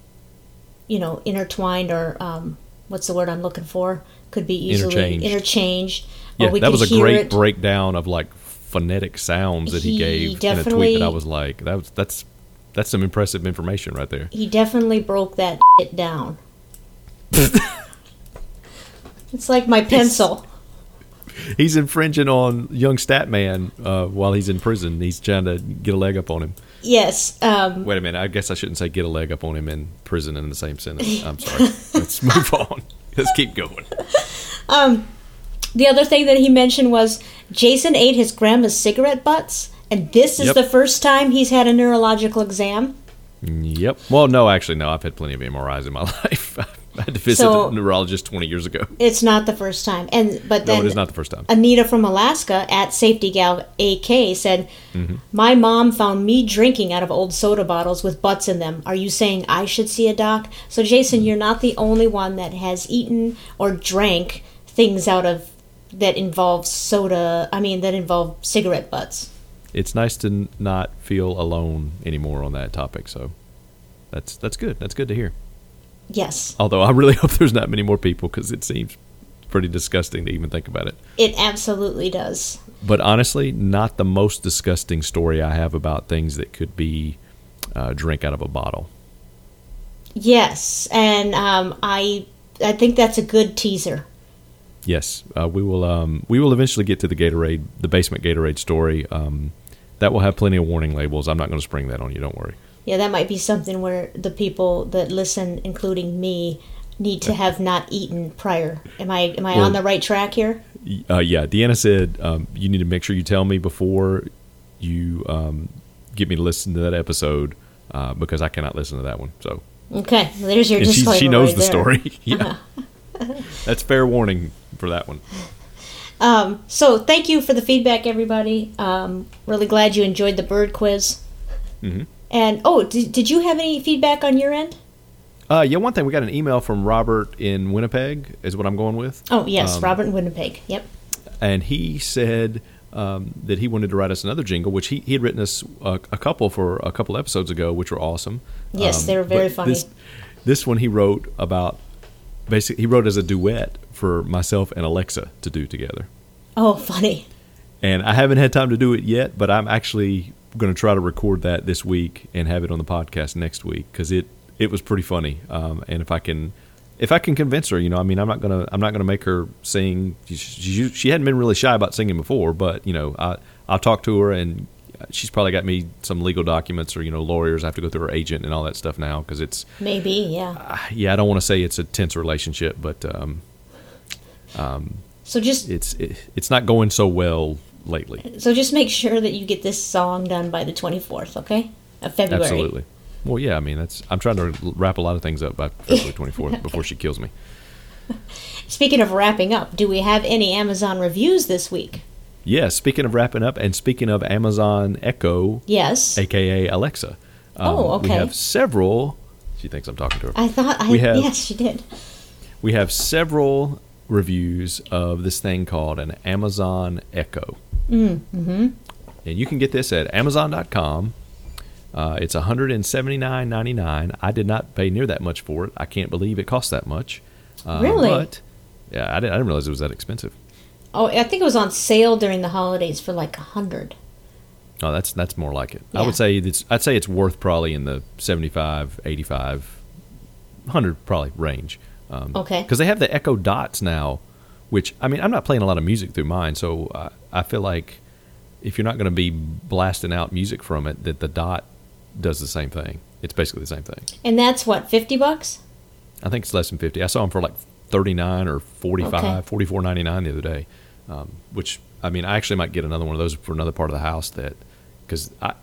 you know, intertwined or um, what's the word I'm looking for? Could be easily Interchanged. interchanged. or yeah. we That could was a hear great it. breakdown of like phonetic sounds that he, gave in a He tweet that I definitely- was like, "That was that's that's some impressive information right there." He definitely broke that shit down. it's like my pencil. He's infringing on young Statman uh, while he's in prison. He's trying to get a leg up on him. Yes. Um, Wait a minute. I guess I shouldn't say get a leg up on him in prison in the same sentence. I'm sorry. Let's move on. Let's keep going. the other thing that he mentioned was Jason ate his grandma's cigarette butts, and this is Yep. the first time he's had a neurological exam. Yep. Well, no, actually, no. I've had plenty of MRIs in my life. I had to visit So- a neurologist 20 years ago. It's not the first time, and but No, then it is not the first time. Anita from Alaska at Safety Gal AK said, "My mom found me drinking out of old soda bottles with butts in them. Are you saying I should see a doc?" So Jason, you're not the only one that has eaten or drank things out of that involve soda. I mean, that involve cigarette butts. It's nice to n- not feel alone anymore on that topic. So that's that's good. That's good to hear. Yes, Although I really hope there's not many more people because it seems pretty disgusting to even think about it. it absolutely does. but honestly, not the most disgusting story I have about things that could be uh, drink out of a bottle. Yes, and um, I I think that's a good teaser. Yes, uh, we will. Um, we will eventually get to the Gatorade, the basement Gatorade story. Um, that will have plenty of warning labels. I'm not going to spring that on you. Don't worry. Yeah, that might be something where the people that listen, including me, need to have not eaten prior. Am I am I Well- on the right track here? Y- Uh, yeah, Deanna said um, you need to make sure you tell me before you um, get me to listen to that episode uh, because I cannot listen to that one. So Okay, there's your and she disclaimer. she knows right the there. story. yeah, that's fair warning for that one. So thank you for the feedback, everybody. Um, really glad you enjoyed the bird quiz. Mm-hmm. And oh, did, did you have any feedback on your end? Uh, yeah, one thing we got an email from Robert in Winnipeg is what I'm going with, Oh yes, Um, Robert in Winnipeg. Yep. and he said um, that he wanted to write us another jingle, which he, he had written us uh, a, a couple for a couple episodes ago, which were awesome. Um, Yes, they were very but This, this one he wrote about basically he wrote as a duet for myself and Alexa to do together. Oh, funny. And I haven't had time to do it yet, but I'm actually going to try to record that this week and have it on the podcast next week because it it was pretty funny. Um, and if I can, if I can convince her, you know, I mean, I'm not gonna I'm not gonna make her sing. She, she, she hadn't been really shy about singing before, but you know, I I'll talk to her and uh, she's probably got me some legal documents or you know lawyers. I have to go through her agent and all that stuff now because it's ah, Maybe, yeah. yeah. I don't want to say it's a tense relationship, but um, So just it's it, it's not going so well lately. so just make sure that you get this song done by the 24th, okay? Of February. Absolutely. Well, yeah. I mean, that's. I'm trying to wrap a lot of things up by February 24th before she kills me. Speaking of wrapping up, do we have any Amazon reviews this week? Yeah. Speaking of wrapping up, and speaking of Amazon Echo, Yes. aka Alexa. um, Oh, We okay. have several. She thinks I'm talking to her. I thought I We have- yes, she did. we have several reviews of this thing called an Amazon Echo. Mm-hmm. And you can get this at Amazon.com. Uh, it's $179.99. I did not pay near that much for it. I can't believe it cost that much. Uh, Really? But yeah, I didn't, I didn't realize it was that expensive. Oh, I think it was on sale during the holidays for like a hundred. Oh, that's that's more like it. I Yeah. would say it's I'd say it's worth probably in the 75, 85, 100 probably range. Um, Okay. Because they have the Echo Dots now, which I mean I'm not playing a lot of music through mine, so uh, I feel like if you're not going to be blasting out music from it, that the Dot does the same thing. It's basically the same thing. And that's what, fifty bucks? I think it's less than 50. I saw them for like 39 or 45, Okay. 44.99 the other day. Um, which I mean, I actually might get another one of those for another part of the house that cuz I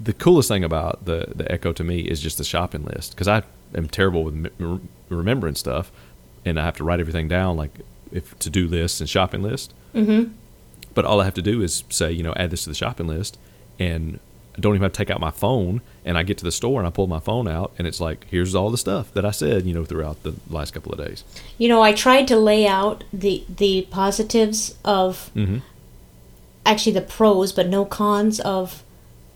the coolest thing about the the Echo to me is just the shopping list cuz I am terrible with me- rem- remembering stuff and I have to write everything down like if to-do lists and shopping list. But all I have to do is say, you know, add this to the shopping list, and I don't even have to take out my phone. And I get to the store and I pull my phone out, and it's like, here's all the stuff that I said, you know, throughout the last couple of days. You know, I tried to lay out the the positives of Mm-hmm. actually the pros, but no cons of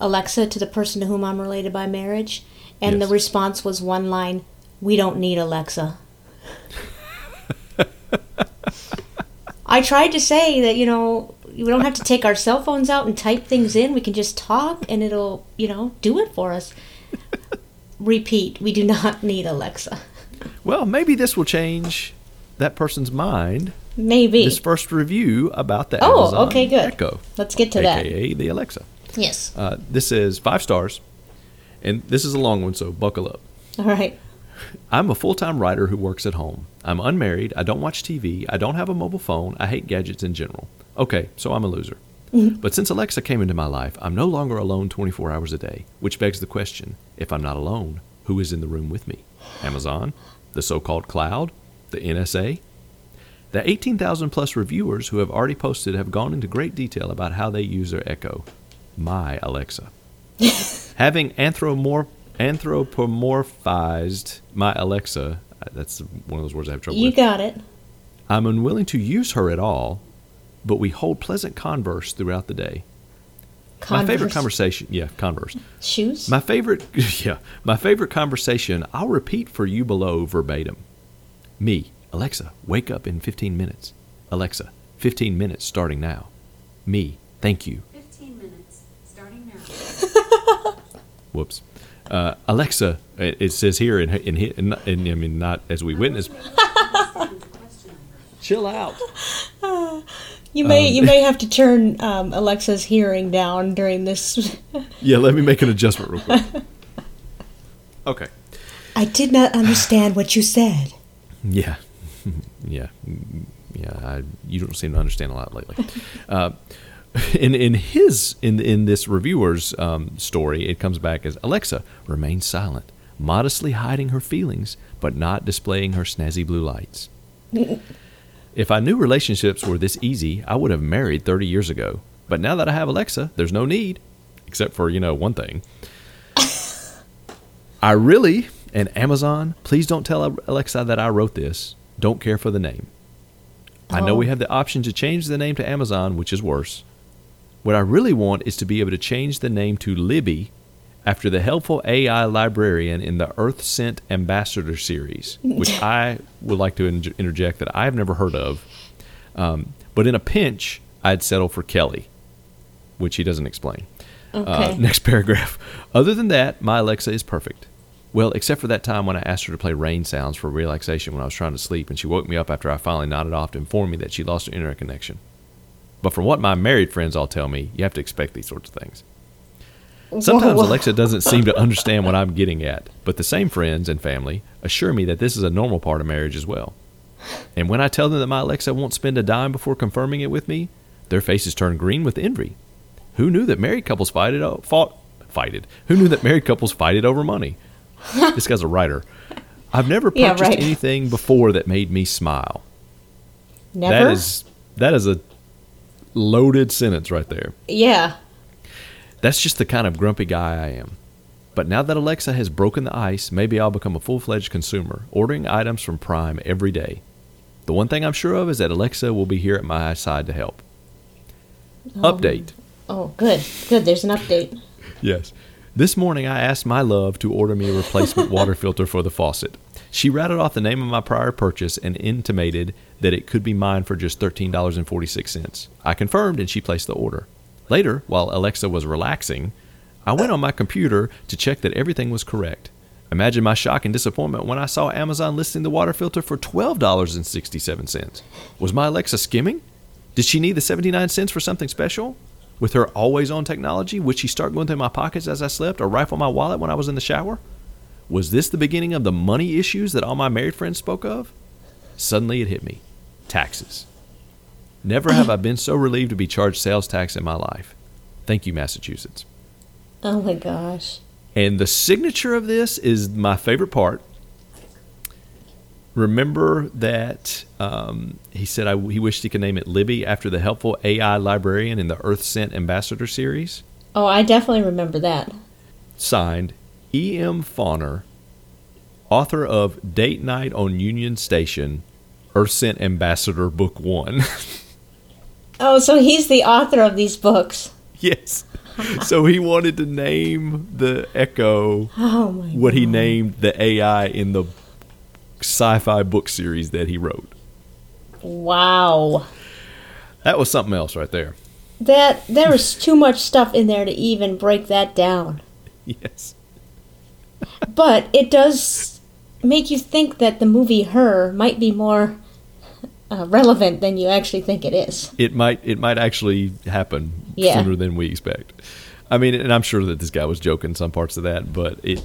Alexa to the person to whom I'm related by marriage, and Yes. the response was one line: "We don't need Alexa." I tried to say that you know we don't have to take our cell phones out and type things in. We can just talk, and it'll you know do it for us. Repeat: We do not need Alexa. Well, maybe this will change that person's mind. Maybe This first review about the Oh, Amazon okay, good. Echo, Let's get to that. aka the Alexa. Yes. Uh, this is five stars, and this is a long one, so buckle up. All right. I'm a full time writer who works at home. I'm unmarried. I don't watch TV. I don't have a mobile phone. I hate gadgets in general. Okay, so I'm a loser. but since Alexa came into my life, I'm no longer alone 24 hours a day, which begs the question if I'm not alone, who is in the room with me? Amazon? The so called cloud? The NSA? The 18,000 plus reviewers who have already posted have gone into great detail about how they use their Echo. My Alexa. Having anthromorph- anthropomorphized my Alexa, uh, that's one of those words I have trouble You with. got it. I'm unwilling to use her at all, but we hold pleasant converse throughout the day. My favorite conversation, yeah, converse. Shoes? My favorite, yeah, my favorite conversation. I'll repeat for you below verbatim. Me, Alexa, wake up in 15 minutes. Alexa, 15 minutes starting now. Me, thank you. 15 minutes, starting now. Whoops. Uh, Alexa, it, it says here in in, in in I mean not as we witness. Chill out. you may um, you may have to turn um, Alexa's hearing down during this. Yeah, let me make an adjustment real quick. Okay. I did not understand what you said. Yeah, yeah, yeah. I, you don't seem to understand a lot lately. uh, in in his in in this reviewer's um, story, it comes back as Alexa remains silent, modestly hiding her feelings, but not displaying her snazzy blue lights. if I knew relationships were this easy, I would have married thirty years ago. But now that I have Alexa, there's no need, except for you know one thing. I really, and Amazon, please don't tell Alexa that I wrote this. Don't care for the name. I know we have the option to change the name to Amazon, which is worse. What I really want is to be able to change the name to Libby after the helpful AI librarian in the Earth Sent Ambassador series, which I would like to in- interject that I've never heard of. Um, but in a pinch, I'd settle for Kelly, which he doesn't explain. Uh, Okay. next paragraph. Other than that, my Alexa is perfect. Well, except for that time when I asked her to play rain sounds for relaxation when I was trying to sleep, and she woke me up after I finally nodded off to inform me that she lost her internet connection. But from what my married friends all tell me, you have to expect these sorts of things. Sometimes Whoa. Alexa doesn't seem to understand what I'm getting at, but the same friends and family assure me that this is a normal part of marriage as well. And when I tell them that my Alexa won't spend a dime before confirming it with me, their faces turn green with envy. Who knew that married couples fight it o- fought fighted? Who knew that married couples fight it over money? this guy's a writer. I've never Yeah, purchased right. anything before that made me smile. Never. That is that is a loaded sentence right there. yeah. That's just the kind of grumpy guy I am. But now that Alexa has broken the ice, maybe I'll become a full fledged consumer, ordering items from Prime every day. The one thing I'm sure of is that Alexa will be here at my side to help. Update. Oh, good. Good. There's an update. Yes. This morning I asked my love to order me a replacement water filter for the faucet. She rattled off the name of my prior purchase and intimated that it could be mine for just $13.46. I confirmed and she placed the order. Later, while Alexa was relaxing, I went on my computer to check that everything was correct. Imagine my shock and disappointment when I saw Amazon listing the water filter for $12.67. Was my Alexa skimming? Did she need the 79 cents for something special? With her always on technology, would she start going through my pockets as I slept or rifle my wallet when I was in the shower? Was this the beginning of the money issues that all my married friends spoke of? Suddenly it hit me taxes. Never have I been so relieved to be charged sales tax in my life. Thank you, Massachusetts. Oh my gosh. And the signature of this is my favorite part. Remember that um, he said I, he wished he could name it Libby after the helpful AI librarian in the Earth Sent Ambassador series? Oh, I definitely remember that. Signed, E.M. Fauner, author of Date Night on Union Station, Earth Sent Ambassador Book One. Oh, so he's the author of these books. yes. so he wanted to name the Echo Oh my. what he named the AI in the sci-fi book series that he wrote. Wow. That was something else right there. That there was too much stuff in there to even break that down. Yes. But it does make you think that the movie Her might be more uh, relevant than you actually think it is. It might it might actually happen Yeah. sooner than we expect. I mean, and I'm sure that this guy was joking some parts of that, but it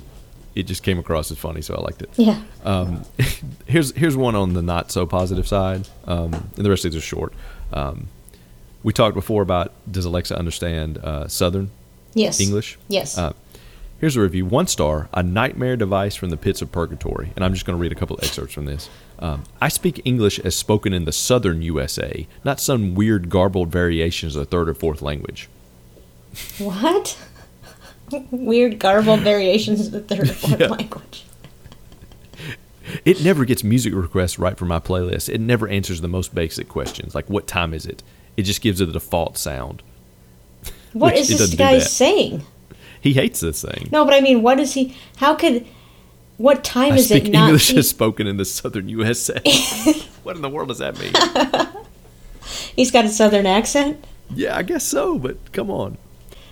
it just came across as funny, so I liked it. Yeah. Um, here's here's one on the not so positive side, um, and the rest of these are short. Um, we talked before about does Alexa understand uh, Southern Yes. English? Yes. Uh, here's a review one star, a nightmare device from the pits of purgatory. And I'm just going to read a couple excerpts from this. Um, I speak English as spoken in the southern USA, not some weird garbled variations of third or fourth language. What? Weird garbled variations of the third or fourth Yeah. language. It never gets music requests right for my playlist. It never answers the most basic questions, like what time is it? It just gives it a default sound. What Which is it this doesn't do guy that. saying? He hates this thing. No, but I mean, what is he? How could? What time I is speak it? Not English be- as spoken in the southern USA. what in the world does that mean? he's got a southern accent, yeah, I guess so, but come on.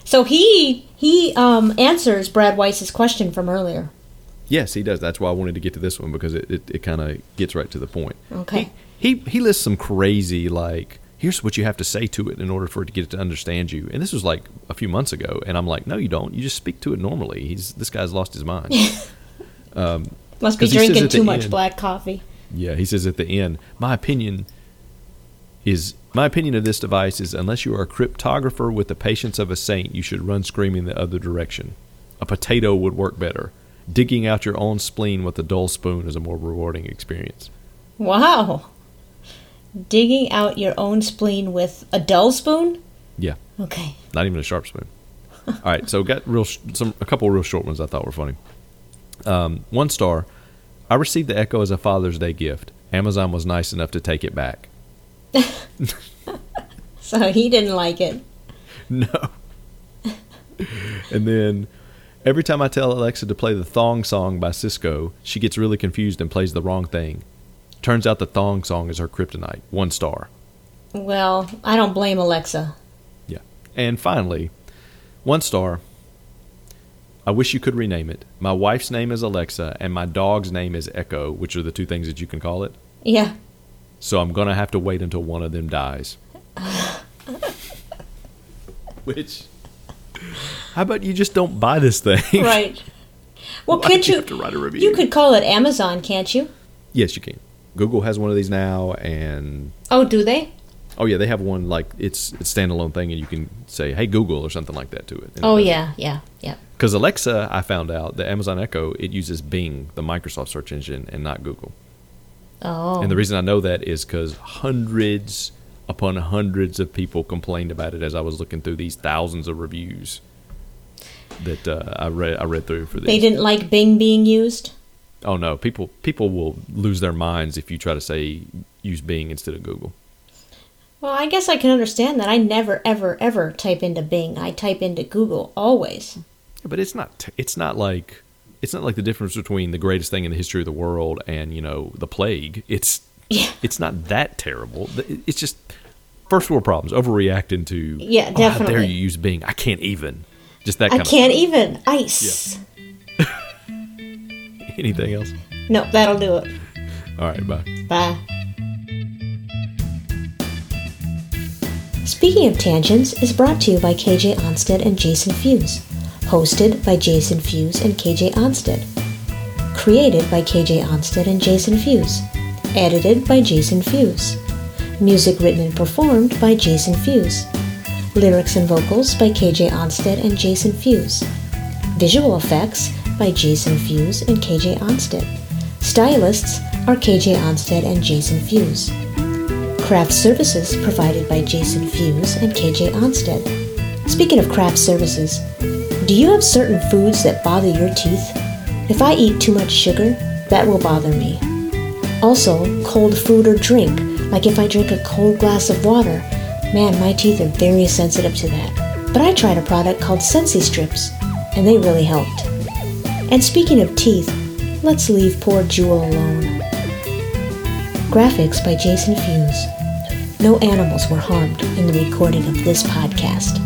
so he he um, answers Brad Weiss's question from earlier. Yes, he does. That's why I wanted to get to this one because it, it, it kind of gets right to the point. Okay. He, he he lists some crazy like here's what you have to say to it in order for it to get it to understand you. And this was like a few months ago, and I'm like, no, you don't. You just speak to it normally. He's this guy's lost his mind. Must be 'Cause he says drinking at the too much end- black coffee. Yeah, he says at the end, my opinion is my opinion of this device is unless you are a cryptographer with the patience of a saint, you should run screaming the other direction. A potato would work better. Digging out your own spleen with a dull spoon is a more rewarding experience. Wow. Digging out your own spleen with a dull spoon? Yeah, Okay. not even a sharp spoon. All right, so got real sh- some a couple real short ones I thought were funny. Um, one star, I received the Echo as a Father's Day gift. Amazon was nice enough to take it back. So he didn't like it. No. and then Every time I tell Alexa to play the Thong Song by Cisco, she gets really confused and plays the wrong thing. Turns out the Thong Song is her kryptonite. One star. Well, I don't blame Alexa. Yeah. And finally, one star. I wish you could rename it. My wife's name is Alexa, and my dog's name is Echo, which are the two things that you can call it. Yeah. So I'm going to have to wait until one of them dies. which. How about you just don't buy this thing? Right. Well, Why can't do you you? have to write a review? You could call it Amazon, can't you? yes, you can. Google has one of these now, and Oh, do they? Oh yeah, they have one like it's it's standalone thing, and you can say, "Hey Google" or something like that to it. Oh yeah, yeah, yeah. Because Alexa, I found out the Amazon Echo it uses Bing, the Microsoft search engine, and not Google. Oh. And the reason I know that is because hundreds upon hundreds of people complained about it as I was looking through these thousands of reviews that uh, I read. I read through for this. they didn't like Bing being used. Oh no, people people will lose their minds if you try to say use Bing instead of Google. Well, I guess I can understand that. I never, ever, ever type into Bing. I type into Google always. Yeah, but it's not. T- it's not like it's not like the difference between the greatest thing in the history of the world and you know the plague. It's Yeah. It's not that terrible. Th- It's just first world problems. Overreacting to Yeah, "Oh, how dare definitely. you use Bing? I can't even. Just that I kind can't even ice. of anything else. No, that'll do it. All right, bye. Bye. Speaking of Tangents is brought to you by KJ Onstead and Jason Fuse. Hosted by Jason Fuse and KJ Onstead. Created by KJ Onstead and Jason Fuse. Edited by Jason Fuse. Music written and performed by Jason Fuse. Lyrics and vocals by KJ Onstead and Jason Fuse. Visual effects by Jason Fuse and KJ Onstead. Stylists are KJ Onstead and Jason Fuse. Craft services provided by Jason Fuse and KJ Onstead. Speaking of craft services, do you have certain foods that bother your teeth? If I eat too much sugar, that will bother me. Also, cold food or drink, like if I drink a cold glass of water, man, my teeth are very sensitive to that. But I tried a product called Sensi Strips, and they really helped. And speaking of teeth, let's leave poor Jewel alone. Graphics by Jason Fuse. No animals were harmed in the recording of this podcast.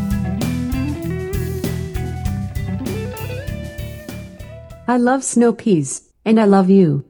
I love snow peas, and I love you.